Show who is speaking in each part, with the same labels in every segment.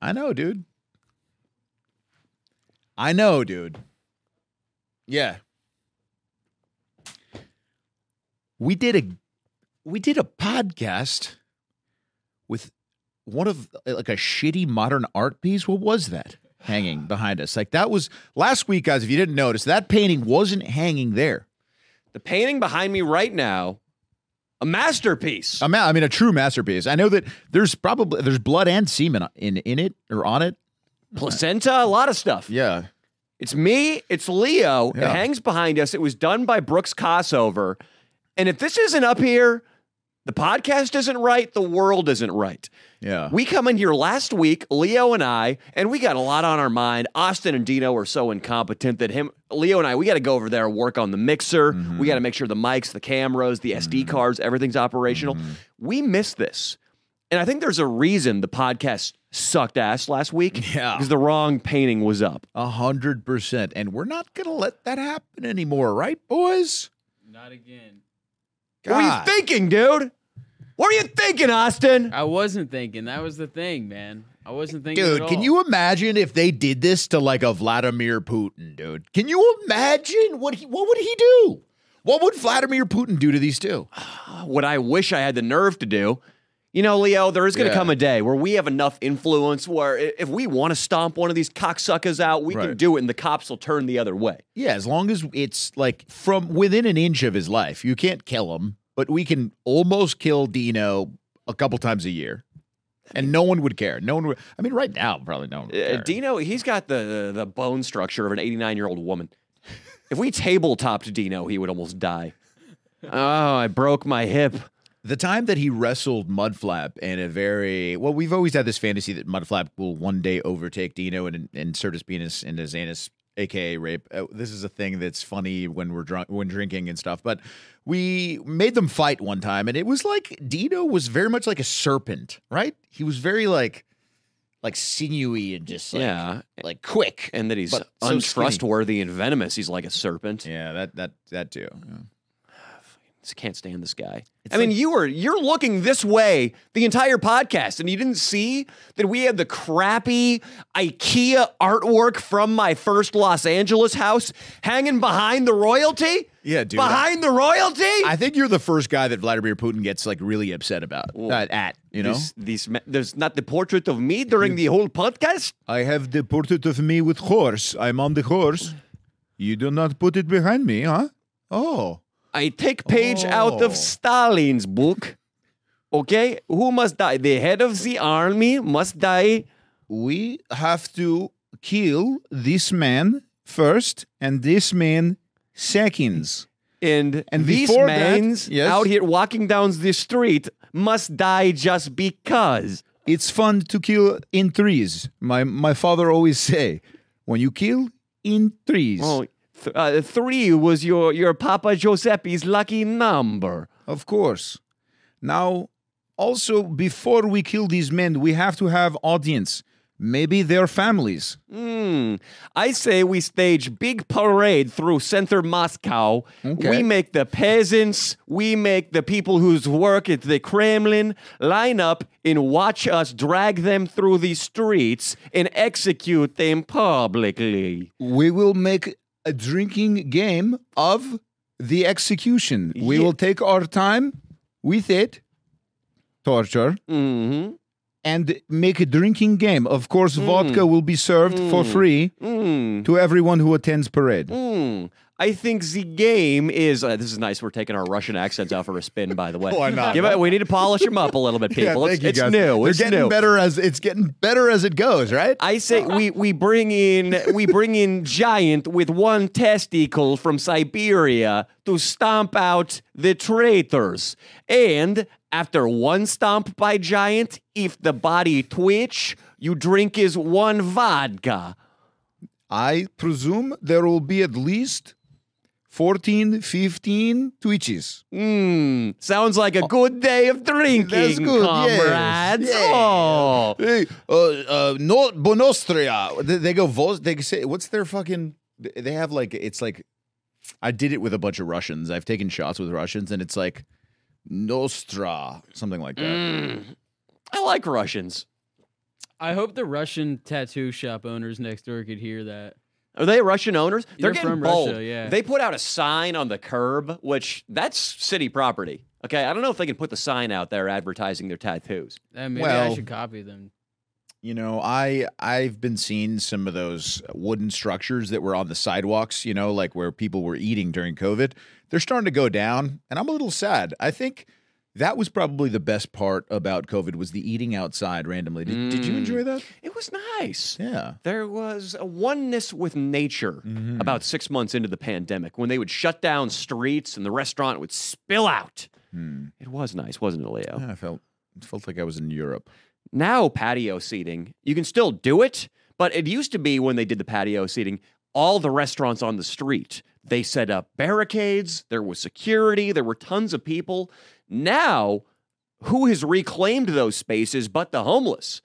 Speaker 1: I know, dude. I know, dude. Yeah. We did a we did a podcast with one of like a shitty modern art piece. What was that hanging behind us? Like that was last week, guys. If you didn't notice, that painting wasn't hanging there.
Speaker 2: The painting behind me right now, a masterpiece.
Speaker 1: A ma- I mean, a true masterpiece. I know that there's probably there's blood and semen in in it or on it.
Speaker 2: placenta, a lot of stuff.
Speaker 1: Yeah,
Speaker 2: It's me, it's Leo.
Speaker 1: Yeah.
Speaker 2: It hangs behind us. It was done by Brooks Kossover. And if this isn't up here, the podcast isn't right, the world isn't right.
Speaker 1: yeah.
Speaker 2: We come in here last week, Leo and I, and we got a lot on our mind. Austin and Dino are so incompetent that him, Leo and I, we got to go over there and work on the mixer. We got to make sure the mics, the cameras, the
Speaker 1: Mm-hmm.
Speaker 2: SD cards, everything's operational. We missed this. And I think there's a reason the podcast sucked ass last week.
Speaker 1: Yeah.
Speaker 2: Because the wrong painting was up.
Speaker 1: A hundred percent. And we're not gonna let that happen anymore, right, boys?
Speaker 3: Not again.
Speaker 2: What were you
Speaker 1: God.
Speaker 2: thinking, dude? What were you thinking, Austin?
Speaker 3: I wasn't thinking. That was the thing, man. I wasn't thinking. at
Speaker 1: Dude, can
Speaker 3: all.
Speaker 1: you imagine if they did this to like a Vladimir Putin, dude? Can you imagine what he what would he do? What would Vladimir Putin do to these two?
Speaker 2: What I wish I had the nerve to do. You know, Leo, there is going to
Speaker 1: Yeah.
Speaker 2: come a day where we have enough influence where i- if we want to stomp one of these cocksuckers out, we can
Speaker 1: Right.
Speaker 2: do it and the cops will turn the other way.
Speaker 1: Yeah, as long as it's like from within an inch of his life, you can't kill him, but we can almost kill Dino a couple times a year, and no one would care. No one would. I mean, right now, probably no one. Would
Speaker 2: Uh,
Speaker 1: care.
Speaker 2: Dino, he's got the, the bone structure of an 89 year old woman. if we tabletopped Dino, he would almost die. Oh, I broke my hip.
Speaker 1: the time that he wrestled Mudflap in a very well, we've always had this fantasy that Mudflap will one day overtake Dino and, and insert his penis into his anus, aka rape. Uh, this is a thing that's funny when we're drunk, when drinking and stuff. But we made them fight one time, and it was like Dino was very much like a serpent, right? He was very like, like sinewy and just like,
Speaker 2: yeah.
Speaker 1: like quick.
Speaker 2: And that he's
Speaker 1: But so skinny.
Speaker 2: untrustworthy and venomous. He's like a serpent.
Speaker 1: Yeah, that that that too.
Speaker 2: Just can't stand this guy.
Speaker 1: It's
Speaker 2: I mean,
Speaker 1: like-
Speaker 2: you were you're looking this way the entire podcast, and you didn't see that we had the crappy IKEA artwork from my first Los Angeles house hanging behind the royalty.
Speaker 1: Yeah, dude.
Speaker 2: behind the royalty.
Speaker 1: I think you're the first guy that Vladimir Putin gets like really upset about uh, at you know.
Speaker 2: These- these ma- there's not the portrait of me during the whole podcast.
Speaker 1: I have the portrait of me with horse. I'm on the horse. You do not put it behind me, huh? Oh.
Speaker 2: I take page out
Speaker 1: Oh.
Speaker 2: of Stalin's book. Okay, who must die? The head of the army must die.
Speaker 1: We have to kill this man first and this man seconds.
Speaker 2: And,
Speaker 1: And
Speaker 2: these
Speaker 1: before that-
Speaker 2: mans
Speaker 1: Yes.
Speaker 2: out here walking down the street must die just because.
Speaker 1: It's fun to kill in threes. My my father always say, when you kill in threes.
Speaker 2: Oh, th- uh, three was your, your Papa Giuseppe's lucky number.
Speaker 1: Of course. Now, also before we kill these men, we have to have audience. Maybe their families.
Speaker 2: Hmm. I say we stage big parade through center Moscow.
Speaker 1: Okay.
Speaker 2: We make the peasants, we make the people whose work at the Kremlin line up and watch us drag them through the streets and execute them publicly.
Speaker 1: we will make a drinking game of the execution. We
Speaker 2: Ye-
Speaker 1: will take our time with it, torture,
Speaker 2: Mm-hmm.
Speaker 1: and make a drinking game. Of course, vodka will be served for free
Speaker 2: Mm.
Speaker 1: to everyone who attends parade.
Speaker 2: Hmm. I think the game is. Uh, this is nice. We're taking our Russian accents out for a spin, by the way.
Speaker 1: Why not?
Speaker 2: Give it, we need to polish them up a little bit, people. it's it's new.
Speaker 1: They're
Speaker 2: it's
Speaker 1: getting
Speaker 2: new.
Speaker 1: better as it's getting better as it goes, right?
Speaker 2: I say we, we bring in we bring in giant with one testicle from Siberia to stomp out the traitors. And after one stomp by giant, if the body twitch, you drink his one vodka.
Speaker 1: I presume there will be at least 14, 15 twitches.
Speaker 2: Mm, sounds like a good day of drinking,
Speaker 1: Hmm. That's good, yes,
Speaker 2: comrades.
Speaker 1: yes.
Speaker 2: Oh,
Speaker 1: Hey, uh, uh, no, Bonostria. They, they go, Vos, they say, what's their fucking, they have like, it's like, I did it with a bunch of Russians. I've taken shots with Russians and it's like, Nostra, something like that.
Speaker 2: I like Russians.
Speaker 3: I hope the Russian tattoo shop owners next door could hear that.
Speaker 2: Are they Russian owners? They're
Speaker 3: They're
Speaker 2: getting
Speaker 3: from
Speaker 2: bold.
Speaker 3: Russia, yeah.
Speaker 2: They put out a sign on the curb, which that's city property. Okay, I don't know if they can put the sign out there advertising their tattoos.
Speaker 3: Uh, maybe I
Speaker 1: Well-
Speaker 3: should copy them.
Speaker 1: You know, I I've been seeing some of those wooden structures that were on the sidewalks, you know, like where people were eating during COVID. They're starting to go down, and I'm a little sad. I think that was probably the best part about COVID was the eating outside randomly. Did, did you
Speaker 2: Mm.
Speaker 1: enjoy that?
Speaker 2: It was nice.
Speaker 1: Yeah.
Speaker 2: There was a oneness with nature
Speaker 1: Mm.
Speaker 2: about six months into the pandemic when they would shut down streets and the restaurant would spill out.
Speaker 1: Hmm.
Speaker 2: It was nice, wasn't it, Leo?
Speaker 1: Yeah, I felt felt like I was in Europe.
Speaker 2: Now, patio seating, you can still do it, but it used to be when they did the patio seating, all the restaurants on the street, they set up barricades, there was security, there were tons of people. Now, who has reclaimed those spaces but the homeless?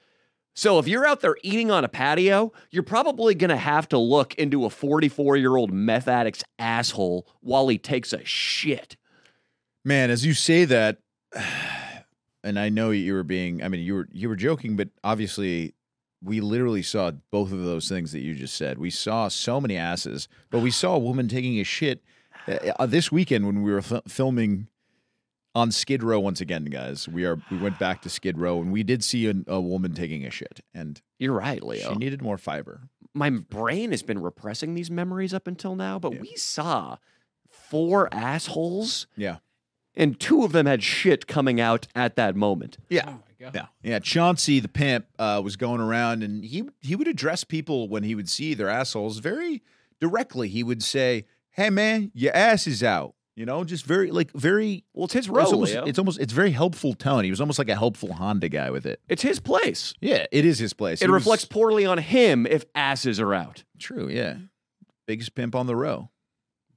Speaker 2: So, if you're out there eating on a patio, you're probably going to have to look into a 44 year old meth addict's asshole while he takes a shit.
Speaker 1: Man, as you say that, and I know you were being I mean, you were you were joking, but obviously we literally saw both of those things that you just said. We saw so many asses, but we saw a woman taking a shit uh, uh, this weekend when we were f- filming on Skid Row once again, guys. We are we went back to Skid Row and we did see an, a woman taking a shit, and
Speaker 2: You're right, Leo.
Speaker 1: she needed more fiber.
Speaker 2: my brain has been repressing these memories up until now, but
Speaker 1: Yeah.
Speaker 2: we saw four assholes
Speaker 1: Yeah,
Speaker 2: and two of them had shit coming out at that moment.
Speaker 1: yeah.
Speaker 3: Oh my god.
Speaker 1: Yeah, yeah. Chauncey the pimp uh, was going around, and he he would address people when he would see their assholes very directly. He would say, "Hey, man, your ass is out." You know, just very like very.
Speaker 2: Well, it's his
Speaker 1: It's
Speaker 2: role,
Speaker 1: almost,
Speaker 2: Leo.
Speaker 1: it's almost it's very helpful tone. He was almost like a helpful Honda guy with it.
Speaker 2: It's his place.
Speaker 1: Yeah, it is his place.
Speaker 2: It
Speaker 1: He was-
Speaker 2: reflects poorly on him if asses are out.
Speaker 1: true. Yeah, biggest pimp on the row.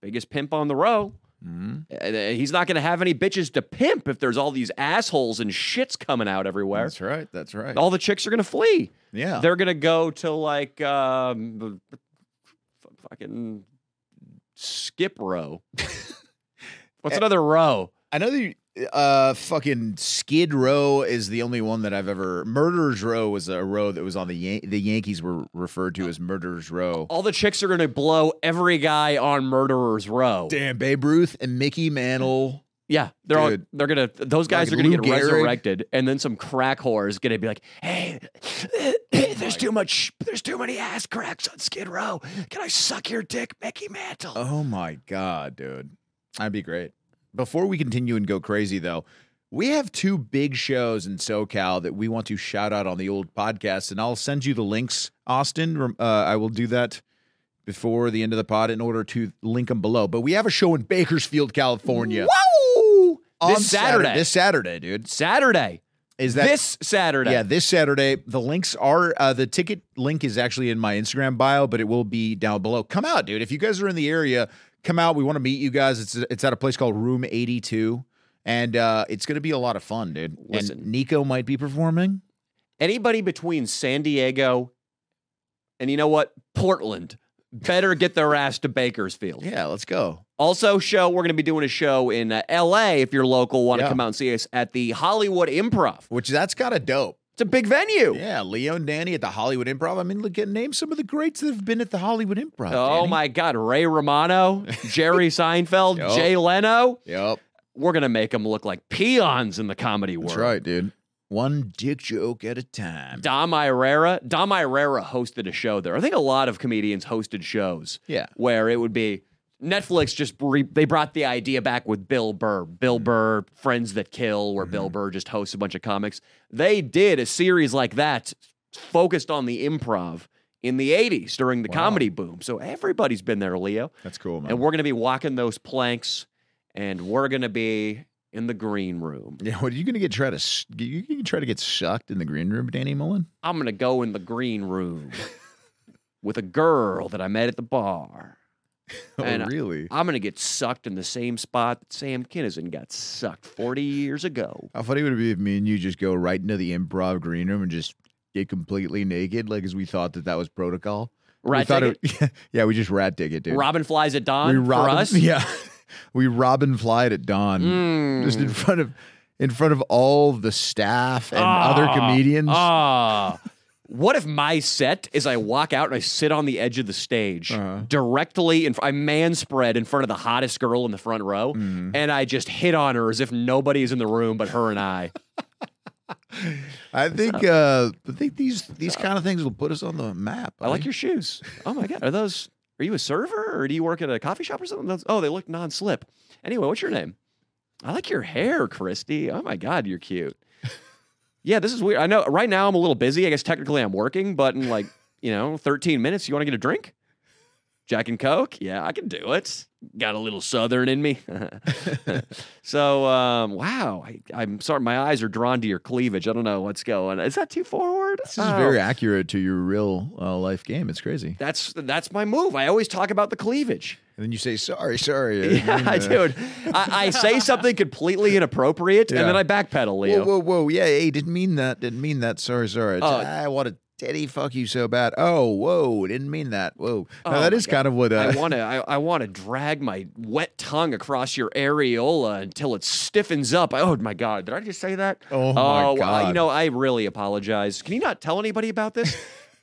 Speaker 2: Biggest pimp on the row.
Speaker 1: Mm-hmm.
Speaker 2: Uh, He's not going to have any bitches to pimp if there's all these assholes and shits coming out everywhere.
Speaker 1: That's right. That's right.
Speaker 2: All the chicks are going to flee.
Speaker 1: yeah.
Speaker 2: They're going to go to like um, f- fucking skip row. What's another row?
Speaker 1: I know that you, uh fucking Skid Row is the only one that I've ever Murderers Row was a row that was on the Yan- the Yankees were referred to as Murderers Row.
Speaker 2: All the chicks are going to blow every guy on Murderer's Row.
Speaker 1: Damn, Babe Ruth and Mickey Mantle.
Speaker 2: Yeah, they're all,
Speaker 1: Dude.
Speaker 2: they're gonna those guys
Speaker 1: Fucking
Speaker 2: are gonna
Speaker 1: Lou
Speaker 2: get
Speaker 1: Gehrig.
Speaker 2: resurrected, and then some crack whore is gonna be like, "Hey, Oh there's too much, there's too many ass cracks on Skid Row. Can I suck your dick, Mickey Mantle?"
Speaker 1: Oh my god, dude. That'd be great. Before we continue and go crazy though, we have two big shows in SoCal that we want to shout out on the old podcast, and I'll send you the links, Austin. Rem- Uh, I will do that before the end of the pod in order to link them below. But we have a show in Bakersfield, California.
Speaker 2: Whoa!
Speaker 1: on
Speaker 2: this Saturday,
Speaker 1: This Saturday, dude.
Speaker 2: Saturday,
Speaker 1: Is that
Speaker 2: this Saturday.
Speaker 1: Yeah, this Saturday. The links are uh, the ticket link is actually in my Instagram bio, but it will be down below. Come out, dude. If you guys are in the area, come out. We want to meet you guys. It's it's at a place called Room 82. And uh, it's gonna be a lot of fun, dude.
Speaker 2: Listen.
Speaker 1: and Nico might be performing.
Speaker 2: Anybody between San Diego and you know what, Portland, better get their ass to Bakersfield.
Speaker 1: Yeah, let's go.
Speaker 2: Also, show we're going to be doing a show in uh, L.A. If you're local, want to
Speaker 1: Yeah.
Speaker 2: come out and see us at the Hollywood Improv.
Speaker 1: Which that's kind of dope.
Speaker 2: It's a big venue.
Speaker 1: Yeah, Leo and Danny at the Hollywood Improv. I mean, look at name some of the greats that have been at the Hollywood Improv.
Speaker 2: Oh
Speaker 1: Danny.
Speaker 2: my God, Ray Romano, Jerry Seinfeld,
Speaker 1: Yup.
Speaker 2: Jay Leno.
Speaker 1: Yep,
Speaker 2: We're going to make them look like peons in the comedy world.
Speaker 1: that's right, dude. One dick joke at a time.
Speaker 2: Dom Irera. Dom Irera hosted a show there. I think a lot of comedians hosted shows
Speaker 1: Yeah.
Speaker 2: where it would be Netflix just re- they brought the idea back with Bill Burr.
Speaker 1: Mm-hmm.
Speaker 2: Bill Burr, Friends That Kill, where Bill Burr just hosts a bunch of comics. They did a series like that focused on the improv in the 80s during the
Speaker 1: Wow.
Speaker 2: comedy boom. So everybody's been there, Leo.
Speaker 1: That's cool, man.
Speaker 2: And we're going to be walking those planks and we're going to be in the green room.
Speaker 1: Yeah, what are you going to get? Try to s- you going to try to get sucked in the green room, Danny Mullen?
Speaker 2: I'm going to go in the green room with a girl that I met at the bar.
Speaker 1: Oh,
Speaker 2: And, uh,
Speaker 1: really?
Speaker 2: I'm going to get sucked in the same spot that Sam Kinison got sucked 40 years ago.
Speaker 1: How funny would it be if me and you just go right into the improv green room and just get completely naked, like as we thought that that was protocol? we
Speaker 2: Rat
Speaker 1: thought
Speaker 2: ticket.
Speaker 1: It, yeah, we just rat ticket, dude.
Speaker 2: Robin flies at dawn
Speaker 1: we
Speaker 2: for
Speaker 1: Robin-
Speaker 2: us.
Speaker 1: Yeah, we Robin flied at dawn,
Speaker 2: Mm.
Speaker 1: just in front of in front of all the staff and other
Speaker 2: Ah,
Speaker 1: comedians.
Speaker 2: Ah, What if my set is I walk out and I sit on the edge of the stage
Speaker 1: Uh-huh.
Speaker 2: directly in fr- I man spread in front of the hottest girl in the front row
Speaker 1: Mm. Mm-hmm.
Speaker 2: and I just hit on her as if nobody is in the room but her and I.
Speaker 1: I think uh, I think these these kind of things will put us on the map.
Speaker 2: I like your shoes. Oh my god, are those? Are you a server or do you work at a coffee shop or something? Those, oh, they look non-slip. Anyway, what's your name? I like your hair, Christy. Oh my god, you're cute. Yeah, this is weird. I know. Right now, I'm a little busy. I guess technically I'm working, but in like you know, 13 minutes, you want to get a drink? Jack and Coke? Yeah, I can do it. Got a little Southern in me. so, um, wow. I, I'm sorry. My eyes are drawn to your cleavage. I don't know what's going Is that too forward?
Speaker 1: This is
Speaker 2: Oh.
Speaker 1: very accurate to your real uh, life game. It's crazy.
Speaker 2: That's that's my move. I always talk about the cleavage.
Speaker 1: And then you say, "Sorry, sorry." I didn't mean uh,
Speaker 2: Yeah,
Speaker 1: to."
Speaker 2: dude. I, I say something completely inappropriate, and then
Speaker 1: Yeah.
Speaker 2: I backpedal, Leo.
Speaker 1: Whoa, whoa, whoa! Yeah, hey, didn't mean that. Didn't mean that. Sorry, sorry. "Ah,
Speaker 2: Oh.
Speaker 1: I want to teddy fuck you so bad. Oh, whoa! Didn't mean that. Whoa.
Speaker 2: Oh
Speaker 1: now that
Speaker 2: my
Speaker 1: is
Speaker 2: God.
Speaker 1: kind of what uh,
Speaker 2: I want to. I, I want to drag my wet tongue across your areola until it stiffens up. Oh my god! Did I just say that?
Speaker 1: Oh, my
Speaker 2: well,
Speaker 1: God.
Speaker 2: you know, I really apologize. Can you not tell anybody about this?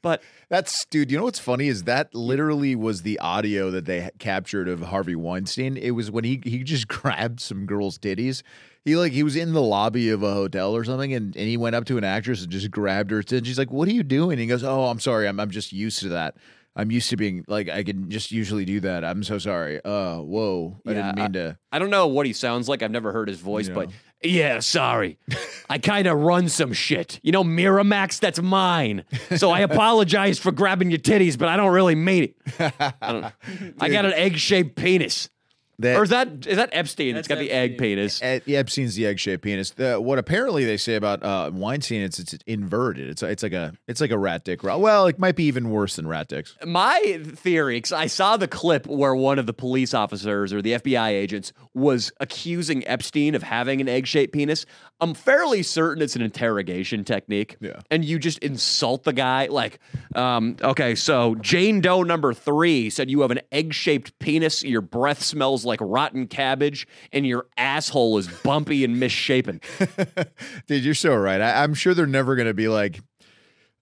Speaker 2: But
Speaker 1: That's dude. You know what's funny is that literally was the audio that they ha- captured of Harvey Weinstein. It was when he he just grabbed some girl's titties. He like he was in the lobby of a hotel or something, and, and he went up to an actress and just grabbed her tits. She's like, "What are you doing?" he goes, "Oh, I'm sorry. I'm I'm just used to that. I'm used to being like I can just usually do that. I'm so sorry. Uh, whoa, I
Speaker 2: Yeah,
Speaker 1: didn't mean to.
Speaker 2: I don't know what he sounds like. I've never heard his voice,
Speaker 1: Yeah.
Speaker 2: but yeah, sorry. I kind of run some shit. You know, Miramax, that's mine. So I apologize for grabbing your titties, but I don't really mean it. I, don't, I got an egg shaped penis.
Speaker 1: That,
Speaker 2: Or is that is that Epstein? it's got
Speaker 3: That's
Speaker 2: the egg
Speaker 3: Epstein.
Speaker 2: penis.
Speaker 1: Ep- E-, Epstein's the egg-shaped penis. The, what apparently they say about uh, Weinstein, it's it's inverted. It's it's like a it's like a rat dick. Well, it might be even worse than rat dicks.
Speaker 2: My theory, because I saw the clip where one of the police officers or the FBI agents was accusing Epstein of having an egg shaped penis. I'm fairly certain it's an interrogation technique.
Speaker 1: Yeah.
Speaker 2: And you just insult the guy. Like, um, okay, so Jane Doe number three said you have an egg shaped penis, your breath smells like rotten cabbage, and your asshole is bumpy and misshapen.
Speaker 1: Dude, you're so right. I, I'm sure they're never gonna be like,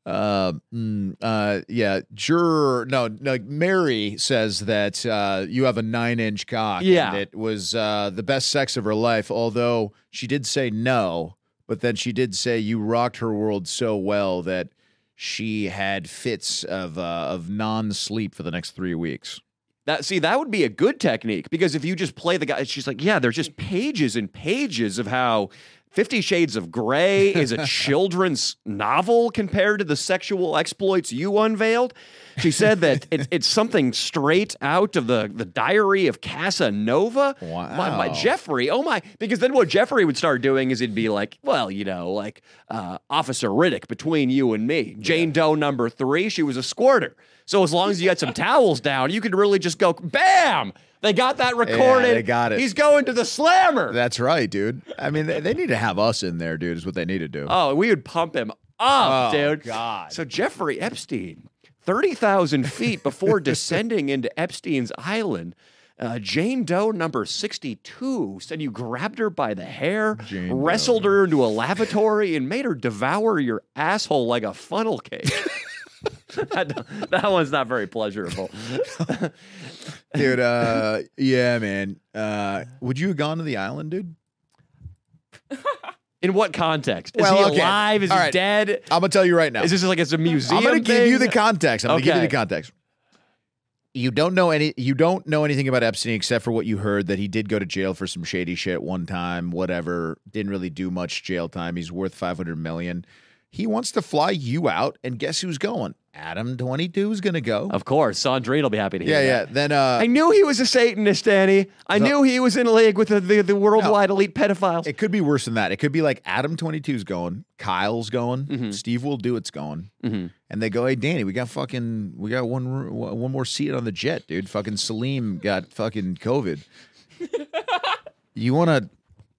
Speaker 1: uh, mm, uh, yeah, juror. No, no. Mary says that uh, you have a nine-inch cock. and
Speaker 2: Yeah.
Speaker 1: it was uh, the best sex of her life. Although she did say no, but then she did say you rocked her world so well that she had fits of uh, of non-sleep for the next three weeks.
Speaker 2: That see, that would be a good technique because if you just play the guy, she's like, yeah, there's just pages and pages of how Fifty Shades of Grey is a children's novel compared to the sexual exploits you unveiled. She said that it, it's something straight out of the, the diary of Casanova. My, my
Speaker 1: Wow.
Speaker 2: Jeffrey, oh my! Because then what Jeffrey would start doing is he'd be like, well, you know, like uh, Officer Riddick between you and me, Jane Doe number three, she was a squirter. So as long as you got some towels down, you could really just go, bam! They got that recorded.
Speaker 1: they got it.
Speaker 2: He's going to the slammer.
Speaker 1: That's right, dude. I mean, they, they need to have us in there, dude. Is what they need to do.
Speaker 2: oh, we would pump him up,
Speaker 1: Oh,
Speaker 2: dude.
Speaker 1: God.
Speaker 2: So Jeffrey Epstein, thirty thousand feet before descending into Epstein's island. Uh, Jane Doe number 62 said you grabbed her by the hair,
Speaker 1: Jane
Speaker 2: wrestled her into a lavatory, and made her devour your asshole like a funnel cake. that, that one's not very pleasurable.
Speaker 1: dude. Uh, yeah, man. Uh, would you have gone to the island, dude?
Speaker 2: In what context? Is
Speaker 1: Well,
Speaker 2: he
Speaker 1: okay.
Speaker 2: alive? Is
Speaker 1: All
Speaker 2: he
Speaker 1: right.
Speaker 2: dead?
Speaker 1: I'm gonna tell you right now.
Speaker 2: Is this like it's a museum?
Speaker 1: I'm gonna give you the
Speaker 2: thing?
Speaker 1: context. I'm gonna give you
Speaker 2: Okay.
Speaker 1: the context. You don't know any. You don't know anything about Epstein except for what you heard that he did go to jail for some shady shit one time. Whatever. Didn't really do much jail time. He's worth 500 million. He wants to fly you out, and guess who's going? Adam 22 is gonna go.
Speaker 2: Of course, Sandrine will be happy to hear.
Speaker 1: yeah,
Speaker 2: that.
Speaker 1: yeah. Then uh,
Speaker 2: I knew he was a Satanist, Danny. I knew he was in a league with the, the, the worldwide elite pedophiles.
Speaker 1: It could be worse than that. It could be like Adam 22's going, Kyle's going, Steve will do it's going. And they go, "Hey Danny, we got fucking we got one ro- one more seat on the jet, dude. Fucking Salim got fucking COVID. you want to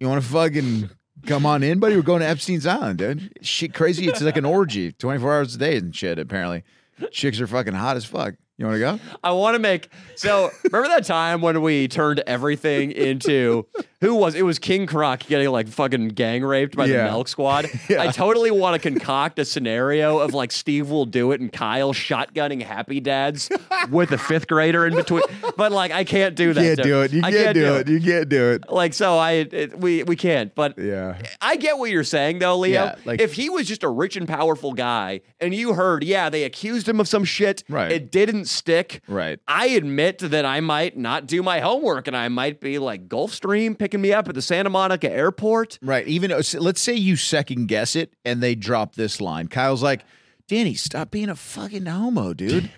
Speaker 1: you want to fucking come on in, buddy? We're going to Epstein's Island, dude. Shit crazy. It's like an orgy, 24 hours a day and shit apparently. Chicks are fucking hot as fuck. You want to go?
Speaker 2: I want to make so. Remember that time when we turned everything into who was it? Was King Croc getting like fucking gang raped by
Speaker 1: Yeah.
Speaker 2: the Milk Squad? I totally want to concoct a scenario of like Steve will do it and Kyle shotgunning Happy Dads with a fifth grader in between. But like, I can't do that.
Speaker 1: Can't
Speaker 2: dude.
Speaker 1: do it. You
Speaker 2: I
Speaker 1: can't, do it. You can't do it.
Speaker 2: Like so, I it, we we can't. But
Speaker 1: Yeah.
Speaker 2: I get what you're saying though, Leo.
Speaker 1: Yeah, like-
Speaker 2: if he was just a rich and powerful guy and you heard, yeah, they accused him of some shit,
Speaker 1: Right.
Speaker 2: it didn't stick.
Speaker 1: Right.
Speaker 2: I admit that I might not do my homework and I might be like Gulfstream picking me up at the Santa Monica airport.
Speaker 1: Right. Even uh, s- let's say you second guess it and they drop this line. Kyle's like, Danny, stop being a fucking homo, dude.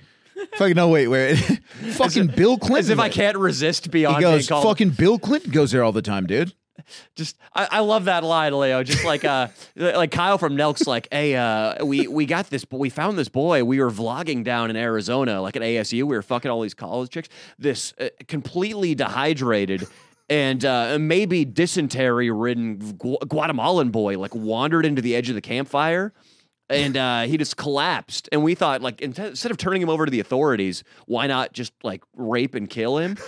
Speaker 1: fucking, no, wait, wait. fucking Bill Clinton.
Speaker 2: As if I
Speaker 1: went.
Speaker 2: can't resist
Speaker 1: He
Speaker 2: beyond
Speaker 1: goes,
Speaker 2: called.
Speaker 1: fucking Bill Clinton goes there all the time, dude.
Speaker 2: just I, I love that line, Leo. Just like uh like Kyle from Nelk's like, hey, uh we we got this but we found this boy. We were vlogging down in Arizona, like at ASU. We were fucking all these college chicks. This uh, completely dehydrated and uh maybe dysentery ridden Gu- Guatemalan boy like wandered into the edge of the campfire. And uh, he just collapsed, and we thought, like, inte- instead of turning him over to the authorities, why not just like rape and kill him?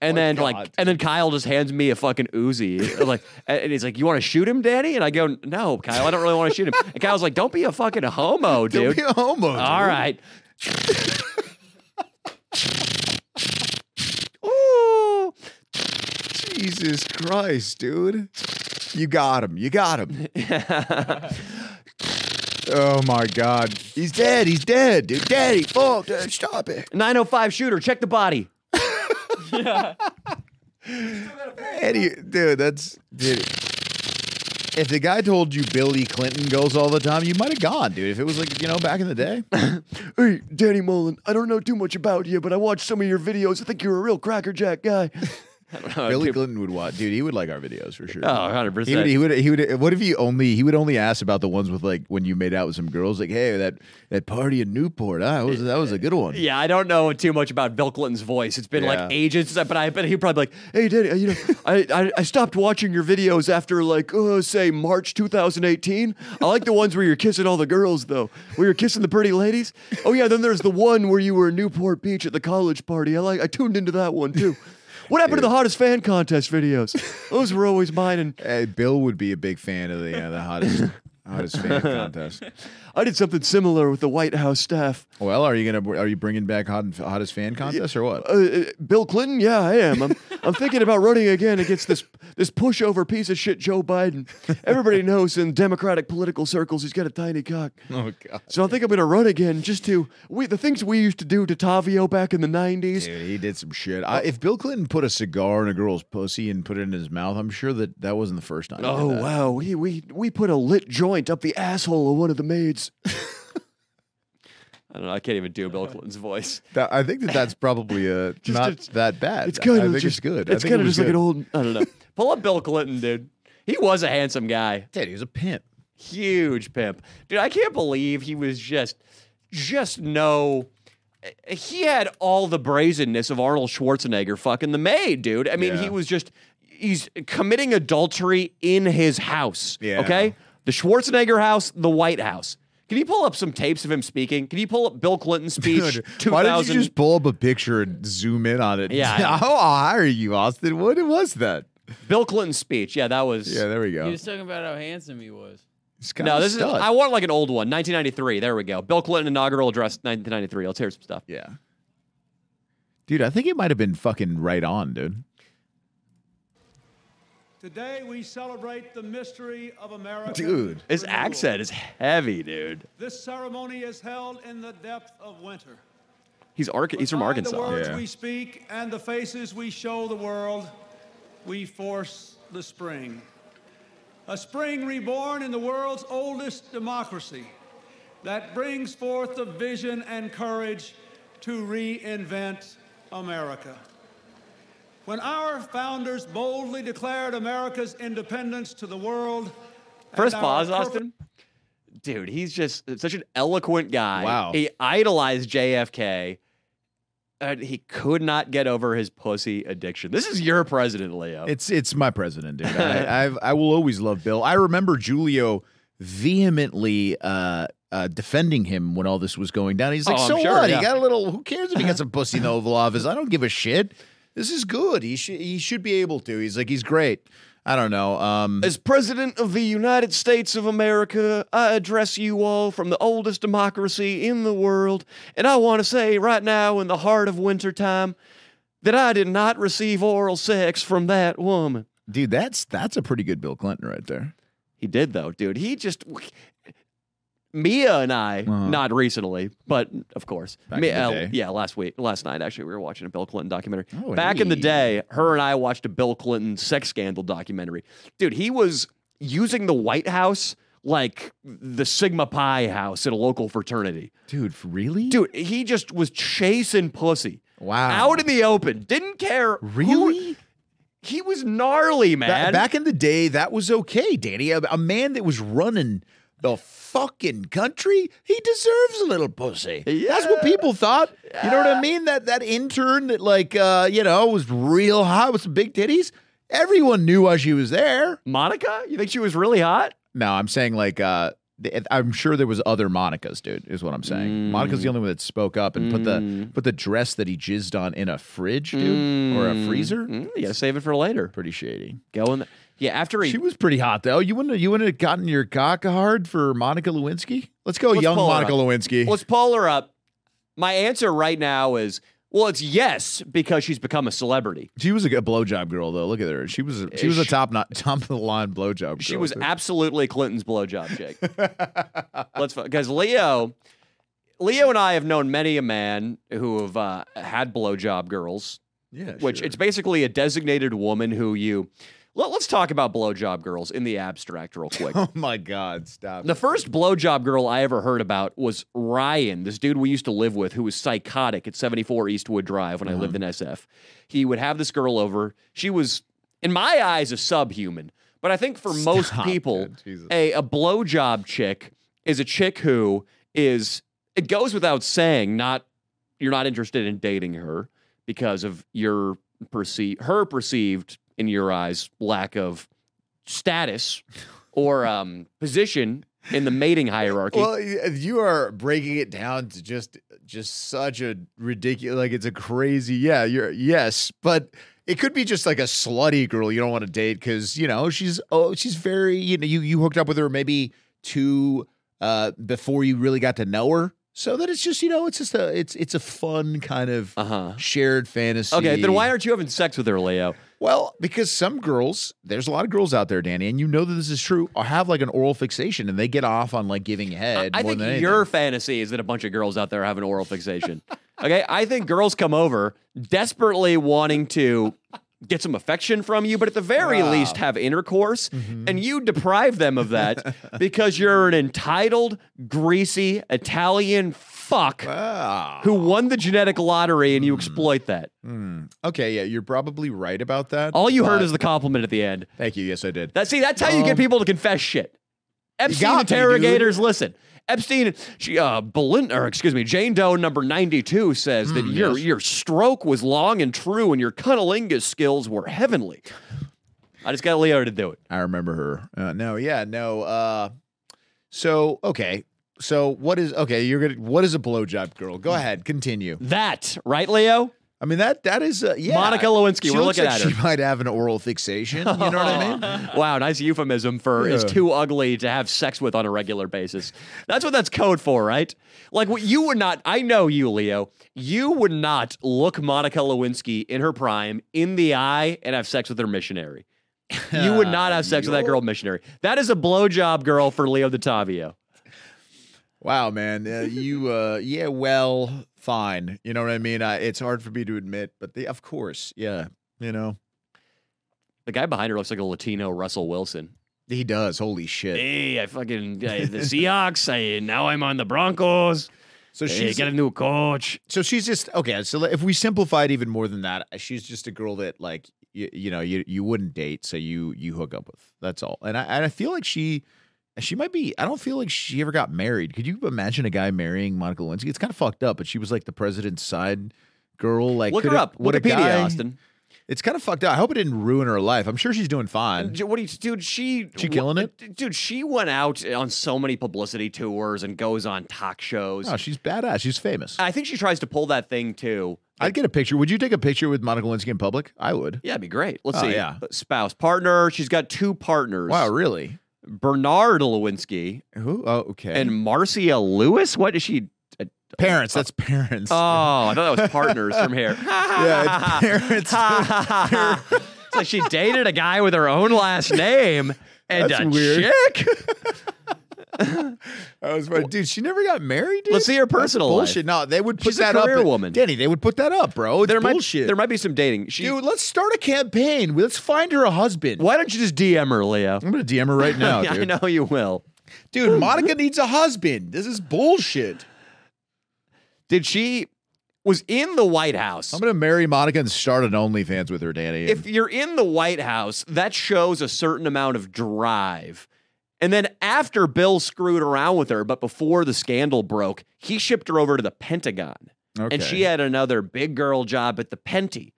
Speaker 2: And then, like,
Speaker 1: God.
Speaker 2: and then Kyle just hands me a fucking Uzi, like, and he's like, "You want to shoot him, Danny?" And I go, "No, Kyle, I don't really want to shoot him." And Kyle's like, "Don't be a fucking homo,
Speaker 1: Don't
Speaker 2: dude."
Speaker 1: be a homo. dude.
Speaker 2: All right. Ooh,
Speaker 1: Jesus Christ, dude. You got him. You got him. oh my God. He's dead. He's dead, dude. Daddy, fuck, dude. Stop it.
Speaker 2: nine oh five shooter, check the body.
Speaker 1: Eddie, dude, that's dude. If the guy told you Billy Clinton goes all the time, you might have gone, dude. If it was like you know back in the day,
Speaker 2: Hey, Danny Mullen, I don't know too much about you, but I watched some of your videos. I think you're a real crackerjack guy.
Speaker 1: Billy Clinton would watch, dude. He would like our videos for sure.
Speaker 2: Oh, 100
Speaker 1: He would, he
Speaker 2: percent.
Speaker 1: would, he would. What if he only he would only ask about the ones with like when you made out with some girls, like, hey, that that party in Newport, ah, that was that was a good one.
Speaker 2: Yeah, I don't know too much about Bill Clinton's voice. It's been
Speaker 1: Yeah.
Speaker 2: like ages, since I- but I bet he'd probably be like, "Hey, Danny, uh, you know, I, I I stopped watching your videos after like uh, say March 2018. I like the ones where you're kissing all the girls though, where you're kissing the pretty ladies. Oh yeah, then there's the one where you were in Newport Beach at the college party. I like I tuned into that one too. What happened to the hottest fan contest videos? Those were always mine, and
Speaker 1: Hey, Bill would be a big fan of the uh, the hottest hottest fan contest.
Speaker 2: I did something similar with the White House staff.
Speaker 1: Well, are you gonna are you bringing back hot, hottest fan contest or what?
Speaker 2: uh, uh, Bill Clinton? Yeah, I am. I'm, I'm thinking about running again against this this pushover piece of shit Joe Biden. Everybody knows in Democratic political circles he's got a tiny cock.
Speaker 1: Oh God,
Speaker 2: So I think I'm gonna run again just to we the things we used to do to Tavio back in the '90s.
Speaker 1: Dude, he did some shit. I, if Bill Clinton put a cigar in a girl's pussy and put it in his mouth, I'm sure that that wasn't the first time. he did
Speaker 2: Oh
Speaker 1: that.
Speaker 2: wow, we we we put a lit joint up the asshole of one of the maids. I don't know. I can't even do Bill Clinton's voice.
Speaker 1: That- I think that that's probably uh, not
Speaker 2: it's-
Speaker 1: that bad.
Speaker 2: It's kind
Speaker 1: I
Speaker 2: of
Speaker 1: think
Speaker 2: just,
Speaker 1: it's good. I
Speaker 2: It's
Speaker 1: think it
Speaker 2: kind of
Speaker 1: was
Speaker 2: just like an
Speaker 1: good.
Speaker 2: old. I don't know. Pull up Bill Clinton, dude. He was a handsome guy.
Speaker 1: Dude, he was a pimp.
Speaker 2: huge pimp dude i can't believe he was just just no he had all the brazenness of arnold schwarzenegger fucking the maid dude i mean
Speaker 1: Yeah.
Speaker 2: he was just he's committing adultery in his house
Speaker 1: Yeah.
Speaker 2: okay the schwarzenegger house the white house can you pull up some tapes of him speaking can you pull up bill clinton speech
Speaker 1: Dude,
Speaker 2: 2000
Speaker 1: why did you just pull up a picture and zoom in on it?
Speaker 2: Yeah, I-
Speaker 1: How high are you, Austin? What was that?
Speaker 2: bill clinton speech yeah that was
Speaker 1: Yeah, there we
Speaker 3: He
Speaker 1: go.
Speaker 3: was talking about how handsome he was.
Speaker 1: It's kind
Speaker 2: no
Speaker 1: of
Speaker 2: this is i want like an old one 1993 there we go bill clinton inaugural address 1993 let's hear some stuff
Speaker 1: yeah. Dude, I think it might have been fucking right on, dude.
Speaker 4: Today we celebrate the mystery of America.
Speaker 1: Dude.
Speaker 2: His
Speaker 4: renewal.
Speaker 2: accent is heavy, dude.
Speaker 4: This ceremony is held in the depth of winter.
Speaker 2: He's Ar- he's from
Speaker 4: By The
Speaker 2: Arkansas.
Speaker 4: words
Speaker 1: Yeah.
Speaker 4: we speak and the faces we show the world, we force the spring. A spring reborn in the world's oldest democracy that brings forth the vision and courage to reinvent America. When our founders boldly declared America's independence to the world, and
Speaker 2: First
Speaker 4: our
Speaker 2: pause,
Speaker 4: purpose-
Speaker 2: Austin. Dude, he's just such an eloquent guy.
Speaker 1: Wow.
Speaker 2: He idolized JFK. And he could not get over his pussy addiction. This is your president, Leo.
Speaker 1: It's it's my president, dude. I, I've I will always love Bill. I remember Julio vehemently uh, uh, defending him when all this was going down. He's like,
Speaker 2: Oh, I'm
Speaker 1: so
Speaker 2: sure,
Speaker 1: what?
Speaker 2: yeah.
Speaker 1: He got a little. Who cares if he got some pussy in the Oval Office? I don't give a shit. This is good. He should. He should be able to. He's like, he's great. I don't know. Um,
Speaker 2: As President of the United States of America, I address you all from the oldest democracy in the world, and I want to say right now, in the heart of wintertime, that I did not receive oral sex from that woman.
Speaker 1: dude, that's that's a pretty good Bill Clinton right there.
Speaker 2: He did, though, dude. He just. Mia and I,
Speaker 1: Uh-huh.
Speaker 2: not recently, but of course,
Speaker 1: Back in
Speaker 2: Mi-
Speaker 1: the
Speaker 2: uh,
Speaker 1: day.
Speaker 2: yeah, last week, last night actually, we were watching a Bill Clinton documentary.
Speaker 1: Oh,
Speaker 2: Back in the
Speaker 1: hey.
Speaker 2: day, her and I watched a Bill Clinton sex scandal documentary. Dude, he was using the White House like the Sigma Pi house at a local fraternity.
Speaker 1: Dude, f- really?
Speaker 2: Dude, he just was chasing pussy
Speaker 1: wow.
Speaker 2: out in the open. Didn't care. who-
Speaker 1: really?
Speaker 2: he was gnarly,
Speaker 1: Ba-
Speaker 2: man.
Speaker 1: back in the day, that was okay, Danny. A, a man that was running the fucking country, he deserves a little pussy. That's what people thought. You know what I mean? That that intern that like uh, you know was real hot with some big titties. Everyone knew why she was there.
Speaker 2: Monica, you think she was really hot?
Speaker 1: No, I'm saying like uh, th- I'm sure there was other Monica's, dude. Is what I'm saying. Monica's the only one that spoke up and put the put the dress that he jizzed on in a fridge, dude, or a freezer.
Speaker 2: Mm, you gotta save it for later.
Speaker 1: Pretty shady.
Speaker 2: Go in. The- yeah, after he
Speaker 1: She was pretty hot though. You wouldn't you wouldn't have gotten your cock hard for Monica Lewinsky? Let's go,
Speaker 2: Let's
Speaker 1: young
Speaker 2: pull her
Speaker 1: Monica
Speaker 2: up.
Speaker 1: Lewinsky.
Speaker 2: Let's poll her up. My answer right now is well, it's yes because she's become a celebrity.
Speaker 1: she was a good blowjob girl though. Look at her. She was she was a
Speaker 2: She-
Speaker 1: top not top of the line blowjob girl.
Speaker 2: She was
Speaker 1: dude.
Speaker 2: absolutely Clinton's blowjob, Jake. Let's because Leo, Leo and I have known many a man who have uh, had blowjob girls,
Speaker 1: yeah,
Speaker 2: which
Speaker 1: sure.
Speaker 2: it's basically a designated woman who you. Let, let's talk about blowjob girls in the abstract real quick.
Speaker 1: Oh my god, stop.
Speaker 2: The first blowjob girl I ever heard about was Ryan, this dude we used to live with who was psychotic at 74 Eastwood Drive when I lived in SF. He would have this girl over. She was, in my eyes, a subhuman. But I think for most
Speaker 1: Stop,
Speaker 2: people,
Speaker 1: dude. Jesus.
Speaker 2: a, a blowjob chick is a chick who is, it goes without saying, not, you're not interested in dating her because of your perceived, her perceived, in your eyes, lack of status or um, position in the mating hierarchy.
Speaker 1: Well, y- you are breaking it down to just just such a ridiculous like it's a crazy yeah, you're yes, but it could be just like a slutty girl you don't want to date cuz you know, she's oh she's very you know you you hooked up with her maybe two uh before you really got to know her. So that it's just, you know, it's just a it's it's a fun kind of
Speaker 2: uh huh.
Speaker 1: shared fantasy.
Speaker 2: Okay, then why aren't you having sex with her, Leo?
Speaker 1: Well, because some girls, there's a lot of girls out there, Danny, and you know that this is true, or have like an oral fixation and they get off on like giving head
Speaker 2: I
Speaker 1: more
Speaker 2: think
Speaker 1: than anything.
Speaker 2: your fantasy is that a bunch of girls out there have an oral fixation. okay, I think girls come over desperately wanting to get some affection from you, but at the very
Speaker 1: Wow. Mm-hmm.
Speaker 2: least have intercourse, and you deprive them of that because you're an entitled, greasy Italian fuck
Speaker 1: Ah.
Speaker 2: who won the genetic lottery, and you
Speaker 1: Mm-hmm.
Speaker 2: exploit that.
Speaker 1: Okay, yeah, you're probably right about that.
Speaker 2: All you heard
Speaker 1: but-
Speaker 2: is the compliment at the end.
Speaker 1: Thank you. Yes, I did.
Speaker 2: That see, that's how you get
Speaker 1: Um,
Speaker 2: people to confess shit. Epstein
Speaker 1: got me,
Speaker 2: interrogators, listen. Epstein, she, uh, Belinda, or excuse me, Jane Doe number ninety-two says that your your stroke was long and true, and your cunnilingus skills were heavenly. I just got Leo to do it.
Speaker 1: I remember her. Uh, no, yeah, no. Uh, so okay, so what is okay? You're gonna what is a blowjob girl?
Speaker 2: Hmm.
Speaker 1: Go ahead, continue.
Speaker 2: That right, Leo?
Speaker 1: I mean that that is uh, yeah.
Speaker 2: Monica Lewinsky,
Speaker 1: She
Speaker 2: we're
Speaker 1: looks
Speaker 2: looking
Speaker 1: like
Speaker 2: at her.
Speaker 1: She might have an oral fixation. You know what I mean?
Speaker 2: wow, nice euphemism for is
Speaker 1: Yeah.
Speaker 2: too ugly to have sex with on a regular basis. That's what that's code for, right? Like what you would not I know you, Leo. You would not look Monica Lewinsky in her prime in the eye and have sex with her missionary. You would not have sex with that girl missionary. That is a blowjob girl for Leo DeTavio.
Speaker 1: Wow, man. Uh, you uh, yeah. Well, fine. You know what I mean? I, it's hard for me to admit, but they, of course, yeah. You know
Speaker 2: The guy behind her looks like a Latino Russell Wilson.
Speaker 1: he does. Holy shit.
Speaker 2: Hey, I fucking uh, the Seahawks. I, now I'm on the Broncos.
Speaker 1: so
Speaker 2: Hey,
Speaker 1: she's
Speaker 2: get a new coach.
Speaker 1: so she's just okay. So if we simplify it even more than that, uh, she's just a girl that like you, you know you you wouldn't date, so you you hook up with. That's all. And I and I feel like she uh, she might be. I don't feel like she ever got married. Could you imagine a guy marrying Monica Lewinsky? It's kind of fucked up, but she was like the president's side girl. Like
Speaker 2: Look
Speaker 1: could
Speaker 2: her
Speaker 1: a-
Speaker 2: up.
Speaker 1: would a
Speaker 2: Wikipedia,
Speaker 1: guy-
Speaker 2: Austin.
Speaker 1: It's kind of fucked up. I hope it didn't ruin her life. I'm sure she's doing fine.
Speaker 2: J- What do you, dude? She
Speaker 1: She killing it?
Speaker 2: w- dude. She went out on so many publicity tours and goes on talk shows.
Speaker 1: Oh, she's badass. She's famous.
Speaker 2: I think she tries to pull that thing too.
Speaker 1: I'd get a picture. Would you take a picture with Monica Lewinsky in public? I would.
Speaker 2: Yeah, it'd be great. Let's
Speaker 1: Oh,
Speaker 2: see. Uh,
Speaker 1: yeah.
Speaker 2: Spouse, partner. She's got two partners.
Speaker 1: Wow, really?
Speaker 2: Bernard Lewinsky
Speaker 1: Who? Oh, okay.
Speaker 2: and Marcia Lewis. What is she? a-
Speaker 1: parents. That's parents.
Speaker 2: Oh, I thought that was partners from here.
Speaker 1: yeah, it's parents.
Speaker 2: it's like she dated a guy with her own last name and
Speaker 1: That's
Speaker 2: a
Speaker 1: weird.
Speaker 2: chick.
Speaker 1: I was like, dude, she never got married. Dude?
Speaker 2: Let's see her
Speaker 1: That's
Speaker 2: personal life.
Speaker 1: bullshit. No, they would put
Speaker 2: She's a
Speaker 1: that up.
Speaker 2: career woman.
Speaker 1: Danny, they would put that up, bro. It's
Speaker 2: There might
Speaker 1: bullshit.
Speaker 2: there might be some dating. She,
Speaker 1: dude, let's start a campaign. Let's find her a husband.
Speaker 2: why don't you just DM her, Leo?
Speaker 1: I'm gonna DM her right now,
Speaker 2: Yeah, I
Speaker 1: dude.
Speaker 2: know you will.
Speaker 1: Dude, Monica needs a husband. This is bullshit.
Speaker 2: Did she was in the White House?
Speaker 1: I'm gonna marry Monica and start an OnlyFans with her, Danny.
Speaker 2: if you're in the White House, that shows a certain amount of drive. And then after Bill screwed around with her, but before the scandal broke, he shipped her over to the Pentagon. And she had another big girl job at the Penty.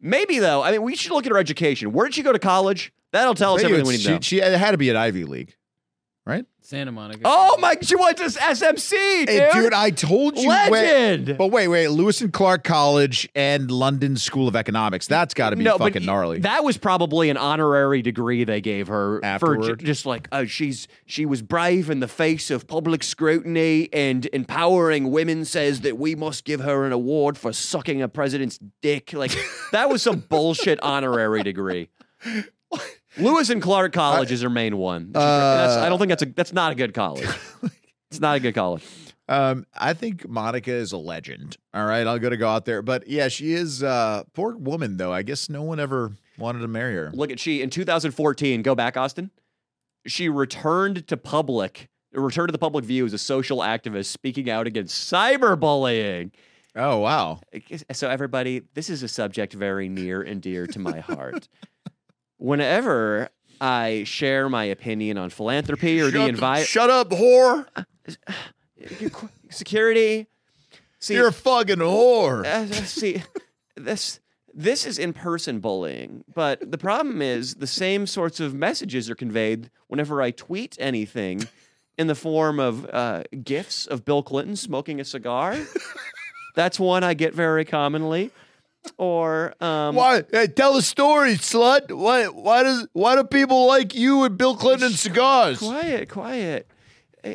Speaker 2: Maybe though, I mean, we should look at her education. Where did she go to college? That'll tell us
Speaker 1: Maybe
Speaker 2: everything we need
Speaker 1: it's-
Speaker 2: to know.
Speaker 1: she, she it had to be an Ivy League, right?
Speaker 3: Santa Monica.
Speaker 2: oh my, she went to SMC, dude.
Speaker 1: Hey, dude, I told you. wait-
Speaker 2: Legend.
Speaker 1: but wait, wait, Lewis and Clark College and London School of Economics. That's got to be
Speaker 2: but
Speaker 1: fucking gnarly.
Speaker 2: That was probably an honorary degree they gave her for
Speaker 1: Afterward.
Speaker 2: ju- just like oh she's she was brave in the face of public scrutiny and empowering women says that we must give her an award for sucking a president's dick. Like that was some bullshit honorary degree. Lewis and Clark College is her main one.
Speaker 1: Uh,
Speaker 2: That's- I don't think that's a that's not a good college. it's not a good college.
Speaker 1: Um, I think Monica is a legend. All right, I'll go to go out there, but yeah, she is uh, poor woman though. I guess no one ever wanted to marry her.
Speaker 2: look at she in 2014 go back austin she returned to public returned to the public view as a social activist speaking out against cyberbullying
Speaker 1: Oh wow,
Speaker 2: so everybody this is a subject very near and dear to my heart whenever i share my opinion on philanthropy or the environment
Speaker 1: shut up, whore!
Speaker 2: security see
Speaker 1: You're a fucking whore.
Speaker 2: Uh, see, this this is in-person bullying, but the problem is the same sorts of messages are conveyed whenever I tweet anything in the form of uh, gifs of Bill Clinton smoking a cigar. That's one I get very commonly. Or um,
Speaker 1: Why? Hey, tell the story, slut. Why? Why does? Why do people like you and Bill Clinton and cigars?
Speaker 2: quiet, quiet.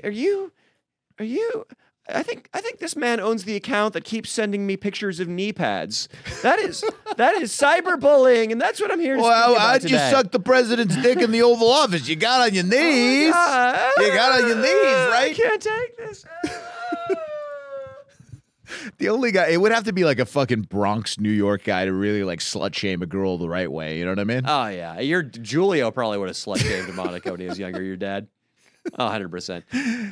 Speaker 2: Are you? Are you? I think I think this man owns the account that keeps sending me pictures of knee pads. That is that is cyberbullying, and that's what I'm here to
Speaker 1: Well,
Speaker 2: speak about
Speaker 1: how'd you
Speaker 2: today. Oh
Speaker 1: suck the president's dick in the Oval Office? You got on your knees.
Speaker 2: Ah,
Speaker 1: You got on your knees,
Speaker 2: I
Speaker 1: right?
Speaker 2: can't take this.
Speaker 1: The only guy, it would have to be like a fucking Bronx, New York guy to really like slut shame a girl the right way. You know what I mean?
Speaker 2: oh yeah, your Julio probably would have slut shamed Monaco when he was younger. Your dad. Oh, 100 percent.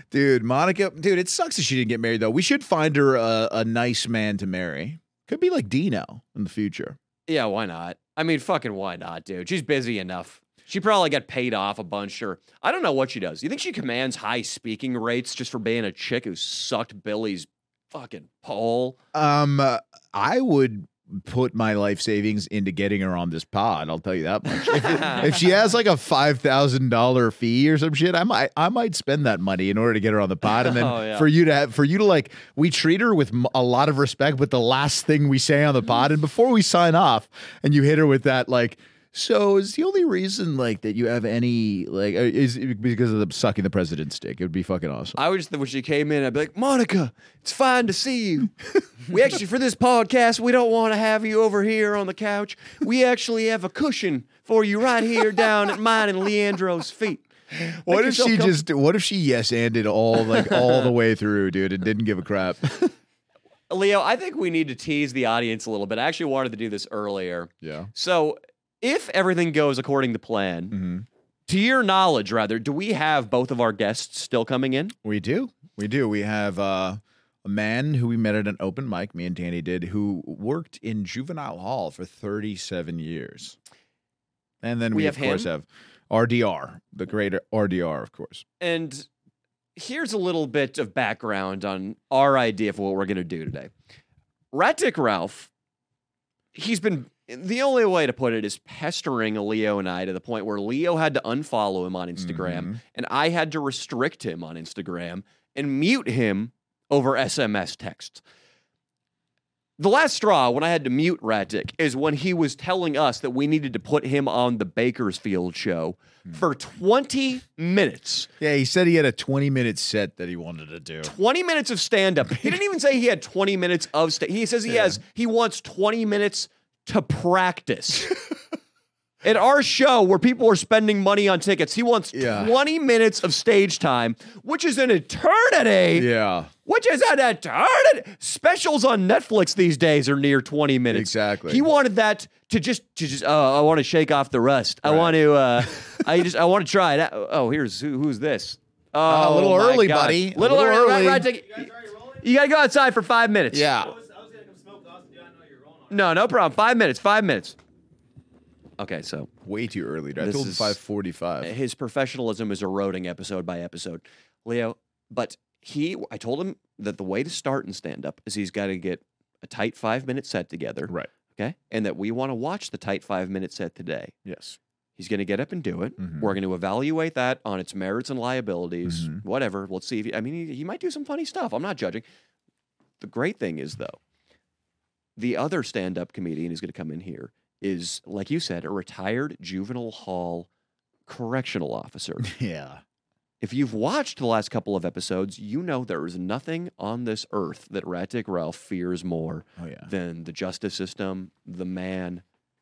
Speaker 1: Dude, Monica, dude, it sucks that she didn't get married though. We should find her a, a nice man to marry. Could be like Dino in the future.
Speaker 2: Yeah, why not? I mean, fucking why not, dude? She's busy enough. She probably got paid off a bunch, or I don't know what she does. You think she commands high speaking rates just for being a chick who sucked Billy's fucking pole?
Speaker 1: Um, uh, I would put my life savings into getting her on this pod. I'll tell you that much. If, if she has like a five thousand dollar fee or some shit, I might I might spend that money in order to get her on the pod, and then
Speaker 2: Oh, yeah.
Speaker 1: for you to have, for you to like we treat her with m- a lot of respect. But the last thing we say on the pod, and before we sign off, and you hit her with that like. So is the only reason like that you have any like uh, is it because of the sucking the president's dick? It would be fucking awesome.
Speaker 2: I would just when she came in, I'd be like, Monica, it's fine to see you. We actually for this podcast, we don't want to have you over here on the couch. We actually have a cushion for you right here down at mine and Leandro's feet.
Speaker 1: What
Speaker 2: Make
Speaker 1: if
Speaker 2: yourself
Speaker 1: she
Speaker 2: com-
Speaker 1: just? What if she yes anded all like all the way through, dude, and didn't give a crap?
Speaker 2: Leo, I think we need to tease the audience a little bit. I actually wanted to do this earlier.
Speaker 1: Yeah.
Speaker 2: So, if everything goes according to plan,
Speaker 1: Mhm.
Speaker 2: to your knowledge, rather, do we have both of our guests still coming in?
Speaker 1: We do. We do. We have uh, a man who we met at an open mic. Me and Danny did, who worked in juvenile hall for thirty-seven years, and then
Speaker 2: We
Speaker 1: we,
Speaker 2: have
Speaker 1: of course
Speaker 2: him?
Speaker 1: have RDR, the great RDR, of course.
Speaker 2: And here's a little bit of background on our idea for what we're going to do today. Ratic Ralph, he's been the only way to put it is pestering Leo and I to the point where Leo had to unfollow him on Instagram
Speaker 1: Mm-hmm.
Speaker 2: and I had to restrict him on Instagram and mute him over SMS texts. The last straw when I had to mute Radic is when he was telling us that we needed to put him on the Bakersfield show for 20 minutes.
Speaker 1: Yeah, he said he had a 20 minute set that he wanted to do.
Speaker 2: 20 minutes of stand up. He didn't even say he had 20 minutes of stand He says he has he wants 20 minutes to practice. At our show where people are spending money on tickets, he wants
Speaker 1: Yeah.
Speaker 2: 20 minutes of stage time, which is an eternity.
Speaker 1: Yeah,
Speaker 2: Which is an eternity. Specials on Netflix these days are near 20 minutes.
Speaker 1: Exactly.
Speaker 2: He wanted that to just to just oh, I want to shake off the rust. I want to uh I just I want to try it. out. Oh, here's who, who's this? Oh,
Speaker 1: Uh, a little
Speaker 2: my
Speaker 1: early,
Speaker 2: God.
Speaker 1: buddy. A
Speaker 2: Little,
Speaker 1: little
Speaker 2: early. Right,
Speaker 1: early.
Speaker 2: right, take- you gotta go outside for five minutes.
Speaker 1: yeah.
Speaker 2: No, no problem. Five minutes. Five minutes. Okay, so
Speaker 1: Way too early. dude. I
Speaker 2: This
Speaker 1: told him
Speaker 2: is-
Speaker 1: 5:45.
Speaker 2: his professionalism is eroding episode by episode, Leo. But he, I told him that the way to start and stand up is he's got to get a tight five minute set together.
Speaker 1: Right.
Speaker 2: Okay, and that we want to watch the tight five minute set today.
Speaker 1: Yes.
Speaker 2: He's going to get up and do it.
Speaker 1: Mhm.
Speaker 2: We're going to evaluate that on its merits and liabilities,
Speaker 1: Mhm.
Speaker 2: whatever. Let's see if he, I mean, he, he might do some funny stuff. I'm not judging. The great thing is, though, the other stand up comedian who's going to come in here is, like you said, a retired juvenile hall correctional officer.
Speaker 1: Yeah.
Speaker 2: if you've watched the last couple of episodes, you know there is nothing on this earth that Rattick Ralph fears more
Speaker 1: Oh yeah.
Speaker 2: than the justice system, the man,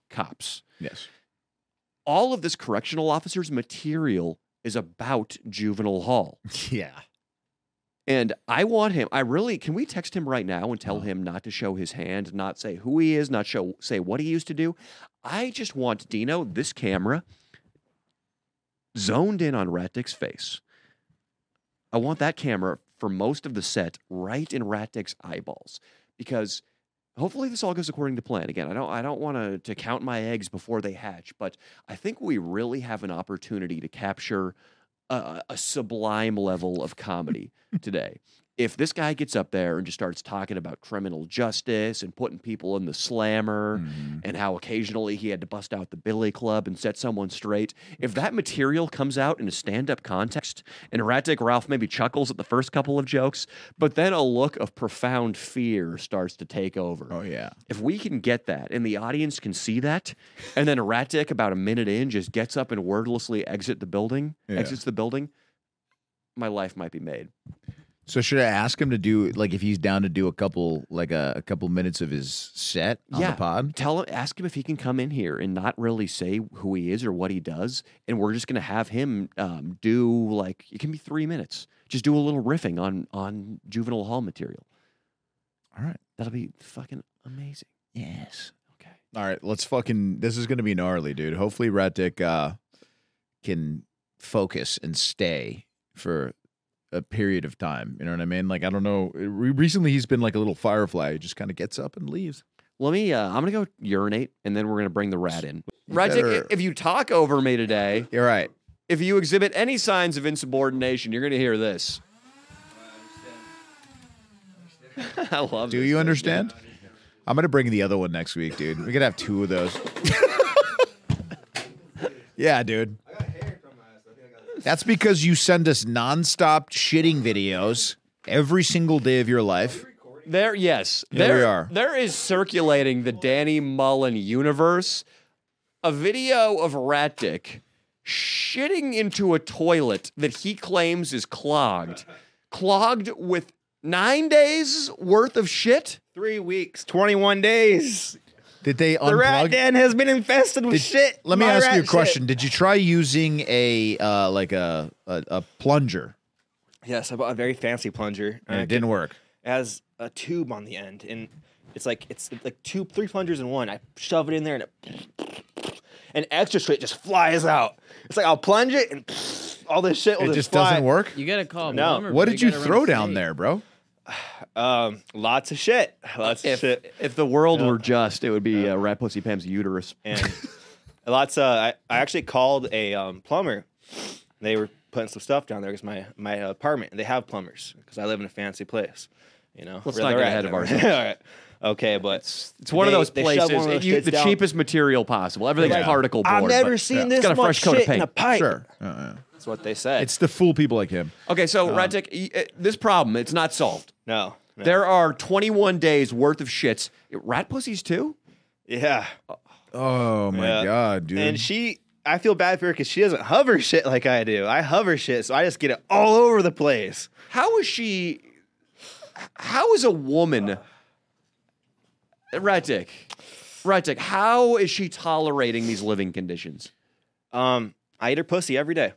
Speaker 2: cops
Speaker 1: Yes.
Speaker 2: all of this correctional officer's material is about juvenile hall.
Speaker 1: Yeah.
Speaker 2: And I want him, I really can we text him right now and tell him not to show his hand, not say who he is, not show say what he used to do. I just want Dino, this camera, zoned in on Ratdick's face. I want that camera for most of the set right in Ratdick's eyeballs. Because hopefully this all goes according to plan. Again, I don't I don't want to to count my eggs before they hatch, but I think we really have an opportunity to capture a, a sublime level of comedy today. If this guy gets up there and just starts talking about criminal justice and putting people in the slammer
Speaker 1: Mhm.
Speaker 2: and how occasionally he had to bust out the billy club and set someone straight, if that material comes out in a stand up context and Ratdick Ralph maybe chuckles at the first couple of jokes, but then a look of profound fear starts to take over
Speaker 1: Oh yeah.
Speaker 2: if we can get that and the audience can see that, and then Ratdick about a minute in just gets up and wordlessly exit the building,
Speaker 1: Yeah.
Speaker 2: exits the building, my life might be made.
Speaker 1: So should I ask him to do like if he's down to do a couple like a, a couple minutes of his set on
Speaker 2: Yeah.
Speaker 1: the pod?
Speaker 2: Tell him, ask him if he can come in here and not really say who he is or what he does, and we're just gonna have him um, do like it can be three minutes. Just do a little riffing on on juvenile hall material.
Speaker 1: All right.
Speaker 2: That'll be fucking amazing.
Speaker 1: Yes.
Speaker 2: Okay.
Speaker 1: All right. Let's fucking. This is gonna be gnarly, dude. Hopefully, Ratdick uh, can focus and stay for a period of time. You know what I mean? Like I don't know. Re- recently, he's been like a little firefly. He just kind of gets up and leaves.
Speaker 2: Let me. Uh, I'm gonna go urinate, and then we're gonna bring the rat in.
Speaker 1: You
Speaker 2: Ratdick,
Speaker 1: better-
Speaker 2: if you talk over me today,
Speaker 1: You're right.
Speaker 2: if you exhibit any signs of insubordination, you're going to hear this. I love
Speaker 1: Do
Speaker 2: this
Speaker 1: you
Speaker 2: thing.
Speaker 1: understand? I'm gonna bring the other one next week, dude. We could have two of those. yeah, dude. That's because you send us nonstop shitting videos every single day of your life.
Speaker 2: There, yes.
Speaker 1: Yeah,
Speaker 2: there
Speaker 1: we are.
Speaker 2: There is circulating the Danny Mullen universe a video of Ratdick shitting into a toilet that he claims is clogged, clogged with nine days worth of shit.
Speaker 5: Three weeks, 21 days.
Speaker 1: Did they
Speaker 5: The rat
Speaker 1: unplug?
Speaker 5: den has been infested with
Speaker 1: Did-
Speaker 5: shit.
Speaker 1: Let me
Speaker 5: My
Speaker 1: ask
Speaker 5: rat
Speaker 1: you a
Speaker 5: shit.
Speaker 1: question. Did you try using a uh, like a, a a plunger?
Speaker 5: Yes, I bought a very fancy plunger.
Speaker 1: And
Speaker 5: Uh,
Speaker 1: it didn't work.
Speaker 5: it has a tube on the end, and it's like it's like two, three plungers in one. I shove it in there, and it and extra shit just flies out. It's like I'll plunge it, and all this shit will
Speaker 1: It just
Speaker 5: just, fly.
Speaker 1: doesn't work.
Speaker 3: You gotta call.
Speaker 5: No.
Speaker 3: Blummer,
Speaker 1: What
Speaker 3: bro.
Speaker 1: did you
Speaker 3: gotta run
Speaker 1: throw
Speaker 3: a
Speaker 1: down
Speaker 3: save.
Speaker 1: there, bro?
Speaker 5: Um, lots of shit, lots of
Speaker 2: If,
Speaker 5: shit.
Speaker 2: if the world were just, it would be uh, Rat Pussy Pam's uterus.
Speaker 5: and lots of I, I actually called a um, plumber they were putting some stuff down there because my my apartment they have plumbers because i live in a fancy place You know,
Speaker 2: Let's
Speaker 5: where
Speaker 2: not
Speaker 5: they're
Speaker 2: get ahead
Speaker 5: at.
Speaker 2: of
Speaker 5: All right. Okay, but it's,
Speaker 2: It's one of
Speaker 5: They-
Speaker 2: those
Speaker 5: they shove
Speaker 2: places.
Speaker 5: one of those
Speaker 2: you-
Speaker 5: shits
Speaker 2: the
Speaker 5: down.
Speaker 2: cheapest material possible. Everything's
Speaker 1: Yeah.
Speaker 2: particle board.
Speaker 5: I've never
Speaker 2: but-
Speaker 5: seen
Speaker 2: Yeah.
Speaker 5: this
Speaker 2: It's got a
Speaker 5: much
Speaker 2: fresh coat
Speaker 5: shit
Speaker 2: of paint.
Speaker 5: in a pipe.
Speaker 1: Sure. Uh,
Speaker 5: That's what they said.
Speaker 1: it's to fool people like him.
Speaker 2: Okay, so
Speaker 5: Uh-huh.
Speaker 2: Rentek, y- uh, this problem it's not solved.
Speaker 5: no, no.
Speaker 2: There are 21 days worth of shits. Rat pussies too.
Speaker 5: yeah.
Speaker 1: Oh my
Speaker 5: Yeah.
Speaker 1: god, dude.
Speaker 5: And she, I feel bad for her because she doesn't hover shit like I do. I hover shit, so I just get it all over the place.
Speaker 2: How is she? How is a woman? Rentek, Rentek, how is she tolerating these living conditions?
Speaker 5: Um, I eat her pussy every day.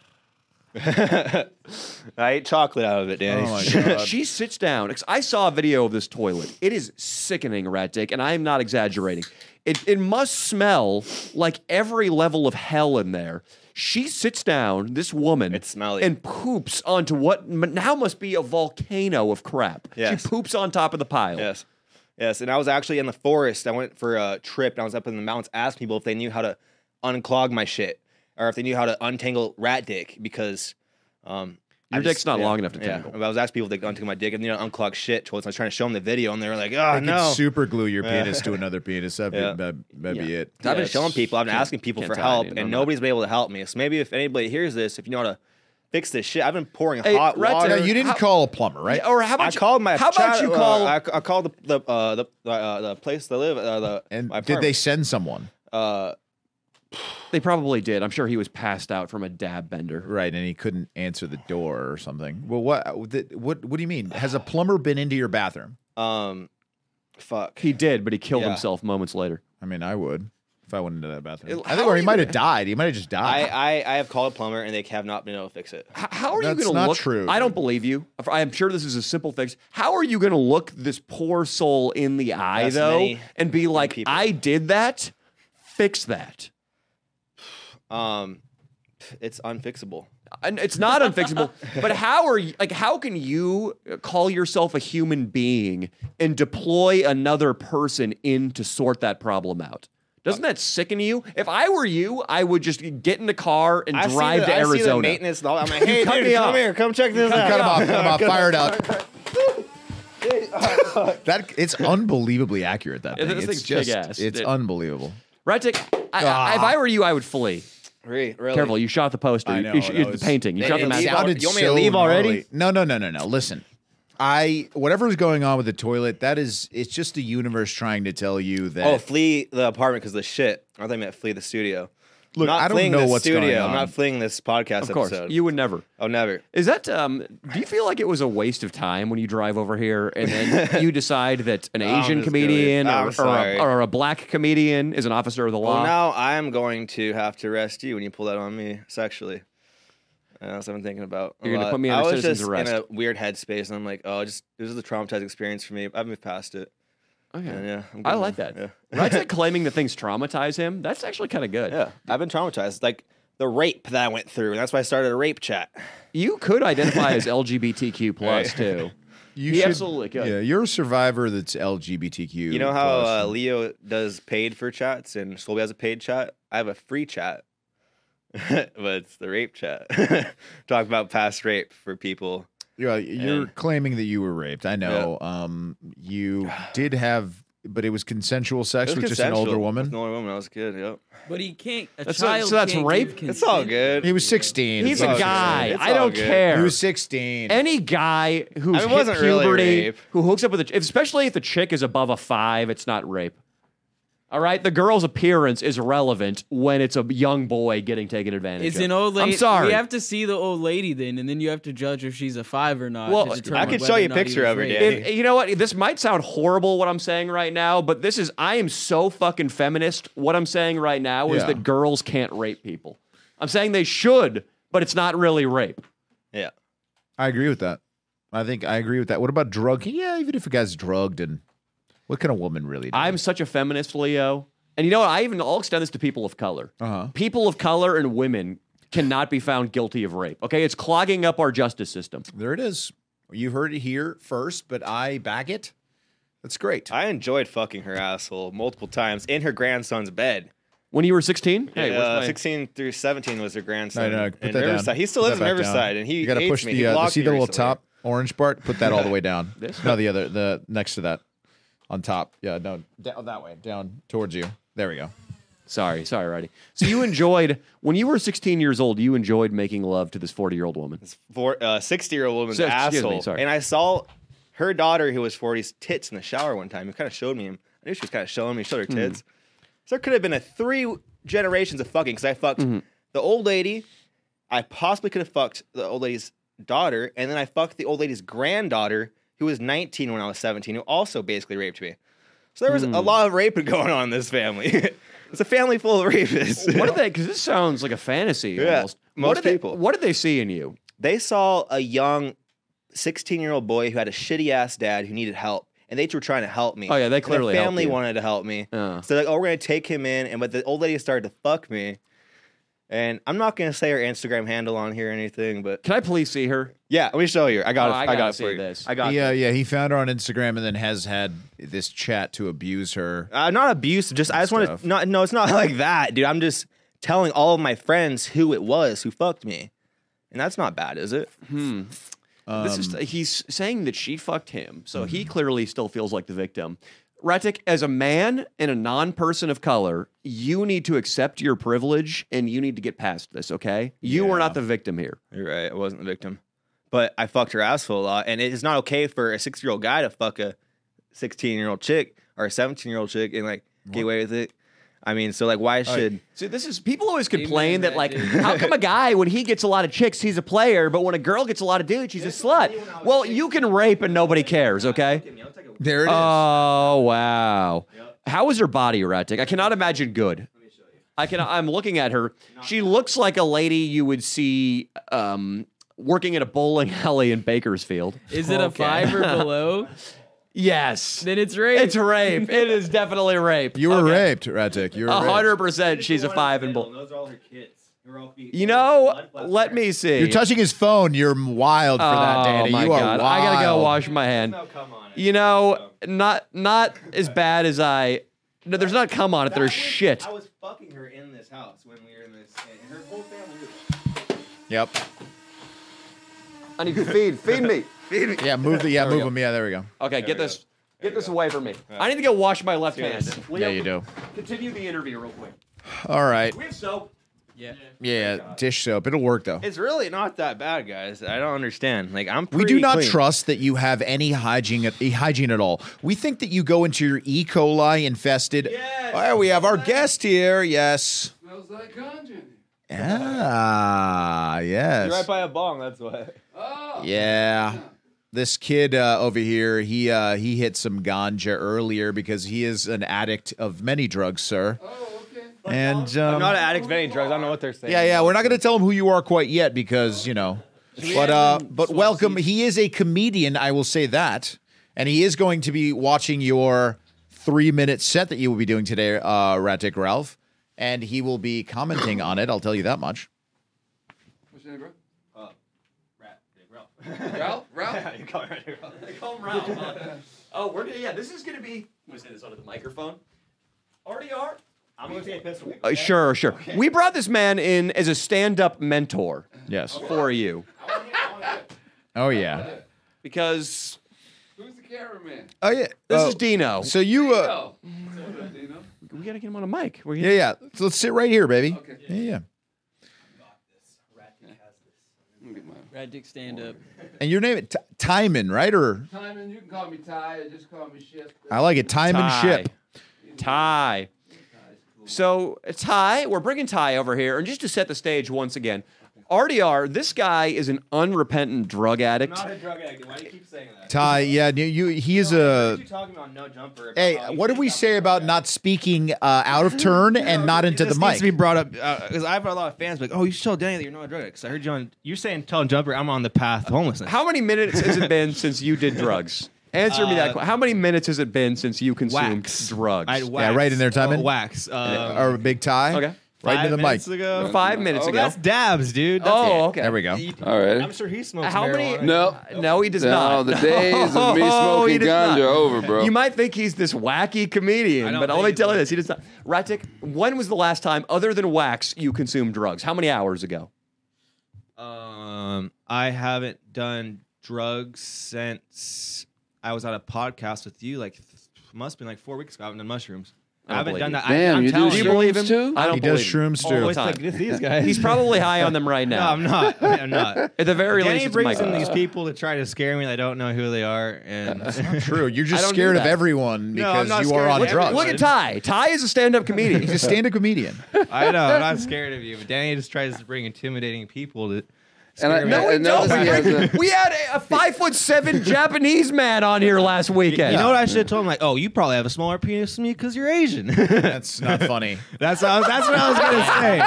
Speaker 5: I eat chocolate out of it, Danny.
Speaker 1: Oh my god.
Speaker 2: She sits down. 'cause I saw a video of this toilet. It is sickening, rat dick, and I am not exaggerating. It it must smell like every level of hell in there. She sits down, this woman,
Speaker 5: It's smelly.
Speaker 2: and poops onto what m- now must be a volcano of crap.
Speaker 5: Yes.
Speaker 2: She poops on top of the pile.
Speaker 5: Yes. Yes. And I was actually in the forest. I went for a trip and I was up in the mountains asking people if they knew how to unclog my shit or if they knew how to untangle rat dick because um
Speaker 2: Your
Speaker 5: I
Speaker 2: dick's not long enough to
Speaker 5: yeah.
Speaker 2: tangle.
Speaker 5: I was asking people if they could untangle my dick and you know unclog shit towards. I was trying to show them the video and they were like, oh
Speaker 1: You
Speaker 5: no.
Speaker 1: could super glue your penis to another penis. That'd,
Speaker 5: Yeah.
Speaker 1: be, that'd, that'd be
Speaker 2: Yeah.
Speaker 1: it.
Speaker 5: So I've been
Speaker 2: Yes.
Speaker 5: showing people, I've been
Speaker 2: Can't-
Speaker 5: asking people
Speaker 2: can't
Speaker 5: for
Speaker 2: tell
Speaker 5: help
Speaker 2: anyone
Speaker 5: and
Speaker 2: that.
Speaker 5: nobody's been able to help me. So maybe if anybody hears this, if you know how to fix this shit, I've been pouring
Speaker 2: Hey,
Speaker 5: hot
Speaker 2: Rat
Speaker 5: water.
Speaker 1: Now,
Speaker 2: Dick,
Speaker 1: you didn't
Speaker 2: How-
Speaker 1: call a plumber, right?
Speaker 2: Yeah, Or how
Speaker 5: I
Speaker 2: about you,
Speaker 5: called my.
Speaker 2: How about
Speaker 5: child-
Speaker 2: you
Speaker 5: uh,
Speaker 2: call?
Speaker 5: I, I called the the uh, the uh, the place they live. Uh, the
Speaker 1: and
Speaker 5: my
Speaker 1: did they
Speaker 5: apartment.
Speaker 1: send someone?
Speaker 5: Uh,
Speaker 2: they probably did. I'm sure he was passed out from a dab bender.
Speaker 1: Right, and he couldn't answer the door or something. Well, what what what do you mean? Has a plumber been into your bathroom?
Speaker 5: Um, fuck.
Speaker 2: He did, but he killed
Speaker 5: Yeah.
Speaker 2: himself moments later.
Speaker 1: I mean, I would if I went into that bathroom.
Speaker 2: It-
Speaker 1: I
Speaker 2: how
Speaker 1: think, or
Speaker 2: are
Speaker 1: he
Speaker 2: you
Speaker 1: might have died. He might have just
Speaker 5: I,
Speaker 1: died.
Speaker 5: I I have called a plumber and they have not been able to fix it.
Speaker 2: H- How are
Speaker 1: That's
Speaker 2: you going to
Speaker 1: not
Speaker 2: look?
Speaker 1: true.
Speaker 2: I don't believe you. If- I'm sure this is a simple fix. How are you going to look this poor soul in the eye
Speaker 5: That's
Speaker 2: though,
Speaker 5: many,
Speaker 2: and be like,
Speaker 5: people.
Speaker 2: "I did that. Fix that."
Speaker 5: Um, it's unfixable.
Speaker 2: And it's not unfixable. but how are you? Like, how can you call yourself a human being and deploy another person in to sort that problem out? Doesn't that sicken you? If I were you, I would just get in the car and
Speaker 5: I see
Speaker 2: drive
Speaker 5: the-
Speaker 2: to
Speaker 5: I see the
Speaker 2: Arizona.
Speaker 5: maintenance. and all that. I'm like, hey,
Speaker 2: cut
Speaker 5: dude,
Speaker 2: me
Speaker 5: come
Speaker 2: off.
Speaker 5: here, come check this out.
Speaker 1: cut him off. Cut him off. Fired up. that it's unbelievably accurate. That
Speaker 2: Yeah,
Speaker 1: thing.
Speaker 2: this
Speaker 1: it's
Speaker 2: thing's big
Speaker 1: just
Speaker 2: ass,
Speaker 1: it's
Speaker 2: dude.
Speaker 1: unbelievable.
Speaker 2: Retic, I, I,
Speaker 5: Ah.
Speaker 2: if I were you, I would flee.
Speaker 5: Re- really?
Speaker 2: Careful, you shot the poster.
Speaker 1: I
Speaker 2: You-
Speaker 1: know,
Speaker 2: you sh-
Speaker 1: that
Speaker 2: you- the
Speaker 1: was-
Speaker 2: painting. You
Speaker 5: They-
Speaker 2: shot the
Speaker 5: they
Speaker 2: mask.
Speaker 5: leave all-
Speaker 1: sounded
Speaker 5: You want me to
Speaker 1: so
Speaker 5: leave already?
Speaker 1: gnarly. No, no, no, no, no. Listen, I whatever's going on with the toilet, that is, it's just the universe trying to tell you that.
Speaker 5: Oh, flee the apartment because the shit. I thought you meant flee the studio.
Speaker 1: Look,
Speaker 5: not
Speaker 1: I don't
Speaker 5: fleeing
Speaker 1: know
Speaker 5: the
Speaker 1: what's
Speaker 5: studio.
Speaker 1: going on.
Speaker 5: I'm not fleeing this podcast
Speaker 2: Of course,
Speaker 5: episode.
Speaker 2: you would never.
Speaker 5: oh, never.
Speaker 2: Is that? Um, do you feel like it was a waste of time when you drive over here and then you decide that an Asian
Speaker 5: just
Speaker 2: comedian
Speaker 5: kidding.
Speaker 2: or,
Speaker 5: I'm
Speaker 2: or
Speaker 5: sorry.
Speaker 2: a, or a black comedian is an officer of the law?
Speaker 5: Well, now I am going to have to arrest you when you pull that on me sexually. And That's what I'm thinking about. a
Speaker 2: You're gonna
Speaker 5: lot.
Speaker 2: put me under
Speaker 5: I was
Speaker 2: citizen's
Speaker 5: just
Speaker 2: arrest.
Speaker 5: in a weird headspace, and I'm like, oh, just this is a traumatized experience for me. I've moved past it. And
Speaker 2: okay.
Speaker 5: yeah, I'm
Speaker 2: Oh, I
Speaker 5: good
Speaker 2: like
Speaker 5: now.
Speaker 2: that.
Speaker 5: Yeah.
Speaker 2: Right, that claiming that things traumatize him. That's actually kind of good.
Speaker 5: Yeah, I've been traumatized. Like the rape that I went through, and that's why I started a rape chat.
Speaker 2: You could identify as LGBTQ plus too.
Speaker 1: You
Speaker 2: He absolutely could.
Speaker 1: Yeah, you're a survivor that's LGBTQ.
Speaker 5: You know how uh, Leo does paid for chats and Scobie has a paid chat? I have a free chat, but it's the rape chat. Talk about past rape for people.
Speaker 1: you're, you're
Speaker 5: and-
Speaker 1: claiming that you were raped. I know. Um, you did have, but it was consensual sex
Speaker 5: It was
Speaker 1: with just an
Speaker 5: consensual.
Speaker 1: older
Speaker 5: It was
Speaker 1: woman.
Speaker 5: An older woman. That was good. Yep.
Speaker 3: But he can't. A
Speaker 2: That's- so
Speaker 3: child
Speaker 2: that's
Speaker 3: can't
Speaker 2: rape?
Speaker 3: give
Speaker 5: It's all
Speaker 3: consent.
Speaker 5: good.
Speaker 1: He was 16. It's
Speaker 2: He's a
Speaker 1: all
Speaker 5: all
Speaker 1: good.
Speaker 2: guy.
Speaker 5: It's
Speaker 2: I
Speaker 5: all
Speaker 2: don't
Speaker 5: good.
Speaker 2: care.
Speaker 1: He was 16.
Speaker 2: any guy who's
Speaker 5: I mean, it
Speaker 2: hit
Speaker 5: wasn't really
Speaker 2: puberty
Speaker 5: rape.
Speaker 2: who hooks up with a ch- especially if the chick is above a five, it's not rape. All right, the girl's appearance is relevant when it's a young boy getting taken advantage
Speaker 3: It's
Speaker 2: of.
Speaker 3: an old lady.
Speaker 2: I'm sorry.
Speaker 3: You have to see the old lady then, and then you have to judge if she's a five or not.
Speaker 2: Well,
Speaker 3: to
Speaker 2: I
Speaker 3: determine
Speaker 5: could show
Speaker 3: whether or
Speaker 5: you a
Speaker 3: not he
Speaker 5: picture
Speaker 3: was
Speaker 5: of her,
Speaker 3: raped.
Speaker 5: Danny.
Speaker 2: If- you know what? This might sound horrible what I'm saying right now, but this is I am so fucking feminist. What I'm saying right now is
Speaker 1: Yeah.
Speaker 2: that girls can't rape people. I'm saying they should, but it's not really rape.
Speaker 5: Yeah.
Speaker 1: I agree with that. I think I agree with that. What about drug? Yeah, even if a guy's drugged and what can a woman really do?
Speaker 2: I'm such a feminist, Leo. And you know what? I even I'll extend this to people of color.
Speaker 1: Uh-huh.
Speaker 2: People of color and women cannot be found guilty of rape. Okay, it's clogging up our justice system.
Speaker 1: There it is. You heard it here first, but I back it. That's great.
Speaker 5: I enjoyed fucking her asshole multiple times in her grandson's bed.
Speaker 2: When you were 16, hey, where's
Speaker 5: uh,
Speaker 2: my-
Speaker 5: 16 through 17 was her grandson.
Speaker 1: No, no, put
Speaker 5: in
Speaker 1: that down.
Speaker 5: Riverside. He still
Speaker 1: Put
Speaker 5: lives
Speaker 1: that
Speaker 5: in
Speaker 1: back down.
Speaker 5: Riverside, and he
Speaker 1: you gotta
Speaker 5: hates
Speaker 1: push
Speaker 5: me.
Speaker 1: the
Speaker 5: He
Speaker 1: uh,
Speaker 5: blocked
Speaker 1: see
Speaker 5: me
Speaker 1: the little
Speaker 5: recently.
Speaker 1: top. Orange part. Put that all the way down. no, the other, the next to that, on top. Yeah, no, down that way, down towards you. There we go.
Speaker 2: Sorry, sorry, Roddy. So you enjoyed when you were 16 years old. You enjoyed making love to this 40 year old woman.
Speaker 5: for a 60 year old uh, woman's
Speaker 2: So, excuse me,
Speaker 5: asshole.
Speaker 2: sorry.
Speaker 5: And I saw her daughter, who was 40's tits in the shower one time. It kind of showed me him. I knew she was kind of showing me, showed
Speaker 2: Hmm.
Speaker 5: her tits. So there could have been a three generations of fucking because I fucked
Speaker 2: Mm-hmm.
Speaker 5: the old lady. I possibly could have fucked the old lady's daughter, and then I fucked the old lady's granddaughter, who was 19 when I was 17, who also basically raped me. So there was
Speaker 2: Hmm.
Speaker 5: a lot of raping going on in this family. it's a family full of rapists.
Speaker 2: What did they? Because this sounds like a fantasy.
Speaker 5: Yeah,
Speaker 2: almost. what
Speaker 5: most
Speaker 2: did they-
Speaker 5: people.
Speaker 2: what did they see in you?
Speaker 5: they saw a young 16 year old boy who had a shitty ass dad who needed help and they were trying to help me
Speaker 2: Oh, yeah, they
Speaker 5: And
Speaker 2: clearly
Speaker 5: their
Speaker 2: helped
Speaker 5: family
Speaker 2: you.
Speaker 5: wanted to help me
Speaker 2: Uh.
Speaker 5: so like oh we're gonna take him in and but the old lady started to fuck me and i'm not gonna say her instagram handle on here or anything but
Speaker 2: Can I please see her?
Speaker 5: yeah let me show you i got
Speaker 2: Oh,
Speaker 5: it
Speaker 2: I
Speaker 5: i,
Speaker 2: gotta
Speaker 5: got it
Speaker 2: see
Speaker 5: for you
Speaker 2: this.
Speaker 5: i got it
Speaker 1: Yeah, yeah. He found her on Instagram and then has had this chat to abuse her.
Speaker 5: uh, not abuse just i just want
Speaker 1: Stuff.
Speaker 5: to not no it's not like that dude i'm just telling all of my friends who it was who fucked me and that's not bad is it
Speaker 2: this
Speaker 3: Um,
Speaker 2: is he's saying that she fucked him, so he
Speaker 3: Mm-hmm.
Speaker 2: clearly still feels like the victim. Retic, as a man and a non-person of color, you need to accept your privilege and you need to get past this. Okay, you are not the victim here.
Speaker 5: You're right. I wasn't the victim, but I fucked her asshole a lot, and it is not okay for a six year old guy to fuck a sixteen year old chick or a seventeen year old chick and like get away with it. I mean, so like, why should?
Speaker 2: See, this is people always complain
Speaker 3: Amen,
Speaker 2: that
Speaker 3: that
Speaker 2: like,
Speaker 3: dude.
Speaker 2: how come a guy when he gets a lot of chicks he's a player, but when a girl gets a lot of dudes she's a slut? Well, you can rape and nobody cares, okay?
Speaker 1: There it is.
Speaker 2: Oh wow, how is her body, Ratic? I cannot imagine good. I can. I'm looking at her. She looks like a lady you would see um, working at a bowling alley in Bakersfield.
Speaker 3: Is it a five or below?
Speaker 2: Yes,
Speaker 3: then it's rape.
Speaker 2: it's rape. It is definitely rape.
Speaker 1: you were raped, Ratic. You were
Speaker 2: A
Speaker 1: raped.
Speaker 2: hundred percent. She's a five and bull.
Speaker 5: Those are all her kids. They're all
Speaker 2: You know, let me see. Oh,
Speaker 1: You're touching his phone. You're wild for
Speaker 5: Oh
Speaker 1: that, Danny.
Speaker 2: my
Speaker 1: you are wild.
Speaker 2: God. I gotta go wash my hand.
Speaker 5: come on.
Speaker 2: You know, not not as bad as I. No, there's not come on it. There's shit.
Speaker 5: was fucking her in this house when we were in this, and her whole family.
Speaker 1: Yep.
Speaker 2: I need to feed. Feed me.
Speaker 1: Yeah, move the yeah, move him. Yeah, there we go.
Speaker 2: Okay, get this. Get this away from me. I need to go wash my left hand.
Speaker 1: Yeah, you do.
Speaker 2: Continue the interview real quick.
Speaker 1: All right.
Speaker 2: We have soap.
Speaker 3: yeah.
Speaker 1: Yeah, dish soap. It'll work though.
Speaker 5: It's really not that bad, guys. I don't understand. Like I'm.
Speaker 1: We do
Speaker 5: pretty
Speaker 1: not
Speaker 5: clean.
Speaker 1: trust that you have any hygiene at, eh, hygiene at all. We think that you go into your E. coli infested. Yes. we have our guest here. Yes.
Speaker 6: Smells like ganja. in here.
Speaker 1: Ah,
Speaker 5: You're
Speaker 1: yes.
Speaker 5: right by a bong. That's why.
Speaker 6: Oh,
Speaker 1: yeah. This kid uh, over here, he uh, he hit some ganja earlier because he is an addict of many drugs, sir.
Speaker 6: oh, okay.
Speaker 1: And
Speaker 5: I'm
Speaker 1: um,
Speaker 5: not an addict of any drugs. I don't know what they're saying.
Speaker 1: yeah, yeah, we're not going to tell him who you are quite yet because you know. But uh, but welcome. He is a comedian. I will say that, and he is going to be watching your three-minute set that you will be doing today, uh, Ratic Ralph, and he will be commenting on it. I'll tell you that much.
Speaker 6: What's your name, bro? Ralph? Ralph?
Speaker 5: you call it right
Speaker 2: Oh, we're gonna. Yeah, this is gonna be. I'm gonna say this onto the microphone. Already are.
Speaker 5: I'm gonna take a pistol.
Speaker 2: Uh, sure, sure. We brought this man in as a stand-up mentor
Speaker 1: Yes.
Speaker 2: for you
Speaker 1: Oh yeah.
Speaker 2: because
Speaker 6: Who's the cameraman?
Speaker 1: Oh yeah.
Speaker 2: this
Speaker 1: Oh,
Speaker 2: is Dino.
Speaker 1: So you. Uh,
Speaker 6: Oh. What's up, Dino?
Speaker 2: we gotta get him on a mic. We're gonna-
Speaker 1: yeah, yeah. So let's sit right here, baby.
Speaker 6: Okay.
Speaker 1: Yeah, yeah.
Speaker 6: Let me get my
Speaker 3: Rad Dick stand up.
Speaker 1: And your name, T- Timon, right? Or
Speaker 6: Timon, you can call me Ty or just call me Ship.
Speaker 1: I like it, Timon Ship.
Speaker 2: Ty. So uh, Ty, we're bringing Ty over here, and just to set the stage once again, RDR, this guy is an unrepentant drug addict.
Speaker 5: Not a drug addict. Why do you keep saying that?
Speaker 1: Ty, yeah, you, you he is
Speaker 5: What
Speaker 1: a.
Speaker 5: you talking about? No jumper.
Speaker 1: Hey,
Speaker 5: about how Oh, you
Speaker 1: what did
Speaker 5: think
Speaker 1: we
Speaker 5: I'm a
Speaker 1: say
Speaker 5: drug
Speaker 1: about
Speaker 5: addict?
Speaker 1: not speaking uh, out of turn and not into
Speaker 5: It
Speaker 1: the
Speaker 5: just
Speaker 1: mic?
Speaker 5: needs to be brought up because I've had a lot of fans like, "Oh, you should tell Danny that you're not a drug addict." 'Cause I heard you on. You're saying tell jumper I'm on the path to homelessness.
Speaker 2: How many minutes has it been since you did drugs? Answer me that.
Speaker 5: Uh,
Speaker 2: Qu- How many minutes has it been since you consumed
Speaker 5: Wax.
Speaker 2: drugs?
Speaker 5: I wax.
Speaker 1: right in there, Timon.
Speaker 5: Oh, wax. Uh,
Speaker 1: or a big tie?
Speaker 2: Okay.
Speaker 1: Right
Speaker 5: five
Speaker 1: into the mic.
Speaker 5: minutes Ago.
Speaker 2: Five minutes
Speaker 6: Oh,
Speaker 2: ago.
Speaker 5: That's dabs, dude. That's
Speaker 2: oh,
Speaker 5: it.
Speaker 2: okay.
Speaker 1: There we go.
Speaker 6: All right.
Speaker 5: I'm sure he smokes
Speaker 2: How many-
Speaker 5: marijuana.
Speaker 6: No.
Speaker 2: No, he does
Speaker 6: no,
Speaker 2: not.
Speaker 6: the days of me
Speaker 2: No, Oh, he
Speaker 6: smoking
Speaker 2: does
Speaker 6: ganja
Speaker 2: not.
Speaker 6: oh, are over, bro.
Speaker 2: You might think he's this wacky comedian,
Speaker 5: don't
Speaker 2: but let
Speaker 5: think
Speaker 2: me
Speaker 5: he's
Speaker 2: tell you
Speaker 5: wacky.
Speaker 2: this: he does not. Ratic, when was the last time, other than wax, you consumed drugs? How many hours ago?
Speaker 5: Um, I haven't done drugs since I was on a podcast with you. Like, th- must have been like four weeks ago. I haven't done mushrooms. I,
Speaker 2: don't
Speaker 5: haven't
Speaker 2: believe
Speaker 5: done
Speaker 2: you.
Speaker 5: that. I,
Speaker 6: Damn,
Speaker 5: I'm
Speaker 6: you do
Speaker 5: telling
Speaker 2: you
Speaker 6: shrooms
Speaker 2: believe him?
Speaker 6: too?
Speaker 2: I don't
Speaker 1: he does
Speaker 2: believe him.
Speaker 1: shrooms
Speaker 5: Oh,
Speaker 1: too.
Speaker 5: it's like it's these guys.
Speaker 2: He's probably high on them right
Speaker 5: no,
Speaker 2: now.
Speaker 5: I'm not. I'm not.
Speaker 2: At the very
Speaker 5: Danny
Speaker 2: least, it's
Speaker 5: brings in
Speaker 2: Michael.
Speaker 5: these people to try to scare me. and I don't know who they are, and
Speaker 1: True. You're
Speaker 2: I
Speaker 1: just
Speaker 2: don't do
Speaker 1: scared of
Speaker 2: that.
Speaker 1: everyone
Speaker 5: No, I'm
Speaker 1: because
Speaker 5: not
Speaker 1: you are
Speaker 5: scared
Speaker 1: on
Speaker 5: of
Speaker 1: drugs.
Speaker 2: Look at Ty. Ty is a stand-up comedian.
Speaker 1: He's a stand-up comedian.
Speaker 5: I know I'm not scared of you. But Danny just tries to bring intimidating people to.
Speaker 6: And I,
Speaker 5: scare me.
Speaker 2: No, we
Speaker 6: and another
Speaker 2: don't.
Speaker 6: thing is that-
Speaker 2: we had a, a five foot seven Japanese man on here last weekend.
Speaker 5: You know what I should have told him? Like, oh, you probably have a smaller penis than me because you're Asian.
Speaker 1: That's not funny.
Speaker 5: that's, what I was, that's what I was gonna say.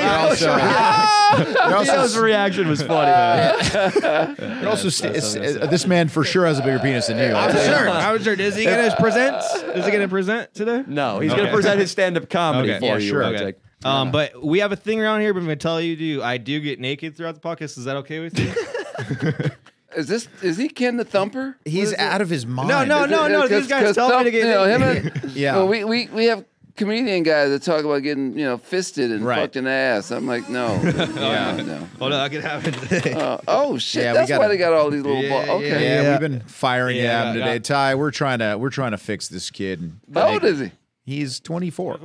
Speaker 1: It also, it also
Speaker 2: Leo's reaction was funny.
Speaker 1: It also st- it's- uh, this man for sure has a bigger penis than you. I'll
Speaker 5: I'm
Speaker 1: tell you
Speaker 5: sure.
Speaker 1: that.
Speaker 5: I'm sure. Is he gonna present? Is he gonna present today?
Speaker 2: no, he's going to
Speaker 5: Okay.
Speaker 2: present his stand up comedy
Speaker 5: Okay.
Speaker 2: for
Speaker 5: Yeah,
Speaker 2: you.
Speaker 1: sure.
Speaker 2: Wojtek.
Speaker 5: Okay. Um, but we have a thing around here. But I'm gonna tell you, do I do get naked throughout the podcast? Is that okay with you?
Speaker 6: is this is he Ken the Thumper?
Speaker 1: He's out of his mind.
Speaker 5: No, no, no, no. These guys tell me to get
Speaker 6: you know,
Speaker 5: naked.
Speaker 6: him and,
Speaker 1: Yeah.
Speaker 6: well, we, we we have comedian guys that talk about getting you know fisted and
Speaker 1: Right.
Speaker 6: fucked in the ass. I'm like, no, yeah. no.
Speaker 5: Hold on, I could have it today.
Speaker 6: Uh, oh shit,
Speaker 1: Yeah, we
Speaker 6: that's
Speaker 1: gotta-
Speaker 6: why they got all these little.
Speaker 5: Yeah,
Speaker 6: ball- okay,
Speaker 1: Yeah,
Speaker 5: Yeah.
Speaker 1: we've been firing
Speaker 5: Yeah,
Speaker 1: at him
Speaker 5: yeah.
Speaker 1: today. Ty, we're trying to we're trying to fix this kid. and
Speaker 6: how old
Speaker 1: make-
Speaker 6: is he?
Speaker 1: He's 24.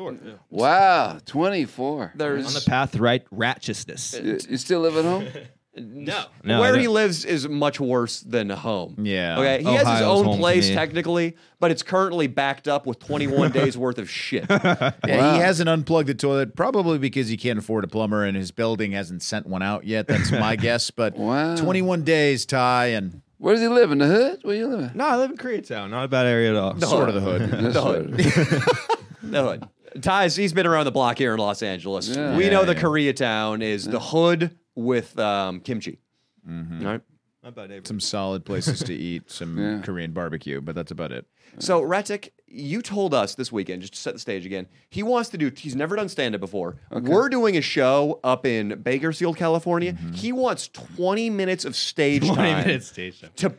Speaker 6: Wow, 24.
Speaker 5: On the
Speaker 2: There's
Speaker 5: path right, righteousness.
Speaker 6: You, you still live at home?
Speaker 2: no,
Speaker 5: No,
Speaker 2: where
Speaker 5: I
Speaker 2: he
Speaker 5: don't.
Speaker 2: lives is much worse than home.
Speaker 1: Yeah.
Speaker 2: Okay. He has his
Speaker 5: Ohio's home
Speaker 2: own
Speaker 5: to
Speaker 2: place
Speaker 5: me.
Speaker 2: technically, but it's currently backed up with 21 days worth of shit.
Speaker 1: Yeah, he hasn't unplugged the toilet probably because he can't afford a plumber and his building hasn't sent one out yet. That's my guess. But
Speaker 6: Wow.
Speaker 1: 21 days, Ty, and
Speaker 6: Where does he live? In the hood? Where you living?
Speaker 5: No, I live in Koreatown. Not a bad area at all.
Speaker 1: sort of the hood.
Speaker 6: That's right.
Speaker 2: No, it- Ty's he's been around the block here in Los Angeles.
Speaker 6: Yeah.
Speaker 2: We
Speaker 1: Yeah,
Speaker 2: know the
Speaker 1: yeah.
Speaker 2: Koreatown is the hood with um, kimchi. All right.
Speaker 5: Not a bad neighbor.
Speaker 1: Some solid places to eat, some
Speaker 6: Yeah.
Speaker 1: Korean barbecue, but that's about it.
Speaker 2: So Retic, you told us this weekend, just to set the stage again, he wants to do. He's never done stand up before. We're doing a show up in Bakersfield, California. He wants twenty minutes of stage
Speaker 5: 20
Speaker 2: time
Speaker 5: Mm-hmm. minutes station.
Speaker 2: to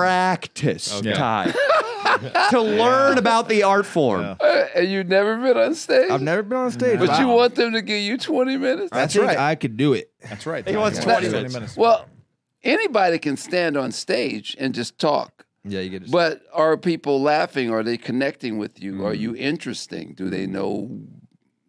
Speaker 2: practice
Speaker 5: Okay.
Speaker 2: time. to learn about the art form.
Speaker 6: and you've never been on stage?
Speaker 5: I've never been on stage.
Speaker 6: But you want them to give you 20 minutes?
Speaker 5: I
Speaker 1: That's
Speaker 5: think
Speaker 1: right.
Speaker 5: I could do it.
Speaker 1: That's right.
Speaker 2: He wants
Speaker 1: Ty.
Speaker 2: 20
Speaker 1: minutes.
Speaker 2: minutes.
Speaker 6: well, anybody can stand on stage and just talk.
Speaker 5: Yeah, you get it.
Speaker 6: But are people laughing? Are they connecting with you? Are you interesting? Do they know,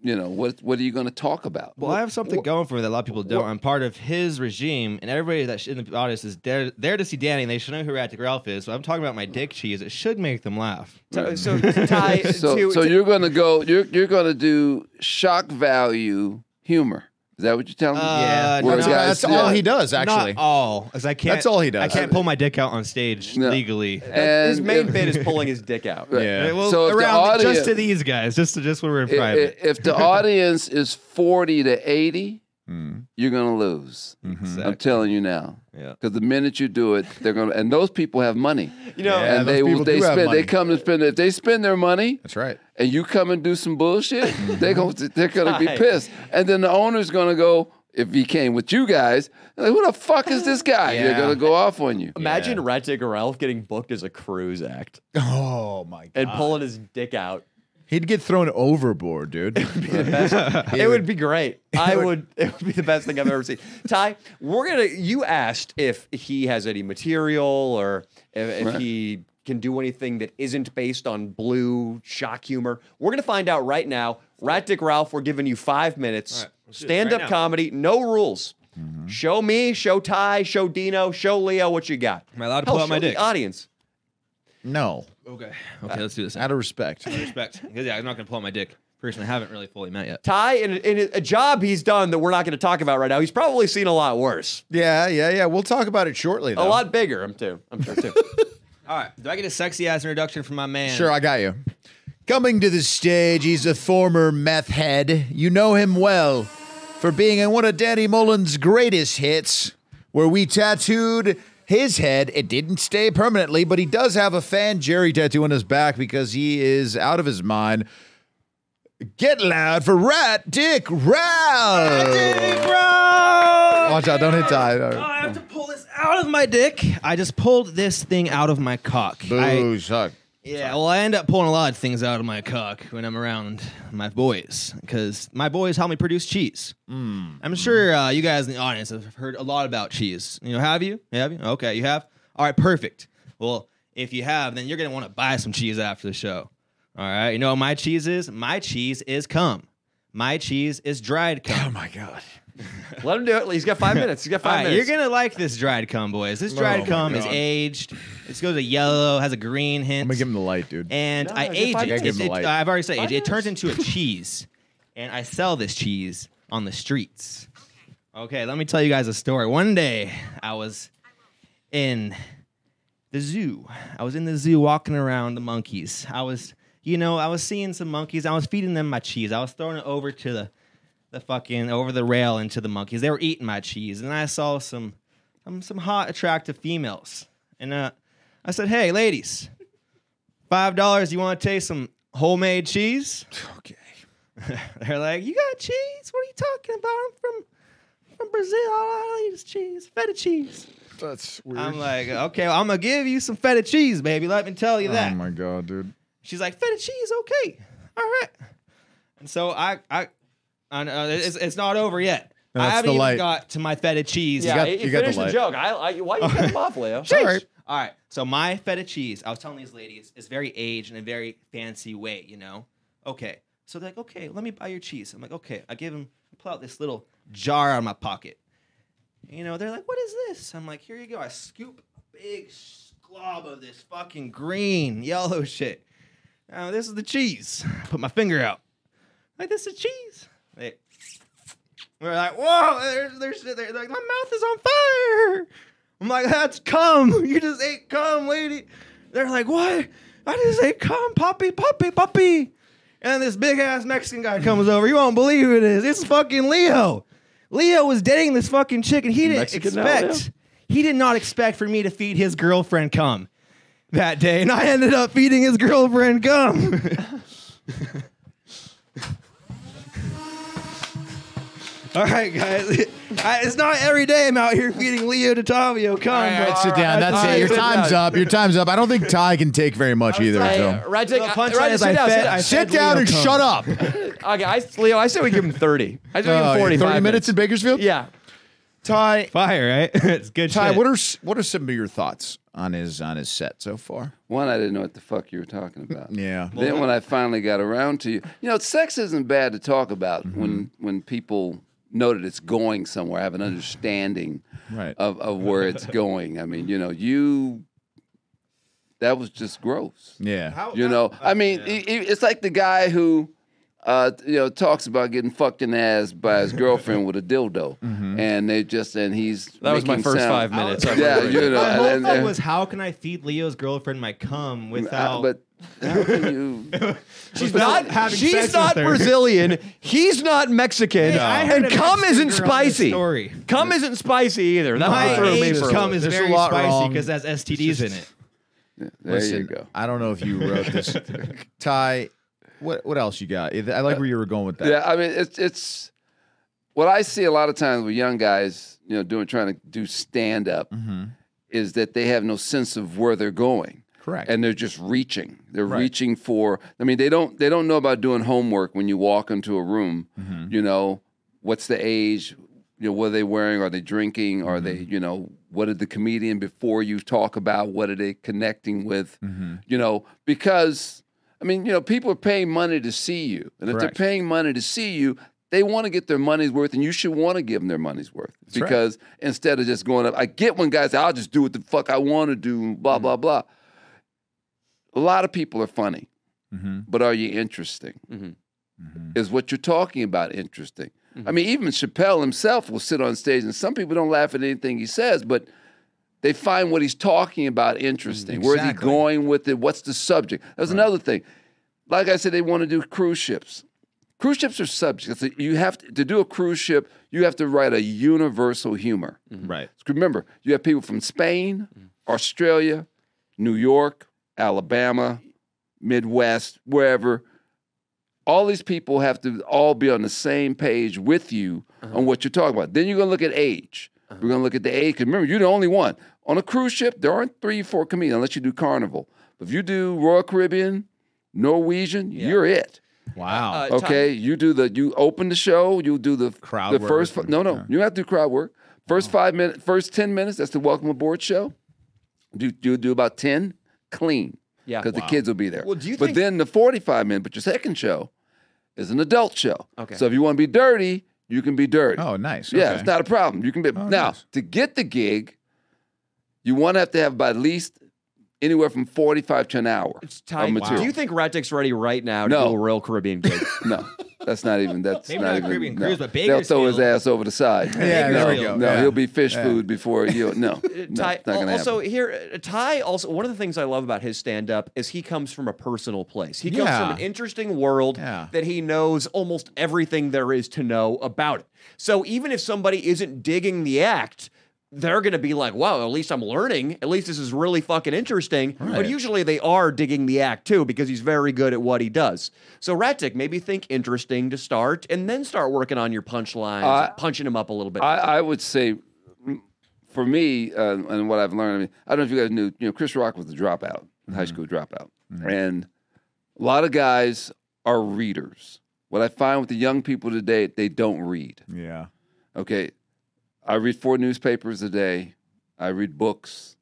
Speaker 6: you know, what what are you going to talk about?
Speaker 5: Well, I have something going for me that a lot of people don't. I'm part of his regime, and everybody that's in the audience is there, there to see Danny, and they should know who Ratchet Ralph is. But I'm talking about my dick cheese. It should make them laugh.
Speaker 2: So, so Ty,
Speaker 6: Mm. So
Speaker 2: uh, to-
Speaker 6: so
Speaker 2: to-
Speaker 6: you're going to go you're you're going to do shock value humor. Is that what you're telling me?
Speaker 5: Uh,
Speaker 6: Where
Speaker 5: no,
Speaker 1: That's,
Speaker 6: guys-
Speaker 1: that's all
Speaker 6: yeah.
Speaker 1: he does, actually.
Speaker 5: Not all, as I can't.
Speaker 1: That's all he does.
Speaker 5: I can't pull my dick out on stage
Speaker 6: No.
Speaker 5: legally.
Speaker 6: And
Speaker 2: his main
Speaker 6: if-
Speaker 2: bit is pulling his dick out.
Speaker 1: Yeah.
Speaker 5: Uh, well,
Speaker 6: So if the
Speaker 5: around
Speaker 6: audience-
Speaker 5: just to these guys, just to just when we're in
Speaker 6: i- i-
Speaker 5: private.
Speaker 6: if the audience is 40 to 80,
Speaker 1: Mm.
Speaker 6: you're going to lose. I'm
Speaker 5: Exactly.
Speaker 6: telling you now.
Speaker 5: Yeah.
Speaker 6: Because the minute you do it, they're going to, and those people have money.
Speaker 2: You know,
Speaker 1: Yeah,
Speaker 6: and
Speaker 1: those
Speaker 6: they will,
Speaker 1: people
Speaker 6: they
Speaker 1: do have
Speaker 6: spend, they
Speaker 1: money.
Speaker 6: come and spend, if they spend their money
Speaker 1: That's right.
Speaker 6: and you come and do some bullshit, they're going to they're gonna be
Speaker 2: Right.
Speaker 6: pissed. And then the owner's going to go, if he came with you guys, like, who the fuck is this guy? They're
Speaker 5: Yeah.
Speaker 6: going to go off on you.
Speaker 2: Imagine Rattig or Ralph getting booked as a cruise act
Speaker 1: Oh my god.
Speaker 2: and pulling his dick out.
Speaker 1: He'd get thrown overboard, dude.
Speaker 2: It would be great. I would. It would be the best thing I've ever seen. Ty, we're gonna. You asked if he has any material or if, if he can do anything that isn't based on blue shock humor. We're gonna find out right now. Rat Dick Ralph, we're giving you five minutes.
Speaker 5: right, let's do it right
Speaker 2: Stand up
Speaker 5: now.
Speaker 2: comedy, no rules.
Speaker 5: Mm-hmm.
Speaker 2: Show me, show Ty, show Dino, show Leo what you got.
Speaker 5: Am I allowed to
Speaker 2: Hell,
Speaker 5: pull out my
Speaker 2: show the
Speaker 5: dick?
Speaker 2: Audience.
Speaker 1: no,
Speaker 5: Okay. Okay, let's do this.
Speaker 1: out of respect.
Speaker 5: respect. Because yeah, I'm not gonna pull out my dick. Person I haven't really fully met yet.
Speaker 2: Ty, in, in a job he's done that we're not going to talk about right now, he's probably seen a lot worse,
Speaker 1: Yeah, yeah, yeah. We'll talk about it shortly. Though.
Speaker 2: a lot bigger. I'm too. I'm sure too.
Speaker 5: All right. Do I get a sexy ass introduction from my man?
Speaker 1: Sure, I got you. Coming to the stage, he's a former meth head. You know him well for being in one of Danny Mullen's greatest hits, where we tattooed his head. It didn't stay permanently, but he does have a fan Jerry tattoo on his back because he is out of his mind. Get loud for Rat Dick Ralph. Watch out, don't hit die.
Speaker 5: Oh, I have to pull this out of my dick. I just pulled this thing out of my cock. I,
Speaker 1: Boo, suck.
Speaker 5: yeah, well, I end up pulling a lot of things out of my cock when I'm around my boys because my boys help me produce cheese. I'm sure uh, you guys in the audience have heard a lot about cheese. You know, have you? Have you? Okay, you have. All right, perfect. Well, if you have, then you're gonna want to buy some cheese after the show. All right, you know what my cheese is? My cheese is cum. My cheese is dried cum.
Speaker 1: my god.
Speaker 2: Let him do it. He's got five minutes. He's got
Speaker 5: All
Speaker 2: five
Speaker 5: right, you're
Speaker 2: minutes.
Speaker 5: gonna like this dried cum, boys. This dried
Speaker 1: Oh my
Speaker 5: cum is
Speaker 1: God.
Speaker 5: aged. It goes to yellow, has a green hint.
Speaker 1: I'm gonna give him the light, dude.
Speaker 5: and
Speaker 2: No,
Speaker 5: I
Speaker 2: is it
Speaker 5: age
Speaker 2: five
Speaker 5: it.
Speaker 2: minutes?
Speaker 5: It's-
Speaker 1: Give 'em a
Speaker 5: it's-
Speaker 1: light.
Speaker 5: I've already said age. It
Speaker 2: minutes?
Speaker 5: turns into a cheese, and I sell this cheese on the streets. Okay, let me tell you guys a story. One day, I was in the zoo. I was in the zoo walking around the monkeys. I was, you know, I was seeing some monkeys. I was feeding them my cheese. I was throwing it over to the the fucking over the rail into the monkeys. They were eating my cheese, and I saw some um, some hot, attractive females. And uh, I said, "Hey, ladies, five dollars. You want to taste some homemade cheese?"
Speaker 1: okay.
Speaker 5: They're like, "You got cheese? What are you talking about? I'm from from Brazil. All I eat is cheese, feta cheese."
Speaker 1: That's weird.
Speaker 5: I'm like, "Okay, well, I'm gonna give you some feta cheese, baby. Let me tell you that."
Speaker 1: Oh my god, dude.
Speaker 5: She's like, feta cheese, okay, all right. And so I, I, I know it's, it's not over yet.
Speaker 1: No,
Speaker 5: I
Speaker 1: that's
Speaker 5: haven't
Speaker 1: the
Speaker 5: even
Speaker 1: light.
Speaker 5: got to my feta cheese.
Speaker 2: yeah,
Speaker 1: got-
Speaker 2: he-
Speaker 1: you
Speaker 2: he
Speaker 1: got the
Speaker 2: finished the,
Speaker 1: light.
Speaker 2: joke. I, I, why you cut him off, Leo?
Speaker 5: All right. So my feta cheese, I was telling these ladies, is very aged in a very fancy way, you know? Okay. So they're like, okay, let me buy your cheese. I'm like, okay. I give them, I pull out this little jar out of my pocket. You know, they're like, what is this? I'm like, here you go. I scoop a big glob of this fucking green, yellow shit. Now, this is the cheese. Put my finger out. Like, this is cheese. They, we're like, whoa, there's, there's, they're, they're like, my mouth is on fire. I'm like, that's cum. You just ate cum, lady. They're like, what? I just ate cum, puppy, puppy, puppy. And this big ass Mexican guy comes over. You won't believe who it is. It's fucking Leo. Leo was dating this fucking chick, and he didn't
Speaker 2: Mexican now,
Speaker 5: expect. he did not expect for me to feed his girlfriend cum that day, and I ended up feeding his girlfriend cum. All right, guys. I, it's not every day I'm out here feeding Leo DiTavio. Come,
Speaker 1: All right, sit down. That's it. Your time's up. Your time's up. I don't think Ty can take very much either.
Speaker 2: Hey,
Speaker 1: So
Speaker 2: Right,
Speaker 5: The
Speaker 2: take- uh,
Speaker 5: punchline
Speaker 2: right,
Speaker 5: is
Speaker 2: sit
Speaker 5: I
Speaker 2: down,
Speaker 5: fed-
Speaker 2: sit down.
Speaker 5: I
Speaker 1: sit
Speaker 5: said
Speaker 1: down
Speaker 5: Leo
Speaker 1: and
Speaker 5: cum.
Speaker 1: shut up.
Speaker 2: Okay, I, Leo, I said we give him 30. I said we give
Speaker 5: Oh,
Speaker 1: Uh,
Speaker 2: him 45
Speaker 1: Thirty minutes in Bakersfield.
Speaker 2: Yeah.
Speaker 1: Ty.
Speaker 5: Fire, right? it's good
Speaker 1: Ty,
Speaker 5: shit.
Speaker 1: what are s- what are some of your thoughts on his on his set so far?
Speaker 6: One, I didn't know what the fuck you were talking about.
Speaker 1: Yeah.
Speaker 6: Then when I finally got around to you, you know, sex isn't bad to talk about
Speaker 2: Mm-hmm.
Speaker 6: when when people know that it's going somewhere. I have an understanding
Speaker 1: Right.
Speaker 6: of, of where it's going. I mean, you know, you that was just gross.
Speaker 1: Yeah.
Speaker 6: You know, I mean, i- i- it's like the guy who, uh, you know, talks about getting fucked in the ass by his girlfriend with a dildo, and they just and he's
Speaker 2: Mm-hmm. That was my
Speaker 6: making
Speaker 2: first
Speaker 6: sound- Oh,
Speaker 2: five minutes. I
Speaker 6: Yeah,
Speaker 2: remember.
Speaker 6: you know,
Speaker 5: My
Speaker 6: and-
Speaker 5: whole
Speaker 6: and-
Speaker 5: thought was, how can I feed Leo's girlfriend my cum
Speaker 6: uh,
Speaker 5: without?
Speaker 6: but how can you?
Speaker 2: She's
Speaker 5: Without
Speaker 2: not.
Speaker 5: having sex
Speaker 2: She's
Speaker 5: with
Speaker 2: not
Speaker 5: her.
Speaker 2: Brazilian. He's not Mexican.
Speaker 5: Hey, I
Speaker 2: and
Speaker 5: heard a
Speaker 2: cum
Speaker 5: Mexican
Speaker 2: isn't
Speaker 5: girl in this
Speaker 2: spicy.
Speaker 5: story.
Speaker 2: Cum isn't spicy either. That
Speaker 5: my
Speaker 2: one threw me
Speaker 5: age
Speaker 2: for a
Speaker 5: cum
Speaker 2: loop.
Speaker 5: is
Speaker 1: There's a
Speaker 5: very
Speaker 1: lot
Speaker 5: spicy
Speaker 1: wrong.
Speaker 5: because that's STDs in it.
Speaker 6: There you
Speaker 1: Listen,
Speaker 6: go.
Speaker 1: I don't know if you wrote this, Ty. What what else you got? I like where you were going with that.
Speaker 6: Yeah, I mean, it's it's what I see a lot of times with young guys, you know, doing trying to do stand up
Speaker 1: Mm-hmm.
Speaker 6: is that they have no sense of where they're going.
Speaker 1: Correct.
Speaker 6: And they're just reaching. They're
Speaker 1: Right.
Speaker 6: reaching for. I mean, they don't they don't know about doing homework when you walk into a room.
Speaker 1: Mm-hmm.
Speaker 6: You know, what's the age? You know, what are they wearing? Are they drinking? Are they,
Speaker 1: Mm-hmm.
Speaker 6: you know, what did the comedian before you talk about? What are they connecting with?
Speaker 1: Mm-hmm.
Speaker 6: You know, because I mean, you know, people are paying money to see you, and if
Speaker 1: Correct.
Speaker 6: they're paying money to see you, they want to get their money's worth, and you should want to give them their money's worth
Speaker 1: right.
Speaker 6: because instead of just going up, I get when guys say, "I'll just do what the fuck I want to do," blah
Speaker 1: Mm-hmm.
Speaker 6: blah blah. A lot of people are funny,
Speaker 1: Mhm.
Speaker 6: but are you interesting? Is what you're talking about interesting? I mean, even Chappelle himself will sit on stage, and some people don't laugh at anything he says, but they find what he's talking about interesting. Where's he
Speaker 1: Exactly.
Speaker 6: going with it? What's the subject? That was another thing. Like I said, they want to do cruise ships. Cruise ships are subjects. It's a- You have to, to do a cruise ship. You have to write a universal humor.
Speaker 1: Right.
Speaker 6: Remember, you have people from Spain, Australia, New York, Alabama, Midwest, wherever. All these people have to all be on the same page with you on what you're talking about. Then you're going to look at age. We're going to look at the age. 'cause remember, you're the only one. On a cruise ship, there aren't three, four comedians unless you do Carnival. But if you do Royal Caribbean, Norwegian, you're it.
Speaker 1: Wow.
Speaker 2: Uh, Ty-
Speaker 6: Okay, you do the you open the show. You do the
Speaker 1: Crowd
Speaker 6: The
Speaker 1: work
Speaker 6: first fi-
Speaker 1: and-
Speaker 6: no no
Speaker 1: yeah. Uh-huh.
Speaker 6: you don't have to do crowd work. First five minutes, first ten minutes. That's the welcome aboard show. Do do do about ten clean.
Speaker 2: Yeah.
Speaker 6: because the kids will be there.
Speaker 2: Well, do you
Speaker 6: but
Speaker 2: think-
Speaker 6: then the forty-five minute, but your second show is an adult show.
Speaker 2: Okay.
Speaker 6: So if you want to be dirty, you can be dirty.
Speaker 1: Oh, nice.
Speaker 6: Yeah,
Speaker 1: Okay.
Speaker 6: it's not a problem. You can be
Speaker 1: Oh,
Speaker 6: now
Speaker 1: nice.
Speaker 6: to get the gig. You want to have to have by at least anywhere from forty-five to an hour.
Speaker 2: It's time.
Speaker 6: Of
Speaker 2: Do
Speaker 6: material.
Speaker 2: you think Radek's ready right now to
Speaker 6: No.
Speaker 2: do a real Caribbean gig?
Speaker 6: No, that's not even. That's
Speaker 7: Maybe
Speaker 6: not,
Speaker 7: not
Speaker 6: even.
Speaker 7: Caribbean
Speaker 6: no.
Speaker 7: Cruise, but
Speaker 6: they'll throw his
Speaker 7: Bakersfield.
Speaker 6: ass over the side.
Speaker 1: Yeah,
Speaker 6: no,
Speaker 7: there we go.
Speaker 6: no,
Speaker 1: Yeah.
Speaker 6: he'll be fish
Speaker 1: Yeah.
Speaker 6: food before he'll. No, no
Speaker 2: Uh,
Speaker 6: that's
Speaker 2: Ty,
Speaker 6: not gonna
Speaker 2: also
Speaker 6: happen.
Speaker 2: here, uh, Ty. Also, one of the things I love about his stand-up is he comes from a personal place. He comes
Speaker 1: Yeah.
Speaker 2: from an interesting world
Speaker 1: Yeah.
Speaker 2: that he knows almost everything there is to know about it. So even if somebody isn't digging the act. They're gonna be like, wow, at least I'm learning. At least this is really fucking interesting. But usually they are digging the act too because he's very good at what he does. So Ratic, maybe think interesting to start and then start working on your punchlines,
Speaker 6: I-
Speaker 2: punching him up a little bit.
Speaker 6: Uh, I, I would say, mm, for me, uh, and what I've learned, I mean, I don't know if you guys knew, you know, Chris Rock was a dropout, high school dropout, and a lot of guys are readers. What I find with the young people today, they don't read.
Speaker 1: Yeah.
Speaker 6: Okay, I read four newspapers a day. I read books,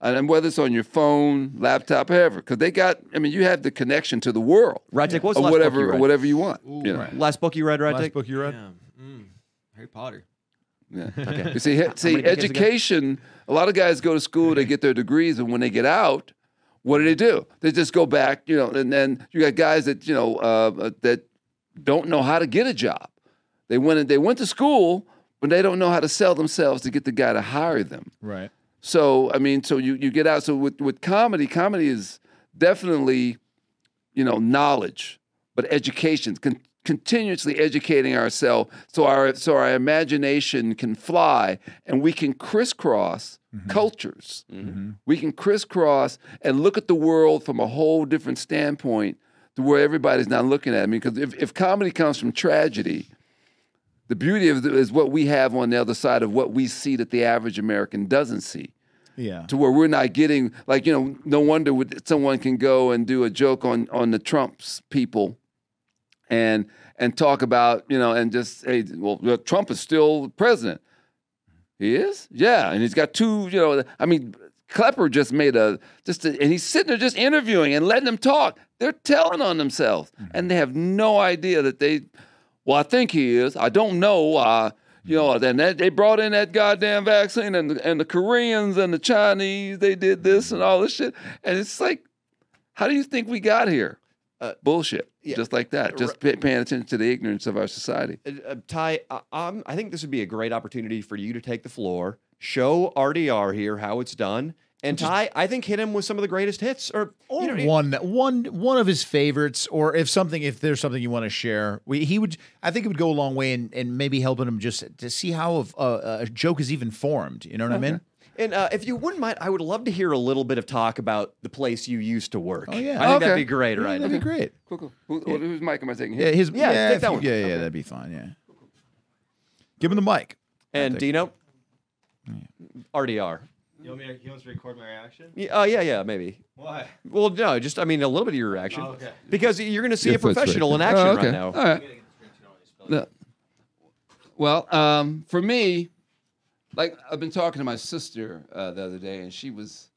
Speaker 6: and and whether it's on your phone, laptop, however, because they got. I mean, you have the connection to the world,
Speaker 2: Ratic, what's the
Speaker 6: or
Speaker 2: last
Speaker 6: whatever,
Speaker 2: book you read?
Speaker 6: whatever you want.
Speaker 7: Ooh,
Speaker 6: you know.
Speaker 1: right.
Speaker 2: Last book you read, Ratic?
Speaker 1: book you read?
Speaker 7: Yeah. Mm. Harry Potter.
Speaker 6: Yeah. You see, he- see,
Speaker 2: many decades ago?
Speaker 6: education. A lot of guys go to school, they get their degrees, and when they get out, what do they do? They just go back, you know. And then you got guys that you know uh, that don't know how to get a job. They went and they went to school, but they don't know how to sell themselves to get the guy to hire them.
Speaker 1: Right.
Speaker 6: So I mean, so you you get out. So with with comedy, comedy is definitely, you know, knowledge, but education, con- continuously educating ourselves, so our so our imagination can fly, and we can crisscross cultures. We can crisscross and look at the world from a whole different standpoint, to where everybody's not looking at. I mean, because if, if comedy comes from tragedy, the beauty of the, is what we have on the other side of what we see that the average American doesn't see.
Speaker 1: Yeah.
Speaker 6: To where we're not getting like you know, no wonder with- someone can go and do a joke on on the Trump's people, and and talk about you know and just hey, well, well, Trump is still president. He is, yeah, and he's got two. You know, I mean, Klepper just made a just, a, and he's sitting there just interviewing and letting them talk. They're telling on themselves, and they have no idea that they. Well, I think he is. I don't know. Uh, you know, then that, they brought in that goddamn vaccine, and the, and the Koreans and the Chinese, they did this and all this shit, and it's like, how do you think we got here?
Speaker 2: Uh,
Speaker 6: Bullshit,
Speaker 2: yeah.
Speaker 6: just like that. Just pay, paying attention to the ignorance of our society.
Speaker 2: Uh, uh, Ty, uh, um, I think this would be a great opportunity for you to take the floor, show RDR here how it's done, and Ty, I think hit him with some of the greatest hits. Or,
Speaker 1: Or one one one of his favorites, or if something, if there's something you want to share, we, he would. I think it would go a long way in, in maybe helping him just to see how a, a, a joke is even formed. You know what I mean?
Speaker 2: and uh, if you wouldn't mind, I would love to hear a little bit of talk about the place you used to work.
Speaker 1: Oh, yeah.
Speaker 2: I think that'd
Speaker 6: Okay.
Speaker 2: be great,
Speaker 1: Yeah,
Speaker 2: right?
Speaker 1: that'd be great.
Speaker 6: Cool, cool. Who, Whose mic am I taking?
Speaker 1: Yeah, his
Speaker 2: Yeah, take
Speaker 1: if
Speaker 2: that
Speaker 1: you-
Speaker 2: one.
Speaker 1: Yeah, yeah, that'd be fine. Yeah, give him the mic.
Speaker 2: And Dino, RDR.
Speaker 7: You want me to, you want to record my reaction?
Speaker 2: Yeah, uh, yeah, yeah, maybe.
Speaker 7: Why?
Speaker 2: Well, no, just I mean a little bit of your reaction,
Speaker 7: Oh, okay.
Speaker 2: because you're going to see
Speaker 6: Your
Speaker 2: a
Speaker 6: foot's right
Speaker 2: professional in
Speaker 6: there.
Speaker 2: action
Speaker 6: Oh, okay.
Speaker 2: right now.
Speaker 6: All right. No. Well, um, for me, like I've been talking to my sister uh, the other day, and she was.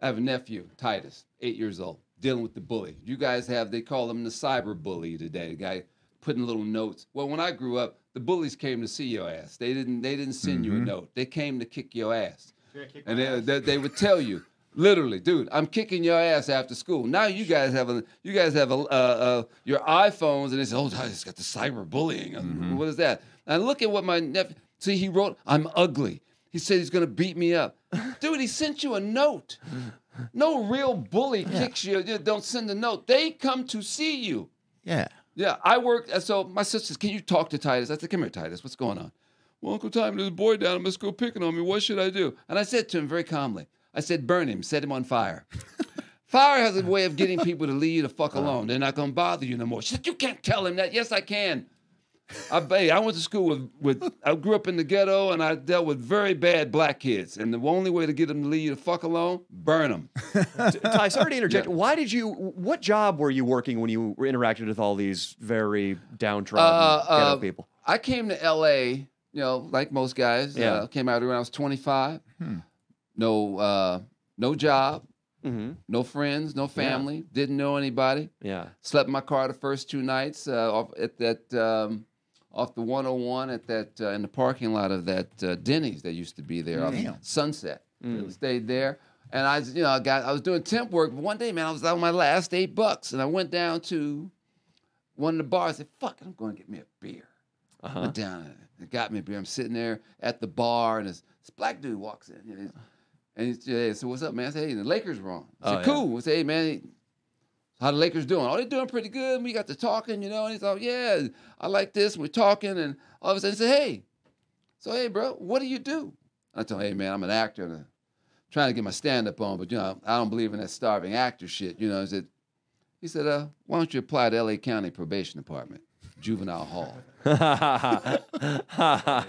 Speaker 6: I have a nephew, Titus, eight years old, dealing with the bully. You guys have they call him the cyber bully today. The guy putting little notes. Well, when I grew up, the bullies came to see your ass. They didn't. They didn't send you a note. They came to kick your ass. And they, they, they would tell you, literally, dude, I'm kicking your ass after school. Now you guys have a, you guys have a, uh, uh, your iPhones, and they say, oh, it's got the cyberbullying. And What is that? And look at what my nephew. See, he wrote, I'm ugly. He said he's gonna beat me up, dude. He sent you a note. No real bully kicks you. you Don't send a note. They come to see you.
Speaker 1: Yeah.
Speaker 6: Yeah, I work. uh, So my sister says, "Can you talk to Titus?" I said, "Come here, Titus. What's going on?" Well, Uncle Tom, there's a boy down at my school picking on me. What should I do? And I said to him very calmly, "I said, burn him, set him on fire." fire has a way of getting people to leave you the fuck alone. They're not gonna bother you no more. She said, "You can't tell him that." Yes, I can. I, hey, I went to school with, with I grew up in the ghetto and I dealt with very bad black kids. And the only way to get them to leave you the fuck alone, burn them.
Speaker 2: Ty, sorry to interject. Why did you? What job were you working when you were interacted with all these very downtrodden ghetto
Speaker 6: uh,
Speaker 2: people?
Speaker 6: I came to LA, you know, like most guys.
Speaker 2: Yeah.
Speaker 6: Uh, came out when I was 25. No, uh, no job,
Speaker 2: Mm-hmm.
Speaker 6: no friends, no family, didn't know anybody.
Speaker 2: Yeah.
Speaker 6: Slept in my car the first two nights uh, off at that um, off the 101 at that uh, in the parking lot of that uh, Denny's that used to be there off Sunset. Stayed there, and I you know I got I was doing temp work. But one day, man, I was out on my last eight bucks, and I went down to one of the bars. I said, "Fuck, I'm going to get me a beer." I
Speaker 2: Uh-huh.
Speaker 6: Went down and it got me a beer. I'm sitting there at the bar, and this, this black dude walks in. And he's, and he's yeah, so what's up, man? I said, hey, the Lakers wrong. I said,
Speaker 2: Oh, yeah.
Speaker 6: cool. I said, hey, man, how the Lakers doing? Oh, they're doing pretty good. We got to talking, you know. And he's like, yeah, I like this. We're talking, and all of a sudden, he said, hey, so hey, bro, what do you do? I told him, hey, man, I'm an actor, and I'm trying to get my stand up on, but you know, I don't believe in that starving actor shit, you know. He said, he said, uh, why don't you apply to L.A. County Probation Department, Juvenile Hall? And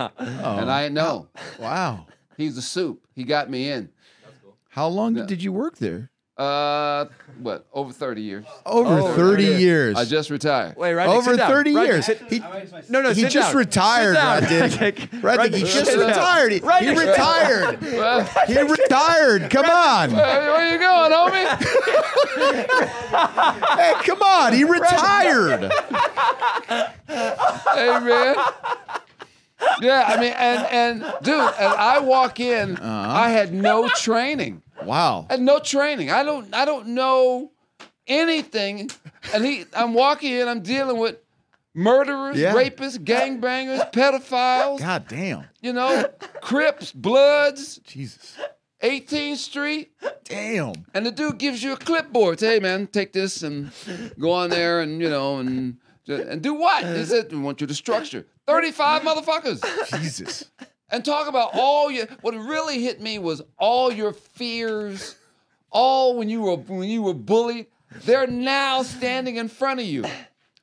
Speaker 6: I didn't know.
Speaker 1: Oh, Wow.
Speaker 6: He's the soup. He got me in.
Speaker 1: How long did you work there?
Speaker 6: Uh, what? Over thirty years.
Speaker 1: Over
Speaker 2: Oh,
Speaker 1: 30 years.
Speaker 6: I just retired.
Speaker 2: Wait, Rodney,
Speaker 1: Over
Speaker 2: sit down.
Speaker 1: 30
Speaker 2: Rodney,
Speaker 1: years.
Speaker 2: sit-
Speaker 1: He,
Speaker 2: no, no,
Speaker 1: he
Speaker 2: sit
Speaker 1: just
Speaker 2: down.
Speaker 1: retired,
Speaker 2: Sit down,
Speaker 1: Rodney.
Speaker 2: Rodney.
Speaker 1: Rodney, he
Speaker 2: Rodney,
Speaker 1: just
Speaker 2: sit down.
Speaker 1: retired. He- He
Speaker 2: Rodney, sit down.
Speaker 1: retired.
Speaker 6: Well,
Speaker 1: He retired. Come on.
Speaker 6: hey, where you going, homie?
Speaker 1: Hey, come on. He retired.
Speaker 6: hey, man. Yeah, I mean, and and dude, and I walk in.
Speaker 1: Uh-huh.
Speaker 6: I had no training.
Speaker 1: Wow.
Speaker 6: I had no training. I don't. I don't know anything. And he, I'm walking in. I'm dealing with murderers,
Speaker 1: Yeah.
Speaker 6: rapists, gangbangers, pedophiles.
Speaker 1: God damn.
Speaker 6: You know, Crips, Bloods,
Speaker 1: Jesus.
Speaker 6: 18th Street.
Speaker 1: Damn.
Speaker 6: And the dude gives you a clipboard. Say, hey, man, take this and go on there and, you know, and and do what? He said, we want you to structure. 35 motherfuckers.
Speaker 1: Jesus.
Speaker 6: And talk about all your, what really hit me was all your fears, all when you were, when you were bullied, they're now standing in front of you.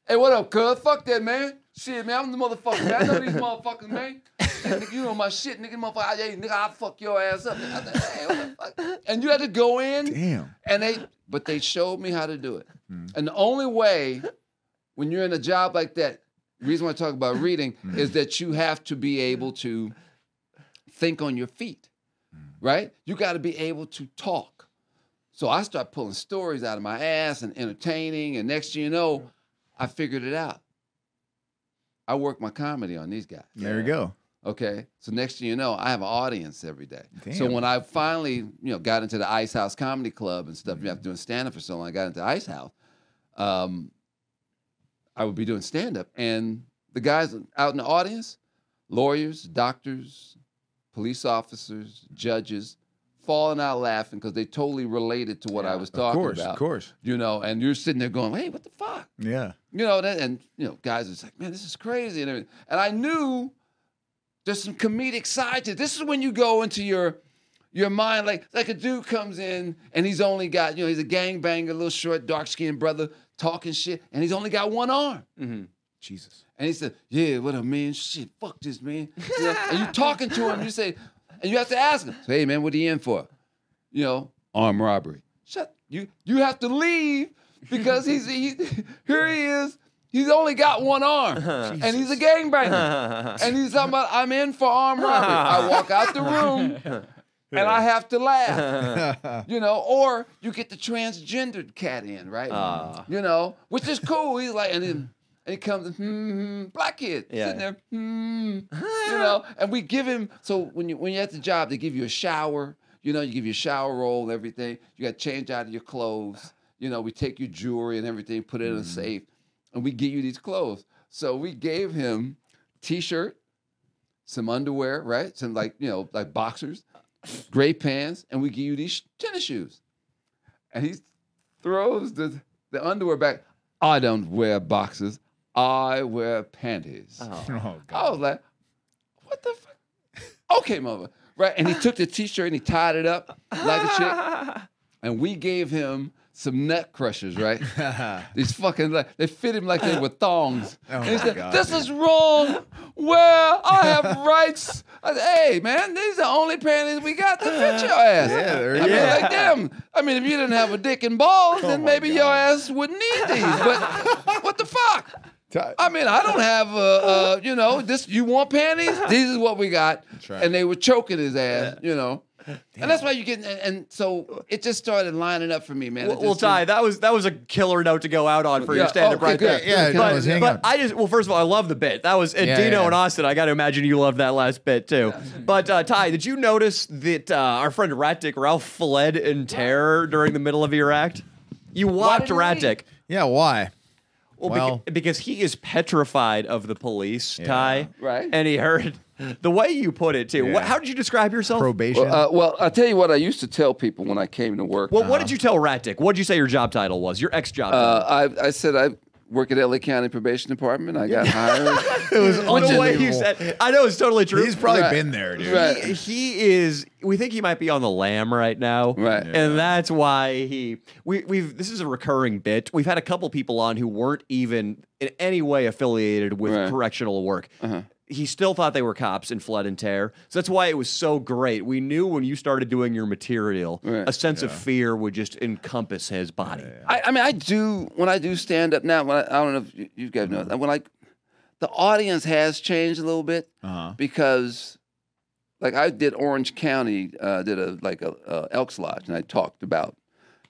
Speaker 6: Hey, what up, cuz? Fuck that, man. Shit, man, I'm the motherfucker, man. I know these motherfuckers, man. Nigga, you know my shit, nigga, motherfucker. I- Hey, nigga, I'll fuck your ass up. I said, hey, what the fuck? And you had to go in.
Speaker 1: Damn.
Speaker 6: And they, but they showed me how to do it. And the only way, when you're in a job like that, reason why I talk about reading is that you have to be able to think on your feet, right? You got to be able to talk. So I start pulling stories out of my ass and entertaining, and next thing you know, I figured it out. I work my comedy on these guys.
Speaker 1: There you go.
Speaker 6: Okay. So next thing you know, I have an audience every day. So
Speaker 1: Damn.
Speaker 6: when I finally, you know, got into the Ice House Comedy Club and stuff, you
Speaker 1: Mm-hmm.
Speaker 6: have to doing stand up for so long. I got into Ice House. Um, I would be doing stand up, and the guys out in the audience, lawyers, doctors, police officers, judges, falling out laughing because they totally related to what I was
Speaker 1: Of
Speaker 6: talking
Speaker 1: course.
Speaker 6: about.
Speaker 1: Of course.
Speaker 6: You know, and you're sitting there going, "Hey, what the fuck?"
Speaker 1: Yeah.
Speaker 6: You know, that, and you know, guys was like, man, this is crazy, and everything. And I knew there's some comedic side to it. this. Is when you go into your your mind, like like a dude comes in and he's only got, you know, he's a gangbanger, little short, dark skinned brother talking shit, and he's only got one arm.
Speaker 1: Jesus.
Speaker 6: And he said, Yeah, what up, man? Shit, fuck this, man. You know, and you talking to him, you say, and you have to ask him, hey man, what are you in for? You know, armed robbery. Shut you you have to leave because he's he, here he is. He's only got one arm. Uh,
Speaker 1: Uh-huh.
Speaker 6: And he's a gangbanger. and he's talking about, I'm in for armed robbery. I walk out the room and I have to
Speaker 1: Oh,
Speaker 6: laugh. you know, or you get the transgendered cat in, right? you know, which is cool. He's like, and then and he comes, hmm, black kid
Speaker 2: Yeah.
Speaker 6: sitting there, hmm, you know, and we give him. So when you when you're at the job, they give you a shower. You know, you give you a shower roll, everything. You got to change out of your clothes. You know, we take your jewelry and everything, put it in a safe, and we give you these clothes. So we gave him t-shirt, some underwear, right? Some like you know, like boxers, gray pants, and we give you these tennis shoes. And he throws the, the underwear back. I don't wear boxes. I wear panties.
Speaker 1: Oh,
Speaker 6: I was like, what the fuck? Okay, mother. Right. And he took the t-shirt and he tied it up like a chick. And we gave him some nut crushers, right? These fucking like they fit him like they were thongs. and he
Speaker 1: Oh my
Speaker 6: said,
Speaker 1: God,
Speaker 6: This is wrong. Well, I have rights. I said, hey man, these are the only panties we got to fit your ass.
Speaker 1: Yeah, there
Speaker 6: I
Speaker 1: you
Speaker 6: mean,
Speaker 1: go. Oh
Speaker 6: like damn. I mean, if you didn't have a dick and balls, then
Speaker 1: my
Speaker 6: maybe your
Speaker 1: God.
Speaker 6: ass wouldn't need these. But what the fuck?
Speaker 1: Ti-
Speaker 6: I mean, I don't have, uh, uh, you know, this. You want panties? These is what we got.
Speaker 1: right.
Speaker 6: And they were choking his ass, you know. and that's why you get. And, and so it just started lining up for me, man. It
Speaker 2: Well, well
Speaker 6: just seemed-
Speaker 2: Ty, that was that was a killer note to go out on for your
Speaker 1: Oh,
Speaker 6: Yeah.
Speaker 2: stand-up
Speaker 6: Okay,
Speaker 2: right
Speaker 6: good.
Speaker 2: there.
Speaker 6: Yeah,
Speaker 1: no, it was
Speaker 2: but,
Speaker 1: hang
Speaker 2: but
Speaker 1: on.
Speaker 2: I just well, first of all, I love the bit. That was and
Speaker 1: Yeah,
Speaker 2: Dino
Speaker 1: yeah,
Speaker 2: and
Speaker 1: yeah.
Speaker 2: Austin. I got to imagine you loved that last bit too. But uh, Ty, did you notice that uh, our friend Ratdick Ralph fled in terror during the middle of your act? You watched
Speaker 6: did he leave?
Speaker 2: Ratdick.
Speaker 1: Yeah, why?
Speaker 2: Well,
Speaker 1: Well-
Speaker 2: beca- because he is petrified of the police, Ty.
Speaker 6: Right.
Speaker 2: And he heard the way you put it too. What,
Speaker 1: Yeah.
Speaker 2: how did you describe yourself?
Speaker 1: Probation.
Speaker 6: Well, uh, well, I'll tell you what I used to tell people when I came to work.
Speaker 2: well, what did you tell Ratdick? What did you say your job title was? Your ex job title.
Speaker 6: Uh, I, I said I work at LA County Probation Department. I got hired.
Speaker 1: it was
Speaker 2: What a way you said. I know it's totally true.
Speaker 1: He's probably
Speaker 6: Right.
Speaker 1: been there, dude.
Speaker 6: Right.
Speaker 2: he, he is. We think he might be on the lam right now,
Speaker 6: Right.
Speaker 2: And that's why he. We, we've. This is a recurring bit. We've had a couple people on who weren't even in any way affiliated with
Speaker 6: Right. Uh-huh.
Speaker 2: correctional work. He still thought they were cops in Flood and Tear. So that's why it was so great. We knew when you started doing your material,
Speaker 6: Right.
Speaker 2: a sense of fear would just encompass his body.
Speaker 6: I, I mean, I do when I do stand up now. When I, I don't know if you, you guys know, when I the audience has changed a little bit
Speaker 1: Uh-huh.
Speaker 6: because, like, I did Orange County, uh, did a like a, a Elks Lodge, and I talked about,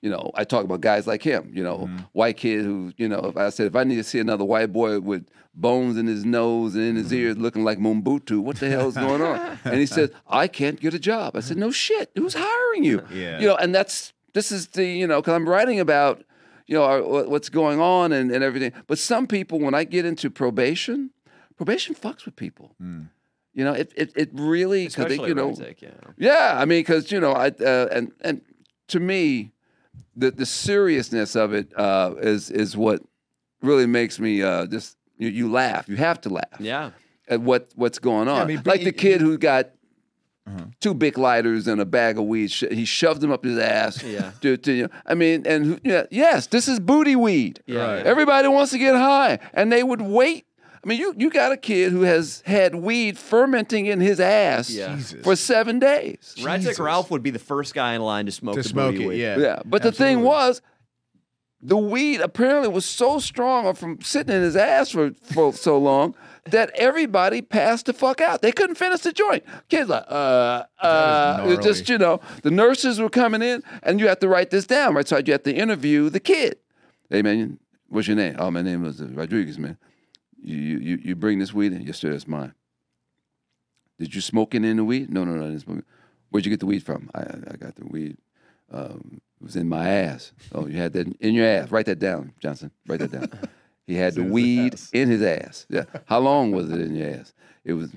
Speaker 6: you know, I talked about guys like him, you know,
Speaker 1: Mm-hmm.
Speaker 6: white kid who, you know, if I said if I need to see another white boy with bones in his nose and in
Speaker 1: Mm-hmm.
Speaker 6: his ears looking like Mumbutu, what the hell is going on? And he said, I can't get a job. I said, No shit, who's hiring you?
Speaker 1: Yeah.
Speaker 6: you know, and that's this is the you know because I'm writing about you know our, what- what's going on and, and everything. But some people, when I get into probation, probation fucks with people. You know, it it, it really because
Speaker 2: Especially
Speaker 6: you know
Speaker 2: Radzic, yeah.
Speaker 6: yeah, I mean, because you know, I uh, and and to me, the the seriousness of it uh, is is what really makes me uh, just you, you laugh. You have to laugh
Speaker 2: Yeah.
Speaker 6: at what what's going on.
Speaker 1: I mean, but
Speaker 6: like the
Speaker 2: E
Speaker 1: it-
Speaker 6: kid who got two big lighters and a bag of weed. Sh- he shoved them up his ass.
Speaker 2: Yeah.
Speaker 6: To, to, you know, I mean, and who- yeah, yes, this is booty weed.
Speaker 2: Yeah, Right. yeah.
Speaker 6: Everybody wants to get high, and they would wait. I mean, you you got a kid who has had weed fermenting in his ass
Speaker 2: Yeah.
Speaker 1: Jesus.
Speaker 6: for seven days.
Speaker 2: Ratzik Ralph would be the first guy in line to smoke
Speaker 1: to
Speaker 2: the
Speaker 1: smoke
Speaker 2: booty
Speaker 1: it,
Speaker 2: weed.
Speaker 1: yeah.
Speaker 6: Yeah, but the thing
Speaker 1: Absolutely.
Speaker 6: was, the weed apparently was so strong or from sitting in his ass for, for so long that everybody passed the fuck out. They couldn't finish the joint. Kids like, uh, uh,
Speaker 1: That is
Speaker 6: it just you know, the nurses were coming in, and you have to write this down, right? So you have to interview the kid. Hey man, what's your name? Oh, my name is uh, Rodriguez, man. You you you- you bring this weed in? Yes, sir, that's mine. Did you smoke it in the weed? No, no, no, I didn't smoke it. Where'd you get the weed from? I I got the weed um, it was in my ass. Oh, you had that in your ass. Write that down, Johnson. Write that down. He had the weed in his ass. Yeah. How long was it in your ass? It was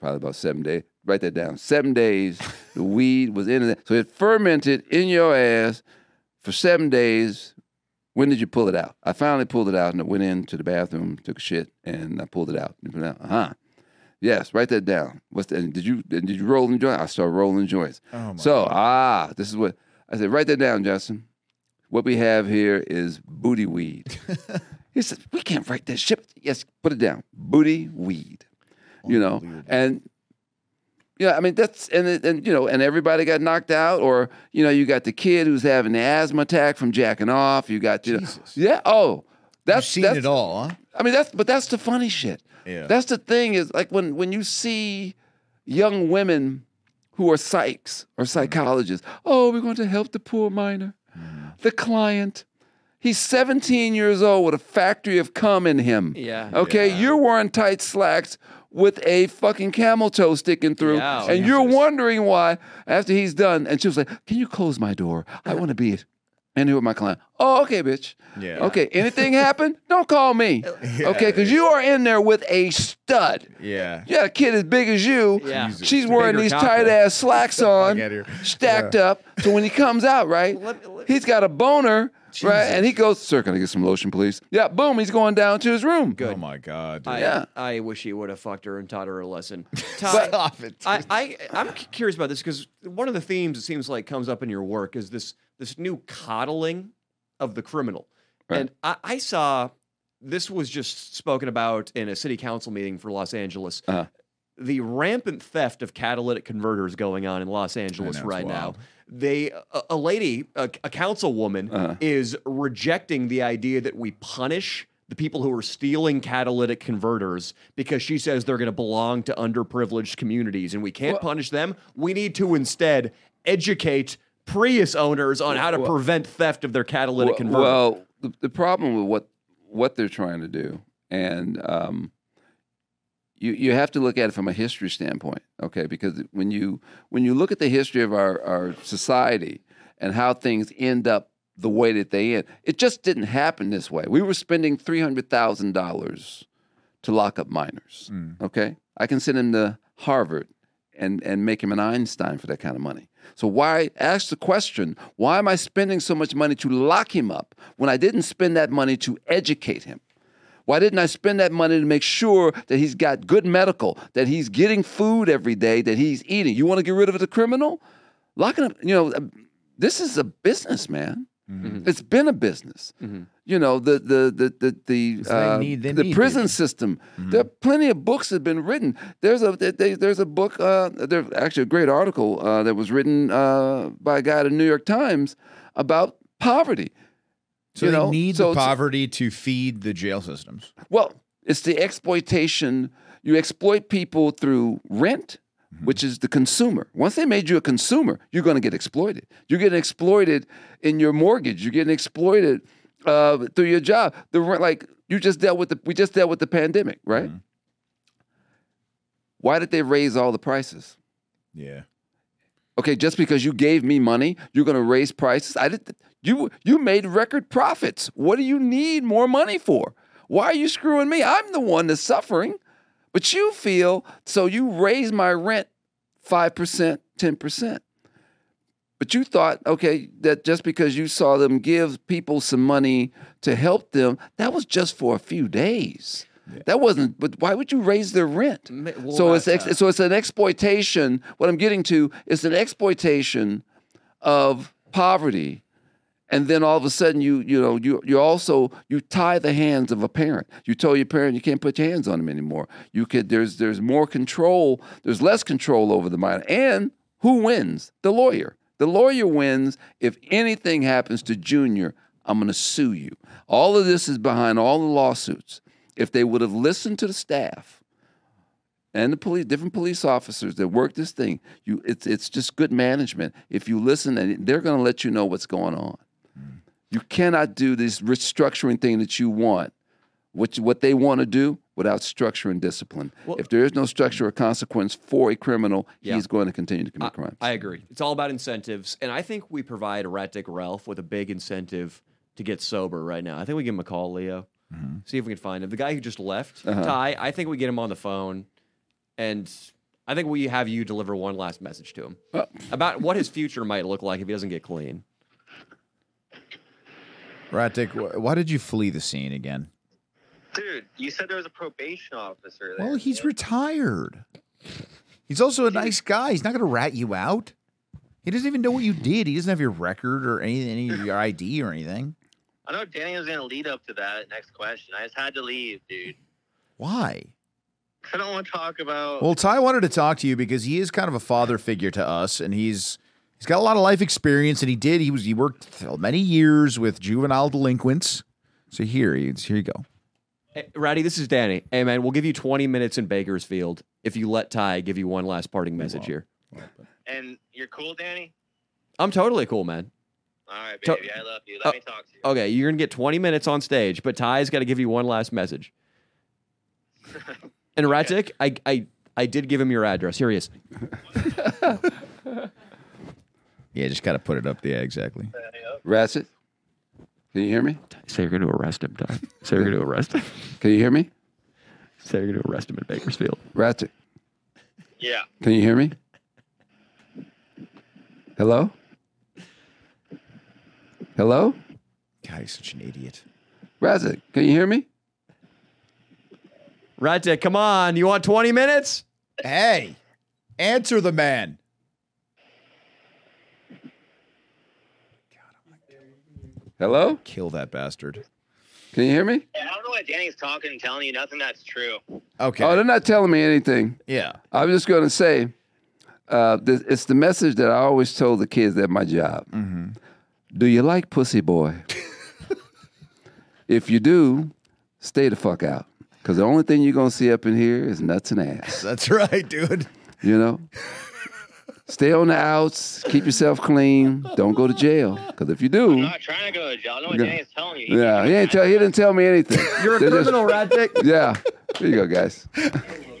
Speaker 6: probably about seven days. Write that down. Seven days. The weed was in his ass. So it fermented in your ass for seven days. When did you pull it out? I finally pulled it out and I went into the bathroom, took a shit, and I pulled it out. You pull it out. Uh huh. Yes, write that down. What's the, and did you and did you roll in joints? I started rolling joints.
Speaker 1: Oh my
Speaker 6: so ah, this is what I said. Write that down, Justin. What we have here is booty weed. he said we can't write this shit. Yes, put it down. Booty weed. You know, and yeah, I mean that's and it- and you know and everybody got knocked out, or you know you got the kid who's having the asthma attack from jacking off. You got you know-
Speaker 1: Jesus.
Speaker 6: yeah oh
Speaker 1: You've
Speaker 6: that's
Speaker 1: seen
Speaker 6: that's,
Speaker 1: it all, huh?
Speaker 6: I mean, that's but that's the funny shit.
Speaker 1: Yeah.
Speaker 6: That's the thing is like when when you see young women who are psychs
Speaker 1: Mm-hmm.
Speaker 6: or psychologists. Oh, we're going to help the poor minor,
Speaker 1: Mm-hmm.
Speaker 6: the client. He's 17 years old with a factory of cum in him.
Speaker 2: Yeah.
Speaker 6: Okay, you're wearing tight slacks with a fucking camel toe sticking through,
Speaker 2: Yeah,
Speaker 6: and you're wondering why after he's done. And she was like, "Can you close my door? I want to be." in here with my client. Oh, okay, bitch.
Speaker 1: Yeah.
Speaker 6: Okay, anything happen? Don't call me. Okay, because you are in there with a stud.
Speaker 1: Yeah.
Speaker 6: You got a kid as big as you.
Speaker 2: Yeah. Jesus.
Speaker 6: She's wearing
Speaker 2: Bigger
Speaker 6: these
Speaker 2: cock,
Speaker 6: tight ass slacks on,
Speaker 1: outta here.
Speaker 6: stacked up. So when he comes out, right, he's got a boner, right? And he goes, Sir, can I get some lotion, please? Yeah, boom, he's going down to his room.
Speaker 1: Oh my god. dude.
Speaker 2: I,
Speaker 6: Yeah.
Speaker 2: I wish he would have fucked her and taught her a lesson. Ty,
Speaker 1: Stop it.
Speaker 2: I, I I'm c- curious about this because one of the themes it seems like comes up in your work is this this new coddling of the criminal,
Speaker 6: Right.
Speaker 2: and I, I saw this was just spoken about in a city council meeting for Los Angeles.
Speaker 6: Uh-huh.
Speaker 2: The rampant theft of catalytic converters going on in Los Angeles
Speaker 1: it's
Speaker 2: right now.
Speaker 1: wild.
Speaker 2: They a, a lady, a, a councilwoman,
Speaker 6: Uh-huh.
Speaker 2: is rejecting the idea that we punish the people who are stealing catalytic converters because she says they're going to belong to underprivileged communities and we can't punish them. We need to instead educate Prius owners on how to prevent theft of their catalytic converter.
Speaker 6: Well, the, the problem with what what they're trying to do, and um, you you have to look at it from a history standpoint, okay? Because when you when you look at the history of our our society and how things end up the way that they end, it just didn't happen this way. We were spending three hundred thousand dollars to lock up minors. Okay, I can send him to Harvard and and make him an Einstein for that kind of money. So why ask the question? Why am I spending so much money to lock him up when I didn't spend that money to educate him? Why didn't I spend that money to make sure that he's got good medical, that he's getting food every day, that he's eating? You want to get rid of the criminal? Locking up, you know, uh, this is a business, man.
Speaker 1: Mm-hmm.
Speaker 6: It's been a business. You know, the the the the the,
Speaker 1: they
Speaker 6: uh,
Speaker 1: need- they
Speaker 6: the
Speaker 1: need
Speaker 6: prison
Speaker 1: it. Mm-hmm.
Speaker 6: system. There are plenty of books that have been written. There's a there- there- there's a book. Uh, there's actually a great article uh, that was written uh, by a guy at the New York Times about poverty.
Speaker 1: So
Speaker 6: you
Speaker 1: they
Speaker 6: know,
Speaker 1: need
Speaker 6: so
Speaker 1: the
Speaker 6: it's-
Speaker 1: poverty to feed the jail systems.
Speaker 6: well, it's the exploitation. You exploit people through rent, which is the consumer. Once they made you a consumer, you're going to get exploited. You're getting exploited in your mortgage. You're getting exploited uh, through your job. The rent, like you just dealt with the we just dealt with the pandemic, right? Why did they raise all the prices?
Speaker 1: Yeah.
Speaker 6: Okay, just because you gave me money, you're going to raise prices. I did. You you made record profits. What do you need more money for? Why are you screwing me? I'm the one that's suffering, but you feel so. You raise my rent five percent, ten percent. But you thought, okay, that just because you saw them give people some money to help them, that was just for a few days. That wasn't. But why would you raise their rent?
Speaker 7: well,
Speaker 6: so it's
Speaker 7: that's,
Speaker 6: ex-
Speaker 7: uh,
Speaker 6: so it's an exploitation. What I'm getting to is an exploitation of poverty, and then all of a sudden you you know you you also you tie the hands of a parent. You tell your parent you can't put your hands on them anymore. You could there's there's more control. There's less control over the minor. And who wins? The lawyer. The lawyer wins if anything happens to Junior. I'm going to sue you. All of this is behind all the lawsuits. If they would have listened to the staff, and the police, different police officers that work this thing. You, it's it's just good management. If you listen, and they're going to let you know what's going on.
Speaker 2: Mm.
Speaker 6: You cannot do this restructuring thing that you want, what you, what they want to do without structure and discipline. if there is no structure or consequence for a criminal, he's going to continue to commit crimes.
Speaker 2: I agree. It's all about incentives, and I think we provide Rat Dick Ralph with a big incentive to get sober right now. I think we give him a call, Leo. See if we can find him. The guy who just left, Ty. I think we get him on the phone, and I think we have you deliver one last message to him about what his future might look like if he doesn't get clean.
Speaker 1: Ratik, wh- why did you flee the scene again?
Speaker 8: Dude, you said there was a probation officer there.
Speaker 1: Well, he's
Speaker 8: man.
Speaker 1: retired. He's also a nice guy. He's not going to rat you out. He doesn't even know what you did. He doesn't have your record or any, any of your ID or anything.
Speaker 8: I know Danny was gonna lead up to that next question. I just had to leave, dude.
Speaker 1: Why?
Speaker 8: 'Cause I don't want to talk about.
Speaker 1: Well, Ty wanted to talk to you because he is kind of a father figure to us, and he's he's got a lot of life experience, and he did he was he worked many years with juvenile delinquents. So here, he- here you go.
Speaker 2: Hey, Ratty, this is Danny. Hey man, we'll give you 20 minutes in Bakersfield if you let Ty give you one last parting message here.
Speaker 8: and you're cool, Danny.
Speaker 2: I'm totally cool, man.
Speaker 8: All right,
Speaker 2: To-
Speaker 8: baby. I love you.
Speaker 2: Oh,
Speaker 8: Let me talk to you.
Speaker 2: Okay, you're gonna get 20 minutes on stage, but Ty's got to give you one last message. And Ratik, I, I, I did give him your address. Here he is.
Speaker 1: Yeah, just gotta put it up. Yeah, exactly.
Speaker 6: Ratchet, can you hear me?
Speaker 2: Say you're gonna arrest him, Ty. Say you're gonna arrest him.
Speaker 6: Can you hear me?
Speaker 2: Say you're gonna arrest him in Bakersfield.
Speaker 6: Ratchet,
Speaker 8: Yeah.
Speaker 6: can you hear me? Hello. Hello.
Speaker 1: God, he's such an idiot.
Speaker 6: Ratchet, can you hear me?
Speaker 2: Ratik, come on. You want 20 minutes?
Speaker 1: Hey, answer the man.
Speaker 6: Hello?
Speaker 1: Kill that bastard.
Speaker 6: Can you hear me?
Speaker 8: And I don't know why Danny's talking and telling you nothing that's true.
Speaker 1: Okay.
Speaker 6: Oh, they're not telling me anything.
Speaker 1: yeah.
Speaker 6: I'm just going to say uh, this, it's the message that I always told the kids at my job
Speaker 2: Mm-hmm.
Speaker 6: Do you like Pussy Boy? if you do, stay the fuck out. Because the only thing you're going to see up in here is nuts and ass.
Speaker 1: That's right, dude.
Speaker 6: You know? Stay on the outs. Keep yourself clean. Don't go to jail. Because if you
Speaker 8: I'm
Speaker 6: do,
Speaker 8: not trying to go to jail. I know what
Speaker 6: Yeah.
Speaker 8: Danny's telling you. He
Speaker 6: yeah,
Speaker 8: thinks
Speaker 6: he ain't tell. He didn't tell me anything.
Speaker 2: You're a
Speaker 6: They're just-
Speaker 2: criminal, Raddick.
Speaker 6: yeah. There you go, guys.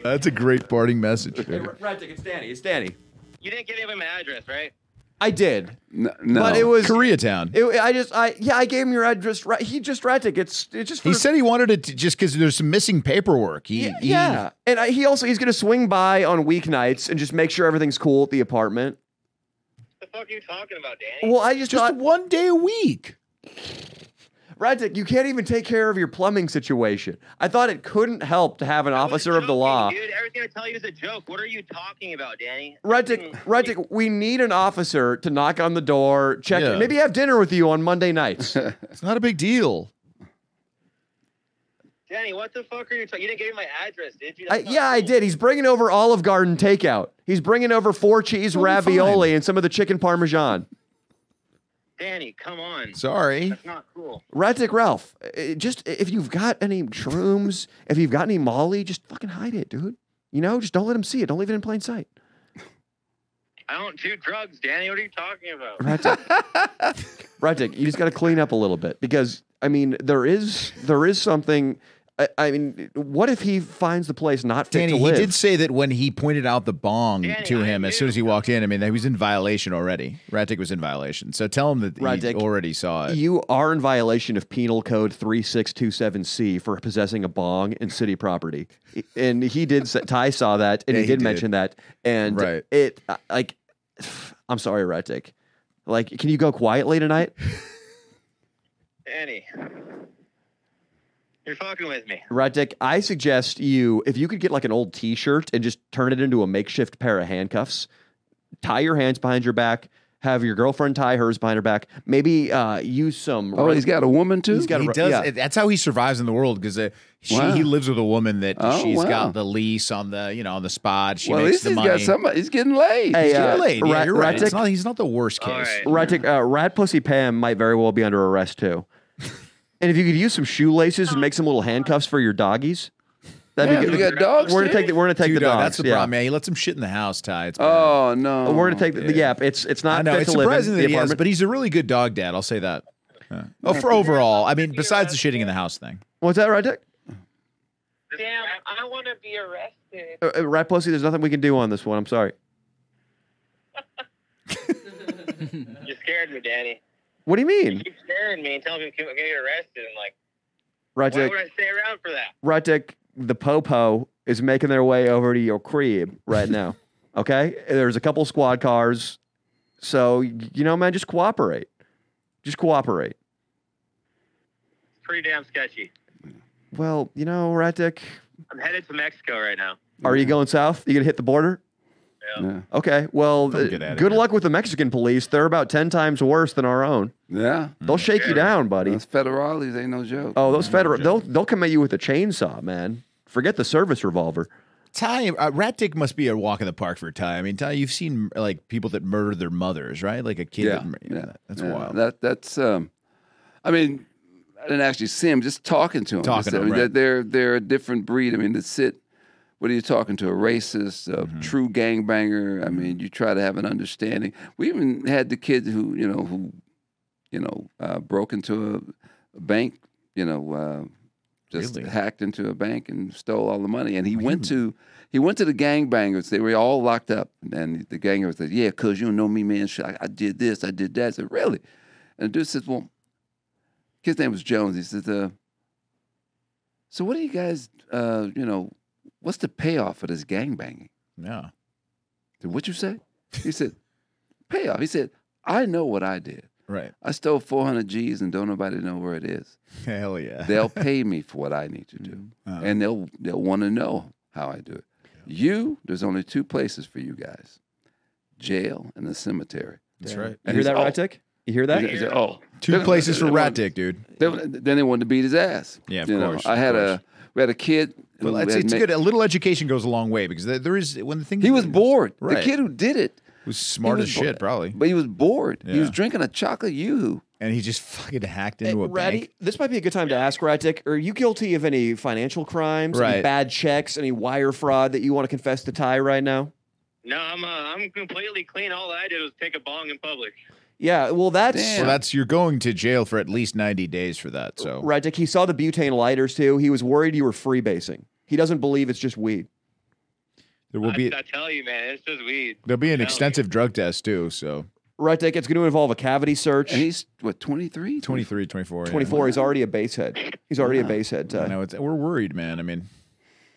Speaker 1: That's a great parting message.
Speaker 2: Hey, R- Raddick, it's Danny. It's Danny.
Speaker 8: You didn't give him an address, right?
Speaker 2: I did.
Speaker 6: N- No,
Speaker 2: But it was.
Speaker 1: Koreatown.
Speaker 2: It, I just, I yeah, I gave him your address. Right, he just Raddick. It's, it's just. For,
Speaker 1: He said he wanted it to, just because there's some missing paperwork. He,
Speaker 2: yeah,
Speaker 1: he-
Speaker 2: yeah. and I, he also he's gonna swing by on weeknights and just make sure everything's cool at the apartment.
Speaker 8: What the fuck are you talking about, Danny?
Speaker 2: Well, I just,
Speaker 1: just
Speaker 2: thought,
Speaker 1: one day a week.
Speaker 2: Raddick, you can't even take care of your plumbing situation. I thought it couldn't help to have an
Speaker 8: I was
Speaker 2: officer of the
Speaker 8: joking,
Speaker 2: law.
Speaker 8: Dude, everything I tell you is a joke. What are you talking about, Danny?
Speaker 2: Redick,
Speaker 8: Mm,
Speaker 2: Redick, we need an officer to knock on the door, check,
Speaker 1: Yeah.
Speaker 2: maybe have dinner with you on Monday nights.
Speaker 1: It's not a big deal.
Speaker 8: Danny, what the fuck are you talking? You didn't give me my address, did you?
Speaker 2: I,
Speaker 8: That's not
Speaker 2: yeah, I
Speaker 8: cool.
Speaker 2: did. He's bringing over Olive Garden takeout. He's bringing over four cheese ravioli and some of the chicken parmesan.
Speaker 8: Danny, come on.
Speaker 1: Sorry.
Speaker 8: That's not cool.
Speaker 2: Redick, Ralph, eh, just if you've got any shrooms, if you've got any Molly, just fucking hide it, dude. You know, just don't let him see it. Don't leave it in plain sight.
Speaker 8: I don't do drugs, Danny. What are you talking about?
Speaker 2: Redick, Redick, you just got to clean up a little bit because I mean there is there is something. I, I mean, what if he finds the place not fit
Speaker 1: Danny,
Speaker 2: to
Speaker 1: he
Speaker 2: live?
Speaker 1: did say that when he pointed out the bong
Speaker 8: Danny,
Speaker 1: to
Speaker 8: I
Speaker 1: him as
Speaker 8: knew.
Speaker 1: soon as he walked in, I mean, he was in violation already. Radick was in violation. So tell him that
Speaker 2: Raddick,
Speaker 1: he already saw it.
Speaker 2: you are in violation of Penal Code 3627C for possessing a bong in city property. And he did, say- Ty saw that, and
Speaker 1: Yeah,
Speaker 2: he
Speaker 1: he
Speaker 2: did
Speaker 1: did.
Speaker 2: mention that. And
Speaker 1: Right.
Speaker 2: it, uh, like, I'm sorry, Redick. Like, can you go quietly tonight?
Speaker 8: Danny, you're fucking with me.
Speaker 2: Redick, I suggest you, if you could get like an old t shirt and just turn it into a makeshift pair of handcuffs, tie your hands behind your back, have your girlfriend tie hers behind her back, maybe uh, use some.
Speaker 6: oh, he's got a woman too.
Speaker 2: He's got a
Speaker 1: he
Speaker 2: ru-
Speaker 1: does.
Speaker 2: yeah.
Speaker 1: That's how he survives in the world because uh, she
Speaker 6: Wow.
Speaker 1: he lives with a woman that
Speaker 6: Oh,
Speaker 1: she's
Speaker 6: wow.
Speaker 1: got the lease on the you know on the spot. She
Speaker 6: well, at
Speaker 1: makes
Speaker 6: least
Speaker 1: the
Speaker 6: he's
Speaker 1: money.
Speaker 6: got somebody. He's getting laid.
Speaker 2: Hey,
Speaker 6: He's
Speaker 2: uh,
Speaker 1: You're
Speaker 6: getting laid.
Speaker 1: late. Yeah,
Speaker 2: Ra-
Speaker 1: you're right.
Speaker 2: Raddick-
Speaker 1: It's not, he's not the worst case.
Speaker 8: All right.
Speaker 2: Ratic, uh, Rat Pussy Pam might very well be under arrest too. And if you could use some shoelaces and make some little handcuffs for your doggies, that'd
Speaker 6: Yeah,
Speaker 2: be
Speaker 6: we
Speaker 2: good.
Speaker 6: got dogs.
Speaker 2: We're gonna
Speaker 6: too?
Speaker 2: take the we're gonna take
Speaker 1: Dude,
Speaker 2: the
Speaker 1: uh,
Speaker 2: dogs.
Speaker 1: that's the
Speaker 2: yeah.
Speaker 1: problem, man. He lets him shit in the house, Ty. It's bad.
Speaker 6: Oh no.
Speaker 2: We're gonna take the, the
Speaker 1: yeah.
Speaker 2: yeah. It's it's not
Speaker 1: I know
Speaker 2: fit
Speaker 1: it's
Speaker 2: to live in
Speaker 1: surprising
Speaker 2: the
Speaker 1: that he has,
Speaker 2: apartment.
Speaker 1: but he's a really good dog dad. I'll say that. Yeah. Oh, for overall, I mean, besides the shitting in the house thing,
Speaker 2: What's that, Ratic?
Speaker 9: Damn, I want to be arrested.
Speaker 2: Uh, uh, Rat Pussy, there's nothing we can do on this one. I'm sorry.
Speaker 8: You scared me, Danny.
Speaker 2: What do you
Speaker 8: You
Speaker 2: mean,
Speaker 8: keep scaring me and telling me I'm gonna get arrested. And like, why
Speaker 2: Ratic?
Speaker 8: would I stay around for that?
Speaker 2: Ratic, the popo is making their way over to your crib right now. okay, there's a couple squad cars, so you know, man, just cooperate. Just cooperate.
Speaker 8: It's pretty damn sketchy.
Speaker 2: Well, you know, Radic,
Speaker 8: I'm headed to Mexico right now.
Speaker 2: are you going south? You gonna hit the border?
Speaker 6: Yeah.
Speaker 2: Okay. Well,
Speaker 1: Don't
Speaker 2: uh,
Speaker 1: get outta
Speaker 2: good
Speaker 1: here.
Speaker 2: luck with the Mexican police. They're about ten times worse than our own.
Speaker 6: Yeah.
Speaker 2: They'll shake you down, buddy.
Speaker 6: Those federales ain't no joke.
Speaker 2: Oh, those federal, they'll they'll come at you with a chainsaw, man. Forget the service revolver.
Speaker 1: Ty uh, Rat Dick must be a walk in the park for Ty. I mean, Ty, you've seen like people that murder their mothers, right? Like a kid.
Speaker 6: yeah.
Speaker 1: that mur-
Speaker 6: yeah,
Speaker 1: that's
Speaker 6: yeah.
Speaker 1: wild.
Speaker 6: That that's um, I mean, I didn't actually see him. Just talking to him.
Speaker 1: Talking
Speaker 6: Just-
Speaker 1: to
Speaker 6: I
Speaker 1: him,
Speaker 6: mean,
Speaker 1: right.
Speaker 6: they're- they're they're a different breed. I mean, to sit. What are you talking to? A racist, a
Speaker 1: Mm-hmm.
Speaker 6: true gangbanger. I mean, you try to have an understanding. We even had the kid who you know who, you know, uh, broke into a bank. You know, uh, just
Speaker 1: Really?
Speaker 6: hacked into a bank and stole all the money. And he went to he went to the gangbangers. They were all locked up. And the gangbangers said, "Yeah, cause you don't know me, man. Shit, I, I did this, I did that." I said, "Really?" And the dude says, "Well, his name was Jones." He says, uh, "So what do you guys, uh, you know, what's the payoff for this gangbanging?"
Speaker 1: Yeah.
Speaker 6: I said, "What you say?" He said, "Payoff." He said, "I know what I did.
Speaker 1: Right.
Speaker 6: I stole 400 G's and don't nobody know where it is."
Speaker 1: Hell yeah.
Speaker 6: they'll pay me for what I need to do,
Speaker 1: Uh-huh.
Speaker 6: and they'll they'll want to know how I do it. You, there's only two places for you guys: jail and the cemetery.
Speaker 1: That's right.
Speaker 2: You
Speaker 6: And
Speaker 2: hear
Speaker 6: he's,
Speaker 2: that,
Speaker 6: oh,
Speaker 2: Radic? You hear that?
Speaker 6: he's- he's- oh,
Speaker 1: Two
Speaker 6: They're-
Speaker 1: places for
Speaker 6: they're-
Speaker 1: Rat Dick, dude.
Speaker 6: they- then they wanted to beat his ass.
Speaker 1: Yeah, of
Speaker 6: You know,
Speaker 1: course,
Speaker 6: I
Speaker 1: of
Speaker 6: had
Speaker 1: course.
Speaker 6: a we had a kid. who
Speaker 1: Well, it's,
Speaker 6: had
Speaker 1: it's
Speaker 6: ma-
Speaker 1: good. A little education goes a long way because there, there is when the thing
Speaker 6: He was bored. The
Speaker 1: Right.
Speaker 6: kid who did it
Speaker 1: was
Speaker 6: he
Speaker 1: smart
Speaker 6: was
Speaker 1: as
Speaker 6: bo-
Speaker 1: shit, probably,
Speaker 6: but he was bored. He was
Speaker 1: Yeah.
Speaker 6: drinking a chocolate yoo-hoo.
Speaker 1: and he just fucking hacked
Speaker 2: Hey,
Speaker 1: into a
Speaker 2: Ratty,
Speaker 1: bank.
Speaker 2: this might be a good time to ask Radic, are you guilty of any financial crimes, any
Speaker 1: Right.
Speaker 2: bad checks, any wire fraud that you want to confess to Ty right now?
Speaker 8: No, I'm uh, I'm completely clean. All I did was take a bong in public.
Speaker 2: Yeah, well, that's
Speaker 1: Well, that's you're going to jail for at least 90 days for that. So
Speaker 2: right. Dick, he saw the butane lighters too. He was worried you were freebasing. He doesn't believe it's just weed.
Speaker 1: there will
Speaker 8: I,
Speaker 1: be
Speaker 8: I tell you, man, it's just weed.
Speaker 1: there'll be an
Speaker 8: Tell me.
Speaker 1: extensive drug test too. So
Speaker 2: Right, Dick, it's going to involve a cavity search.
Speaker 6: And he's what 23?
Speaker 1: 23, 24, yeah.
Speaker 2: 24, he's already a base head. He's already a base head.
Speaker 1: I
Speaker 2: Uh,
Speaker 1: know it's we're worried, man. I mean,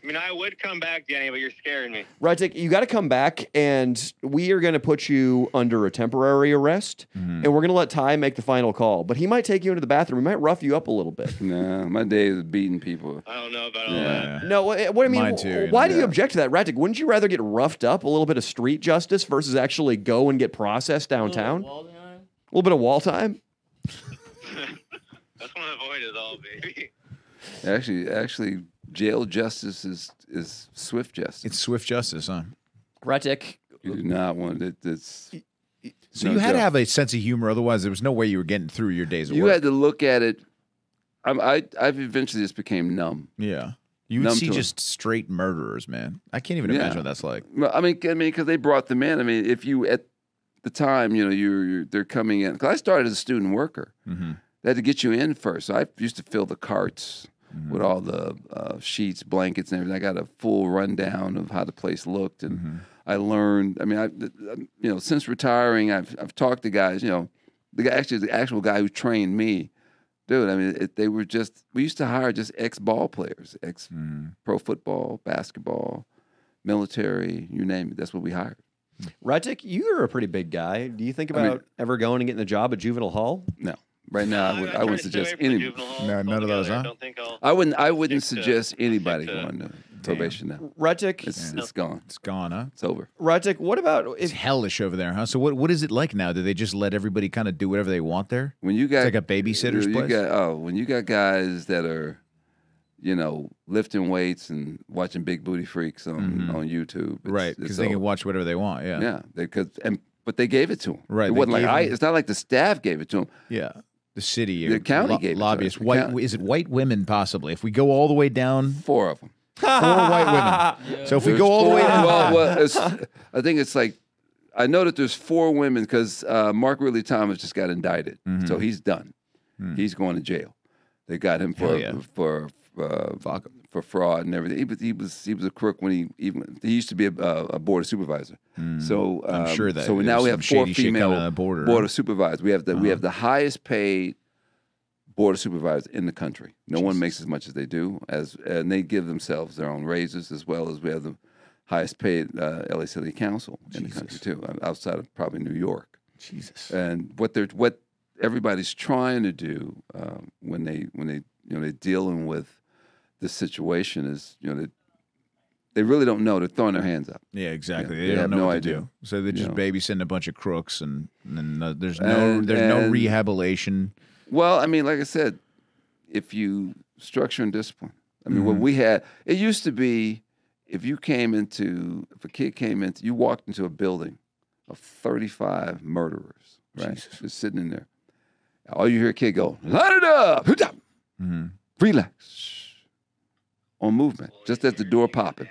Speaker 8: I mean, I would come back, Danny, but you're scaring me.
Speaker 2: right, Dick, you got to come back, and we are going to put you under a temporary arrest,
Speaker 1: Mm-hmm.
Speaker 2: and we're going to let Ty make the final call. But he might take you into the bathroom. He might rough you up a little bit.
Speaker 6: Nah, my day is beating people.
Speaker 8: I don't know about all that.
Speaker 1: yeah.
Speaker 2: No, wha- what I mean,
Speaker 1: Mine too,
Speaker 2: wh-
Speaker 1: you know,
Speaker 2: why do you
Speaker 6: yeah.
Speaker 2: object to that, Ratic? Wouldn't you rather get roughed up a little bit of street justice versus actually go and get processed downtown? A little bit of wall time?
Speaker 8: That's what avoid is all, baby.
Speaker 6: Actually, actually, jail justice is is swift justice.
Speaker 1: it's swift justice, huh?
Speaker 2: Ratic.
Speaker 6: you do not want it. It's
Speaker 1: So
Speaker 6: No
Speaker 1: you had to
Speaker 6: joke.
Speaker 1: have a sense of humor, otherwise there was no way you were getting through your days of
Speaker 6: you
Speaker 1: work.
Speaker 6: had to look at it. I'm, I I've eventually just became numb.
Speaker 1: yeah, you would
Speaker 6: Numb
Speaker 1: see
Speaker 6: to it.
Speaker 1: just straight murderers, man. I can't even
Speaker 6: Yeah.
Speaker 1: imagine what that's like.
Speaker 6: Well, I mean, I mean, because they brought them in. I mean, if you at the time, you know, you're, you're they're coming in. Because I started as a student worker.
Speaker 1: Mhm.
Speaker 6: They had to get you in first. So I used to fill the carts
Speaker 1: Mm-hmm.
Speaker 6: with all the uh, sheets, blankets, and everything. I got a full rundown of how the place looked, and
Speaker 1: Mm-hmm.
Speaker 6: I learned. I mean, I th- th- you know, since retiring, I've I've talked to guys. You know, the guy, actually the actual guy who trained me. Dude, I mean, it, they were just. We used to hire just ex ball players, ex
Speaker 1: Mm-hmm.
Speaker 6: pro football, basketball, military, you name it. That's what we hired.
Speaker 2: Ratic, you're a pretty big guy. Do you think
Speaker 6: I
Speaker 2: about
Speaker 6: mean-
Speaker 2: ever going and getting a job at juvenile hall?
Speaker 6: No, right now I, would, I wouldn't suggest any.
Speaker 1: No, none of those, huh?
Speaker 8: I don't think I'll.
Speaker 6: I wouldn't. I wouldn't
Speaker 8: Stick to-
Speaker 6: suggest anybody
Speaker 8: stick to-
Speaker 6: going to probation now.
Speaker 2: Ratic,
Speaker 6: It's it's gone.
Speaker 1: It's gone, huh?
Speaker 6: It's over.
Speaker 2: Ratic, what about
Speaker 1: It's
Speaker 2: if
Speaker 1: hellish over there, huh? So what what is it like now? Do they just let everybody kind of do whatever they want there?
Speaker 6: When you got
Speaker 1: like a babysitter's
Speaker 6: you
Speaker 1: place?
Speaker 6: Got, oh, when you got guys that are, you know, lifting weights and watching big booty freaks on on YouTube, Oh, it's-
Speaker 1: Mm-hmm. right,
Speaker 6: it's
Speaker 1: because they can
Speaker 6: over.
Speaker 1: watch whatever they want. Yeah,
Speaker 6: Yeah, because and but they gave it to them.
Speaker 1: Right,
Speaker 6: It
Speaker 1: they
Speaker 6: wasn't like
Speaker 1: gave
Speaker 6: I.
Speaker 1: 'em-
Speaker 6: It's not like the staff gave it to them.
Speaker 1: Yeah. The city,
Speaker 6: The
Speaker 1: or
Speaker 6: county gave it to us.
Speaker 1: lobbyists.
Speaker 6: The
Speaker 1: White
Speaker 6: county-
Speaker 1: is it white women possibly? If we go all the way down,
Speaker 6: Four of them.
Speaker 1: four white women. So if we go all the way down,
Speaker 6: Well, well it's, I think it's like I know that there's four women because uh, Mark Ridley Thomas just got indicted,
Speaker 1: Mm-hmm. Hmm.
Speaker 6: so he's done. He's going to jail. They got him for
Speaker 1: Hell yeah.
Speaker 6: for uh, for fraud and everything. He was, he was he was a crook when he even he used to be a, a a board of supervisor. So
Speaker 1: hmm. I'm
Speaker 6: um,
Speaker 1: sure that
Speaker 6: so
Speaker 1: there's
Speaker 6: now we
Speaker 1: some
Speaker 6: have four
Speaker 1: shady shit coming out
Speaker 6: female
Speaker 1: of the border.
Speaker 6: board of supervisors. We have the we have the highest paid board of supervisors in the country. No one makes as much as they do, as and they give themselves their own raises as well as we have the highest paid uh, LA City Council in the country too, o- outside of probably New York. Jesus.
Speaker 1: uh,
Speaker 6: And what they're what everybody's trying to do um, when they when they you know they're dealing with this situation is you know they, they really don't know. They're throwing their hands up.
Speaker 1: yeah, exactly.
Speaker 6: Yeah,
Speaker 1: they,
Speaker 6: they
Speaker 1: don't
Speaker 6: have
Speaker 1: know
Speaker 6: no
Speaker 1: what
Speaker 6: idea.
Speaker 1: to do, so they're just
Speaker 6: Yeah.
Speaker 1: babysitting a bunch of crooks, and and then, uh, there's no
Speaker 6: And-
Speaker 1: there's no
Speaker 6: and-
Speaker 1: rehabilitation.
Speaker 6: Well, I mean, like I said, if you structure and discipline, I mean,
Speaker 1: Mm-hmm.
Speaker 6: what we had, it used to be if you came into, if a kid came into, you walked into a building of 35 murderers, right? Just sitting in there. All you hear a kid go, light it up, hoot up,
Speaker 1: Mhm.
Speaker 6: relax, shh, on movement, just at the door popping.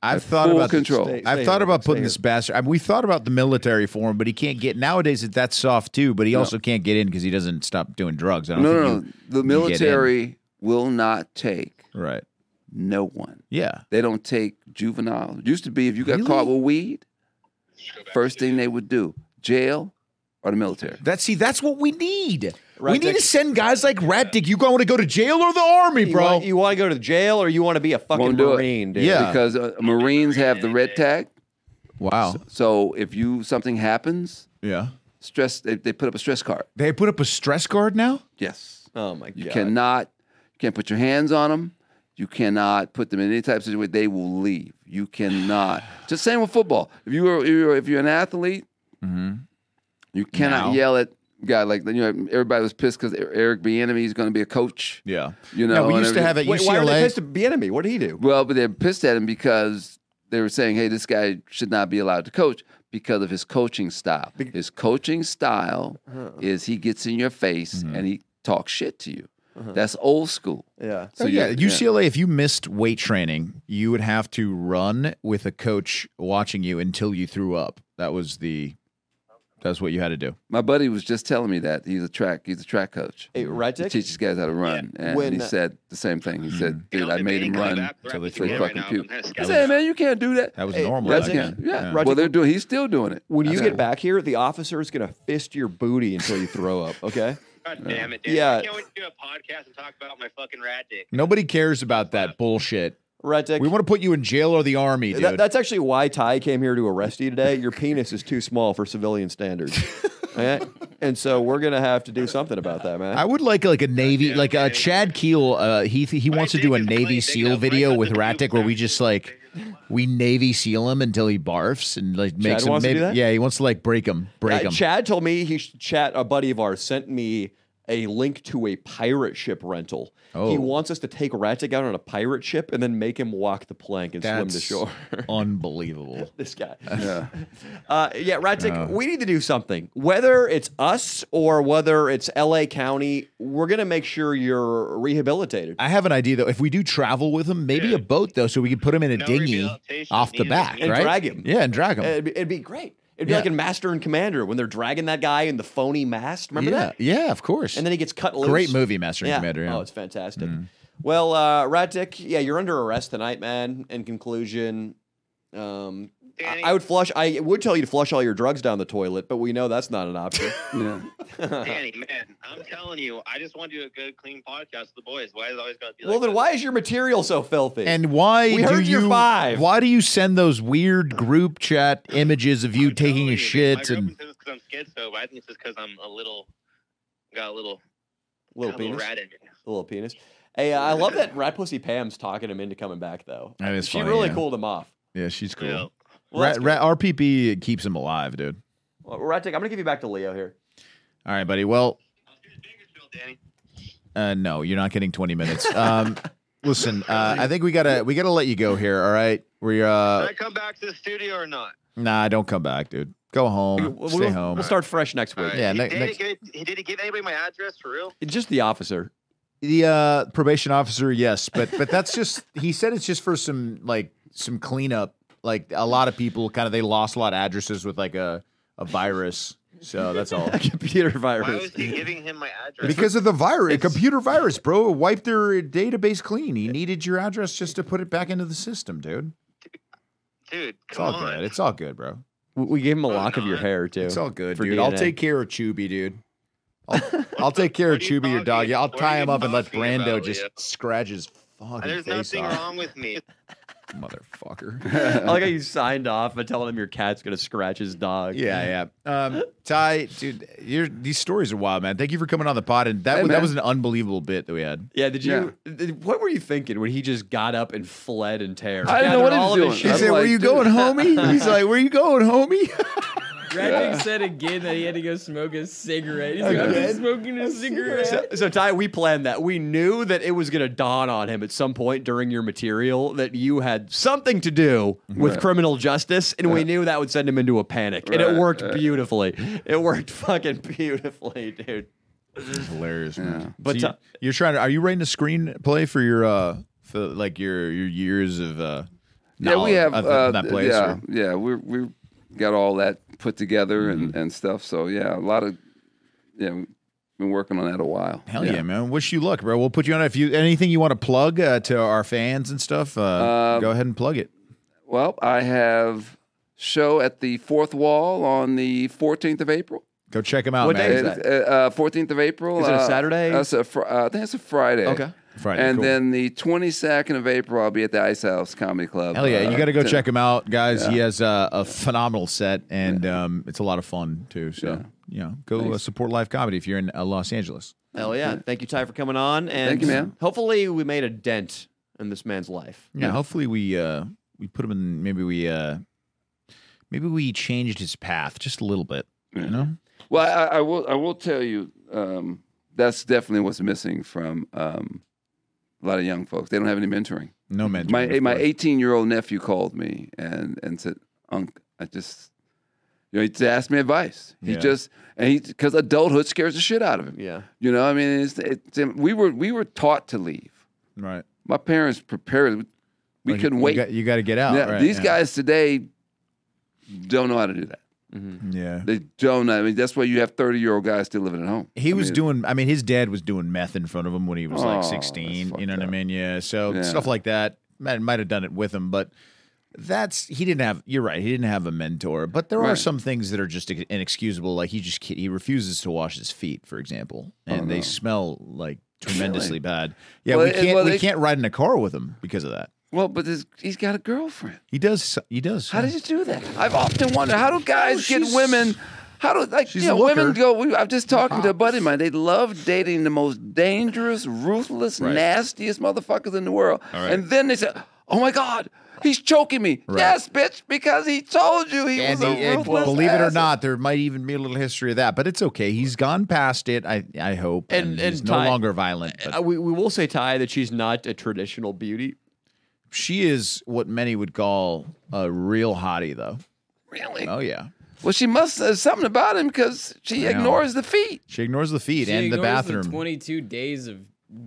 Speaker 1: I've
Speaker 6: At
Speaker 1: thought
Speaker 6: full
Speaker 1: about this-
Speaker 6: control.
Speaker 2: Stay-
Speaker 1: I've
Speaker 2: stay
Speaker 1: thought
Speaker 2: here.
Speaker 1: about
Speaker 2: Stay
Speaker 1: putting
Speaker 2: here.
Speaker 1: this bastard. I mean, we thought about the military for him, but he can't get nowadays. It that's soft too, but he also can't get in because he doesn't stop doing drugs. I
Speaker 6: No,
Speaker 1: don't
Speaker 6: no,
Speaker 1: think
Speaker 6: no.
Speaker 1: you-
Speaker 6: The
Speaker 1: get in.
Speaker 6: military will not take
Speaker 1: right?
Speaker 6: no one.
Speaker 1: Yeah,
Speaker 6: They don't take juvenile. Used to be if you got caught with weed, first thing they would do, jail or the military.
Speaker 1: That see, that's what we need. we
Speaker 2: Rat
Speaker 1: need
Speaker 2: Dick.
Speaker 1: to send guys like Rat Dick. You want to go to jail or the army,
Speaker 2: you
Speaker 1: bro?
Speaker 2: want, you want to go to jail or you want to be a fucking
Speaker 6: Won't do it.
Speaker 2: marine, dude?
Speaker 1: Yeah.
Speaker 6: Because uh, Marines have the red tag.
Speaker 1: wow.
Speaker 6: So if you something happens,
Speaker 1: yeah.
Speaker 6: stress they, they put up a stress card.
Speaker 1: They put up a stress guard now.
Speaker 6: Yes.
Speaker 2: Oh my god.
Speaker 6: You cannot you can't put your hands on them. You cannot put them in any type of situation. They will leave. You cannot. Just same with football. If you are if you're an athlete, you cannot
Speaker 1: Now.
Speaker 6: yell at guy like you know everybody was pissed because Eric Bieniemy is going to be a coach.
Speaker 1: Yeah.
Speaker 6: You know,
Speaker 1: we
Speaker 6: and
Speaker 1: used to
Speaker 6: everything.
Speaker 1: have at
Speaker 2: Wait, why are they
Speaker 1: UCLA.
Speaker 2: pissed at the enemy? What did he do?
Speaker 6: Well, but they're pissed at him because they were saying, "Hey, this guy should not be allowed to coach because of his coaching style.
Speaker 1: Uh-huh. Mm-hmm.
Speaker 6: his coaching style is he gets in your face and he talks shit to you."
Speaker 1: Uh-huh.
Speaker 6: That's old school.
Speaker 2: Yeah.
Speaker 1: So yeah, UCLA. If you missed weight training, you would have to run with a coach watching you until you threw up. That was the. That's what you had to do.
Speaker 6: My buddy was just telling me that he's a track he's a track coach.
Speaker 2: Hey,
Speaker 6: He
Speaker 2: Reddick?
Speaker 6: teaches guys how to run, and
Speaker 2: When, Hmm.
Speaker 6: he
Speaker 2: uh,
Speaker 6: said the same thing. He said,
Speaker 8: You
Speaker 6: "Dude,
Speaker 8: know,
Speaker 6: I made him
Speaker 8: debating coming
Speaker 6: run
Speaker 8: back
Speaker 6: till
Speaker 8: till
Speaker 6: they
Speaker 8: they
Speaker 6: threw
Speaker 8: threw up.
Speaker 6: fucking
Speaker 8: Right now,
Speaker 6: puke."
Speaker 8: I'm kinda
Speaker 6: I
Speaker 8: scared.
Speaker 6: said, "Man, you can't do that."
Speaker 1: That was
Speaker 2: Hey,
Speaker 1: normal.
Speaker 6: That's
Speaker 1: back
Speaker 6: yeah.
Speaker 1: then.
Speaker 6: yeah.
Speaker 2: Roger-
Speaker 6: Well, they're doing. He's still doing it.
Speaker 2: When you
Speaker 6: That's
Speaker 2: get
Speaker 6: it.
Speaker 2: back here, the officer is gonna fist your booty until you throw up. Okay.
Speaker 8: God damn it, dude.
Speaker 2: Yeah.
Speaker 8: I can't wait to do a podcast and talk about my fucking rat dick.
Speaker 1: Nobody cares about that bullshit.
Speaker 2: Reddick.
Speaker 1: We want to put you in jail or the army, dude.
Speaker 2: That, that's actually why Ty came here to arrest you today. Your penis is too small for civilian standards. Eh? And so we're going to have to do something about that, man.
Speaker 1: I would like like a Navy,
Speaker 8: Yeah,
Speaker 1: like uh,
Speaker 8: okay.
Speaker 1: Chad Keel. Uh, he he wants to
Speaker 8: dick
Speaker 1: do a
Speaker 8: is really
Speaker 1: Navy
Speaker 8: big
Speaker 1: SEAL
Speaker 8: enough.
Speaker 1: video
Speaker 8: Mine
Speaker 1: with
Speaker 8: doesn't do
Speaker 1: Rattick where we
Speaker 8: that.
Speaker 1: just like we Navy SEAL him until he barfs and like makes him.
Speaker 2: wants to
Speaker 1: maybe,
Speaker 2: do that?
Speaker 1: Yeah, he wants to like break him, break
Speaker 2: Uh,
Speaker 1: him.
Speaker 2: Chad told me he sh- Chad, a buddy of ours, sent me a link to a pirate ship rental.
Speaker 1: Oh.
Speaker 2: He wants us to take Rattick out on a pirate ship and then make him walk the plank and swim to
Speaker 1: That's
Speaker 2: shore.
Speaker 1: unbelievable.
Speaker 2: this guy.
Speaker 6: Yeah.
Speaker 2: Uh, yeah, Rattick, we need to do something. Whether it's us or whether it's LA County, we're going to make sure you're rehabilitated.
Speaker 1: I have an idea though. If we do travel with him, maybe a boat though, so we can put him in a
Speaker 8: No
Speaker 1: dinghy
Speaker 8: rehabilitation
Speaker 1: off the
Speaker 8: needed.
Speaker 1: back,
Speaker 2: And
Speaker 1: right?
Speaker 2: drag him. Uh,
Speaker 1: Yeah, and drag him.
Speaker 2: It'd be, it'd be great. It'd be
Speaker 1: Yeah.
Speaker 2: like in Master and Commander when they're dragging that guy in the phony mast. Remember
Speaker 1: yeah,
Speaker 2: that?
Speaker 1: yeah, of course.
Speaker 2: And then he gets cut loose.
Speaker 1: Great movie, Master and
Speaker 2: Yeah.
Speaker 1: Commander. Yeah. Mm-hmm.
Speaker 2: Oh, it's fantastic. Well, uh, Ratdick, yeah, you're under arrest tonight, man. In conclusion, um, I,
Speaker 8: Danny.
Speaker 2: I would flush. I would tell you to flush all your drugs down the toilet, but we know that's not an option.
Speaker 6: Yeah.
Speaker 8: Danny, man, I'm telling you, I just want to do a good, clean podcast with the boys. Why is it always got to be like
Speaker 2: well, then
Speaker 8: that?
Speaker 2: why is your material so filthy?
Speaker 1: And why
Speaker 2: We
Speaker 1: do
Speaker 2: heard you're
Speaker 1: you
Speaker 2: five.
Speaker 1: why do you send those weird group chat images of you
Speaker 8: I'm telling
Speaker 1: taking a
Speaker 8: dude, I
Speaker 1: shit
Speaker 8: grew up
Speaker 1: and
Speaker 8: with this 'cause I'm schizo, but I think it's just because I'm a little, got a little,
Speaker 2: little
Speaker 8: got a little
Speaker 2: penis.
Speaker 8: rat in me.
Speaker 2: A little penis. Hey, uh, I love that Rat Pussy Pam's talking him into coming back though.
Speaker 1: That is
Speaker 2: she
Speaker 1: funny,
Speaker 2: really
Speaker 1: yeah.
Speaker 2: cooled him off.
Speaker 1: Yeah, she's cool.
Speaker 8: Yeah.
Speaker 2: Well,
Speaker 1: Rat,
Speaker 2: that's
Speaker 1: rat, RPP keeps him alive, dude.
Speaker 2: Well, Ratdick, I'm gonna give you back to Leo here.
Speaker 1: All right, buddy. Well,
Speaker 8: I'll do the finger drill, Danny.
Speaker 1: uh, no, you're not getting 20 minutes. Um, listen, uh, I think we gotta we gotta let you go here. All right, we
Speaker 8: Can
Speaker 1: uh,
Speaker 8: I come back to the studio or not?
Speaker 1: nah, don't come back, dude. Go home,
Speaker 2: We'll,
Speaker 1: Uh, stay
Speaker 2: we'll-
Speaker 1: home.
Speaker 2: we'll start fresh next
Speaker 8: All
Speaker 2: week.
Speaker 8: right.
Speaker 1: Yeah,
Speaker 8: He
Speaker 1: ne-
Speaker 8: did,
Speaker 1: next-
Speaker 8: give, he did he give anybody my address for real?
Speaker 2: Just the officer.
Speaker 1: The uh, probation officer, yes, but but that's just he said it's just for some like some cleanup. Like a lot of people, kind of they lost a lot of addresses with like a a virus. So that's all.
Speaker 2: Computer
Speaker 8: Why was
Speaker 2: virus.
Speaker 8: he giving him my address?
Speaker 1: Because of the virus, computer virus, bro, wiped their database clean. He needed your address just to put it back into the system, dude.
Speaker 8: dude,
Speaker 1: It's all
Speaker 8: come on.
Speaker 1: good. It's all good, bro.
Speaker 2: We- We gave him a lock of your hair too.
Speaker 1: It's all good,
Speaker 2: For
Speaker 1: dude. I'll
Speaker 2: DNA.
Speaker 1: take care of Chubby, dude. I'll, I'll take care of
Speaker 8: What are you
Speaker 1: Chubby, your dog.
Speaker 8: talking-
Speaker 1: Yeah, I'll
Speaker 8: what are
Speaker 1: tie
Speaker 8: you
Speaker 1: him up and let
Speaker 8: talking
Speaker 1: Brando
Speaker 8: about,
Speaker 1: just
Speaker 8: Leo?
Speaker 1: scratch his fucking
Speaker 8: There's
Speaker 1: face
Speaker 8: nothing
Speaker 1: off,
Speaker 8: wrong with me.
Speaker 1: motherfucker.
Speaker 2: I like how you signed off by telling him your cat's gonna scratch his dog.
Speaker 1: Yeah, yeah. Um, Ty, dude, your these stories are wild, man. Thank you for coming on the pod, and that
Speaker 6: Hey,
Speaker 1: was, that
Speaker 6: man.
Speaker 1: was an unbelievable bit that we had.
Speaker 2: Yeah, did you th- what were you thinking when he just got up and fled in terror?
Speaker 6: I didn't know what he was
Speaker 2: Gathered all of his
Speaker 6: doing.
Speaker 2: shit.
Speaker 6: I'm like, dude.
Speaker 1: homie?" He's like, "Where you going, homie?"
Speaker 3: Ratdick said again that he had to go smoke a cigarette. He's like, I'm
Speaker 1: Again?
Speaker 3: just smoking a
Speaker 2: So,
Speaker 3: cigarette.
Speaker 2: so Ty, we planned that. We knew that it was going to dawn on him at some point during your material that you had something to do with criminal justice, and we knew that would send him into a panic. And
Speaker 6: Right,
Speaker 2: it worked beautifully. It worked fucking beautifully, dude.
Speaker 1: Hilarious, man. But
Speaker 2: But Ty-
Speaker 1: you're trying to? Are you writing a screenplay for your uh, for like your your years of uh,
Speaker 6: yeah, we
Speaker 1: knowledge
Speaker 6: have
Speaker 1: of
Speaker 6: uh,
Speaker 1: that place?
Speaker 6: Yeah,
Speaker 1: or-
Speaker 6: yeah, we we got all that put together and,
Speaker 1: Mm-hmm.
Speaker 6: and stuff. So yeah, a lot of yeah, we've been working on that a while.
Speaker 1: Hell yeah. man! Wish you luck, bro. We'll put you on if you anything you want to plug uh, to our fans and stuff. Uh,
Speaker 6: Uh,
Speaker 1: go ahead and plug it.
Speaker 6: Well, I have show at the Fourth Wall on the 14th of April.
Speaker 1: Go check them out,
Speaker 2: What
Speaker 1: man.
Speaker 2: day is
Speaker 6: It- uh, 14th of April.
Speaker 2: Is it a
Speaker 6: uh,
Speaker 2: Saturday?
Speaker 6: that's a fr- uh, I think it's a Friday.
Speaker 2: Okay.
Speaker 1: Friday,
Speaker 6: and
Speaker 1: cool.
Speaker 6: then the 22nd of April, I'll be at the Ice House Comedy Club.
Speaker 1: Hell yeah,
Speaker 6: uh,
Speaker 1: you got to go
Speaker 6: to-
Speaker 1: check him out, guys. He has uh, a phenomenal set, and um, it's a lot of fun too. So you know, go uh, support live comedy if you're in uh, Los Angeles.
Speaker 2: Hell yeah. Thank you, Ty, for coming on. And
Speaker 6: Thank you, man.
Speaker 2: Hopefully, we made a dent in this man's life.
Speaker 1: Yeah, hopefully we uh, we put him in. Maybe we uh, maybe we changed his path just a little bit. You know,
Speaker 6: Well, I, I will. I will tell you. Um, that's definitely what's missing from um, a lot of young folks. They don't have any mentoring.
Speaker 1: no mentor.
Speaker 6: my my 18 year old nephew called me and and said, "Unc, I just You know, he just asked me advice. He
Speaker 1: Yeah.
Speaker 6: just and he because adulthood scares the shit out of him.
Speaker 2: Yeah.
Speaker 6: You know, I mean, it's, it's we were we were taught to leave.
Speaker 1: Right.
Speaker 6: My parents prepared. We
Speaker 1: Like,
Speaker 6: couldn't
Speaker 1: you
Speaker 6: wait.
Speaker 1: Got, you got to get out.
Speaker 6: Yeah,
Speaker 1: right,
Speaker 6: these
Speaker 1: yeah.
Speaker 6: guys today don't know how to do that.
Speaker 1: Yeah.
Speaker 6: They don't. know. I mean, that's why you have thirty-year-old guys still living at home.
Speaker 1: He
Speaker 6: I
Speaker 1: was
Speaker 6: mean,
Speaker 1: doing. I mean, his dad was doing meth in front of him when he was
Speaker 6: Oh,
Speaker 1: like
Speaker 6: that's
Speaker 1: sixteen. You
Speaker 6: fucked
Speaker 1: know what I
Speaker 6: up.
Speaker 1: mean? Yeah. So
Speaker 6: Yeah.
Speaker 1: stuff like that. Might might have done it with him, but that's he didn't have. You're right. He didn't have a mentor. But there are
Speaker 6: Right.
Speaker 1: some things that are just inexcusable. Like he just he refuses to wash his feet, for example, and they smell like tremendously bad. Yeah,
Speaker 6: Oh, Well,
Speaker 1: we
Speaker 6: it-
Speaker 1: can't
Speaker 6: well,
Speaker 1: we
Speaker 6: they-
Speaker 1: can't ride in a car with him because of that.
Speaker 6: Well, but this, he's got a girlfriend.
Speaker 1: He does. He does.
Speaker 6: How did you do that? I've often wondered how do guys
Speaker 1: Oh,
Speaker 6: get
Speaker 1: she's-
Speaker 6: women? How do like
Speaker 1: she's
Speaker 6: you
Speaker 1: a
Speaker 6: know,
Speaker 1: looker.
Speaker 6: women go? We, I'm just talking to a buddy of mine. They love dating the most dangerous, ruthless,
Speaker 1: Right.
Speaker 6: nastiest motherfuckers in the world,
Speaker 1: right.
Speaker 6: and then they say, "Oh my God, he's choking me."
Speaker 1: Right.
Speaker 6: Yes, bitch, because he told you he
Speaker 1: And,
Speaker 6: was
Speaker 1: he-
Speaker 6: a
Speaker 1: and
Speaker 6: ruthless.
Speaker 1: believe it or
Speaker 6: asshole.
Speaker 1: not, there might even be a little history of that, but it's okay. He's gone past it. I I hope, and,
Speaker 2: And-
Speaker 1: he's
Speaker 2: and
Speaker 1: no
Speaker 2: Ty-
Speaker 1: longer violent. But
Speaker 2: Uh, we, we will say, Ty, that she's not a traditional beauty.
Speaker 1: she is what many would call a real hottie, though.
Speaker 6: really.
Speaker 1: Oh yeah,
Speaker 6: Well, she must have something about him because she
Speaker 1: I know.
Speaker 6: ignores the feet.
Speaker 1: she ignores the feet
Speaker 3: She
Speaker 1: and the
Speaker 3: ignores
Speaker 1: bathroom.
Speaker 3: Twenty-two days of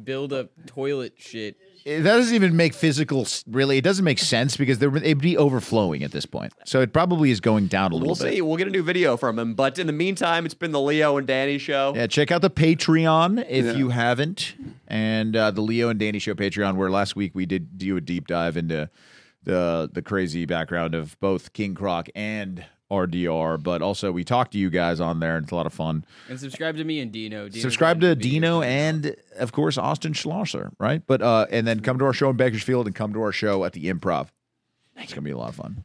Speaker 3: build-up toilet shit.
Speaker 1: It- that doesn't even make physical. s- Really, it doesn't make sense because there would- it'd be overflowing at this point. So it probably is going down a little
Speaker 2: We'll
Speaker 1: bit.
Speaker 2: see. We'll get a new video from him. But in the meantime, it's been the Leo and Danny show.
Speaker 1: Yeah, check out the Patreon if
Speaker 6: Yeah.
Speaker 1: you haven't, and uh, the Leo and Danny Show Patreon, where last week we did do a deep dive into the the crazy background of both King Croc and RDR, but also we talked to you guys on there, and it's a lot of fun.
Speaker 3: And subscribe to me and Dino. Dino's
Speaker 1: Subscribe
Speaker 3: got
Speaker 1: to
Speaker 3: a video
Speaker 1: Dino
Speaker 3: coming out.
Speaker 1: and of course Austin Schlosser, right? But uh, and then come to our show in Bakersfield, and come to our show at the Improv. It's gonna be a lot of fun.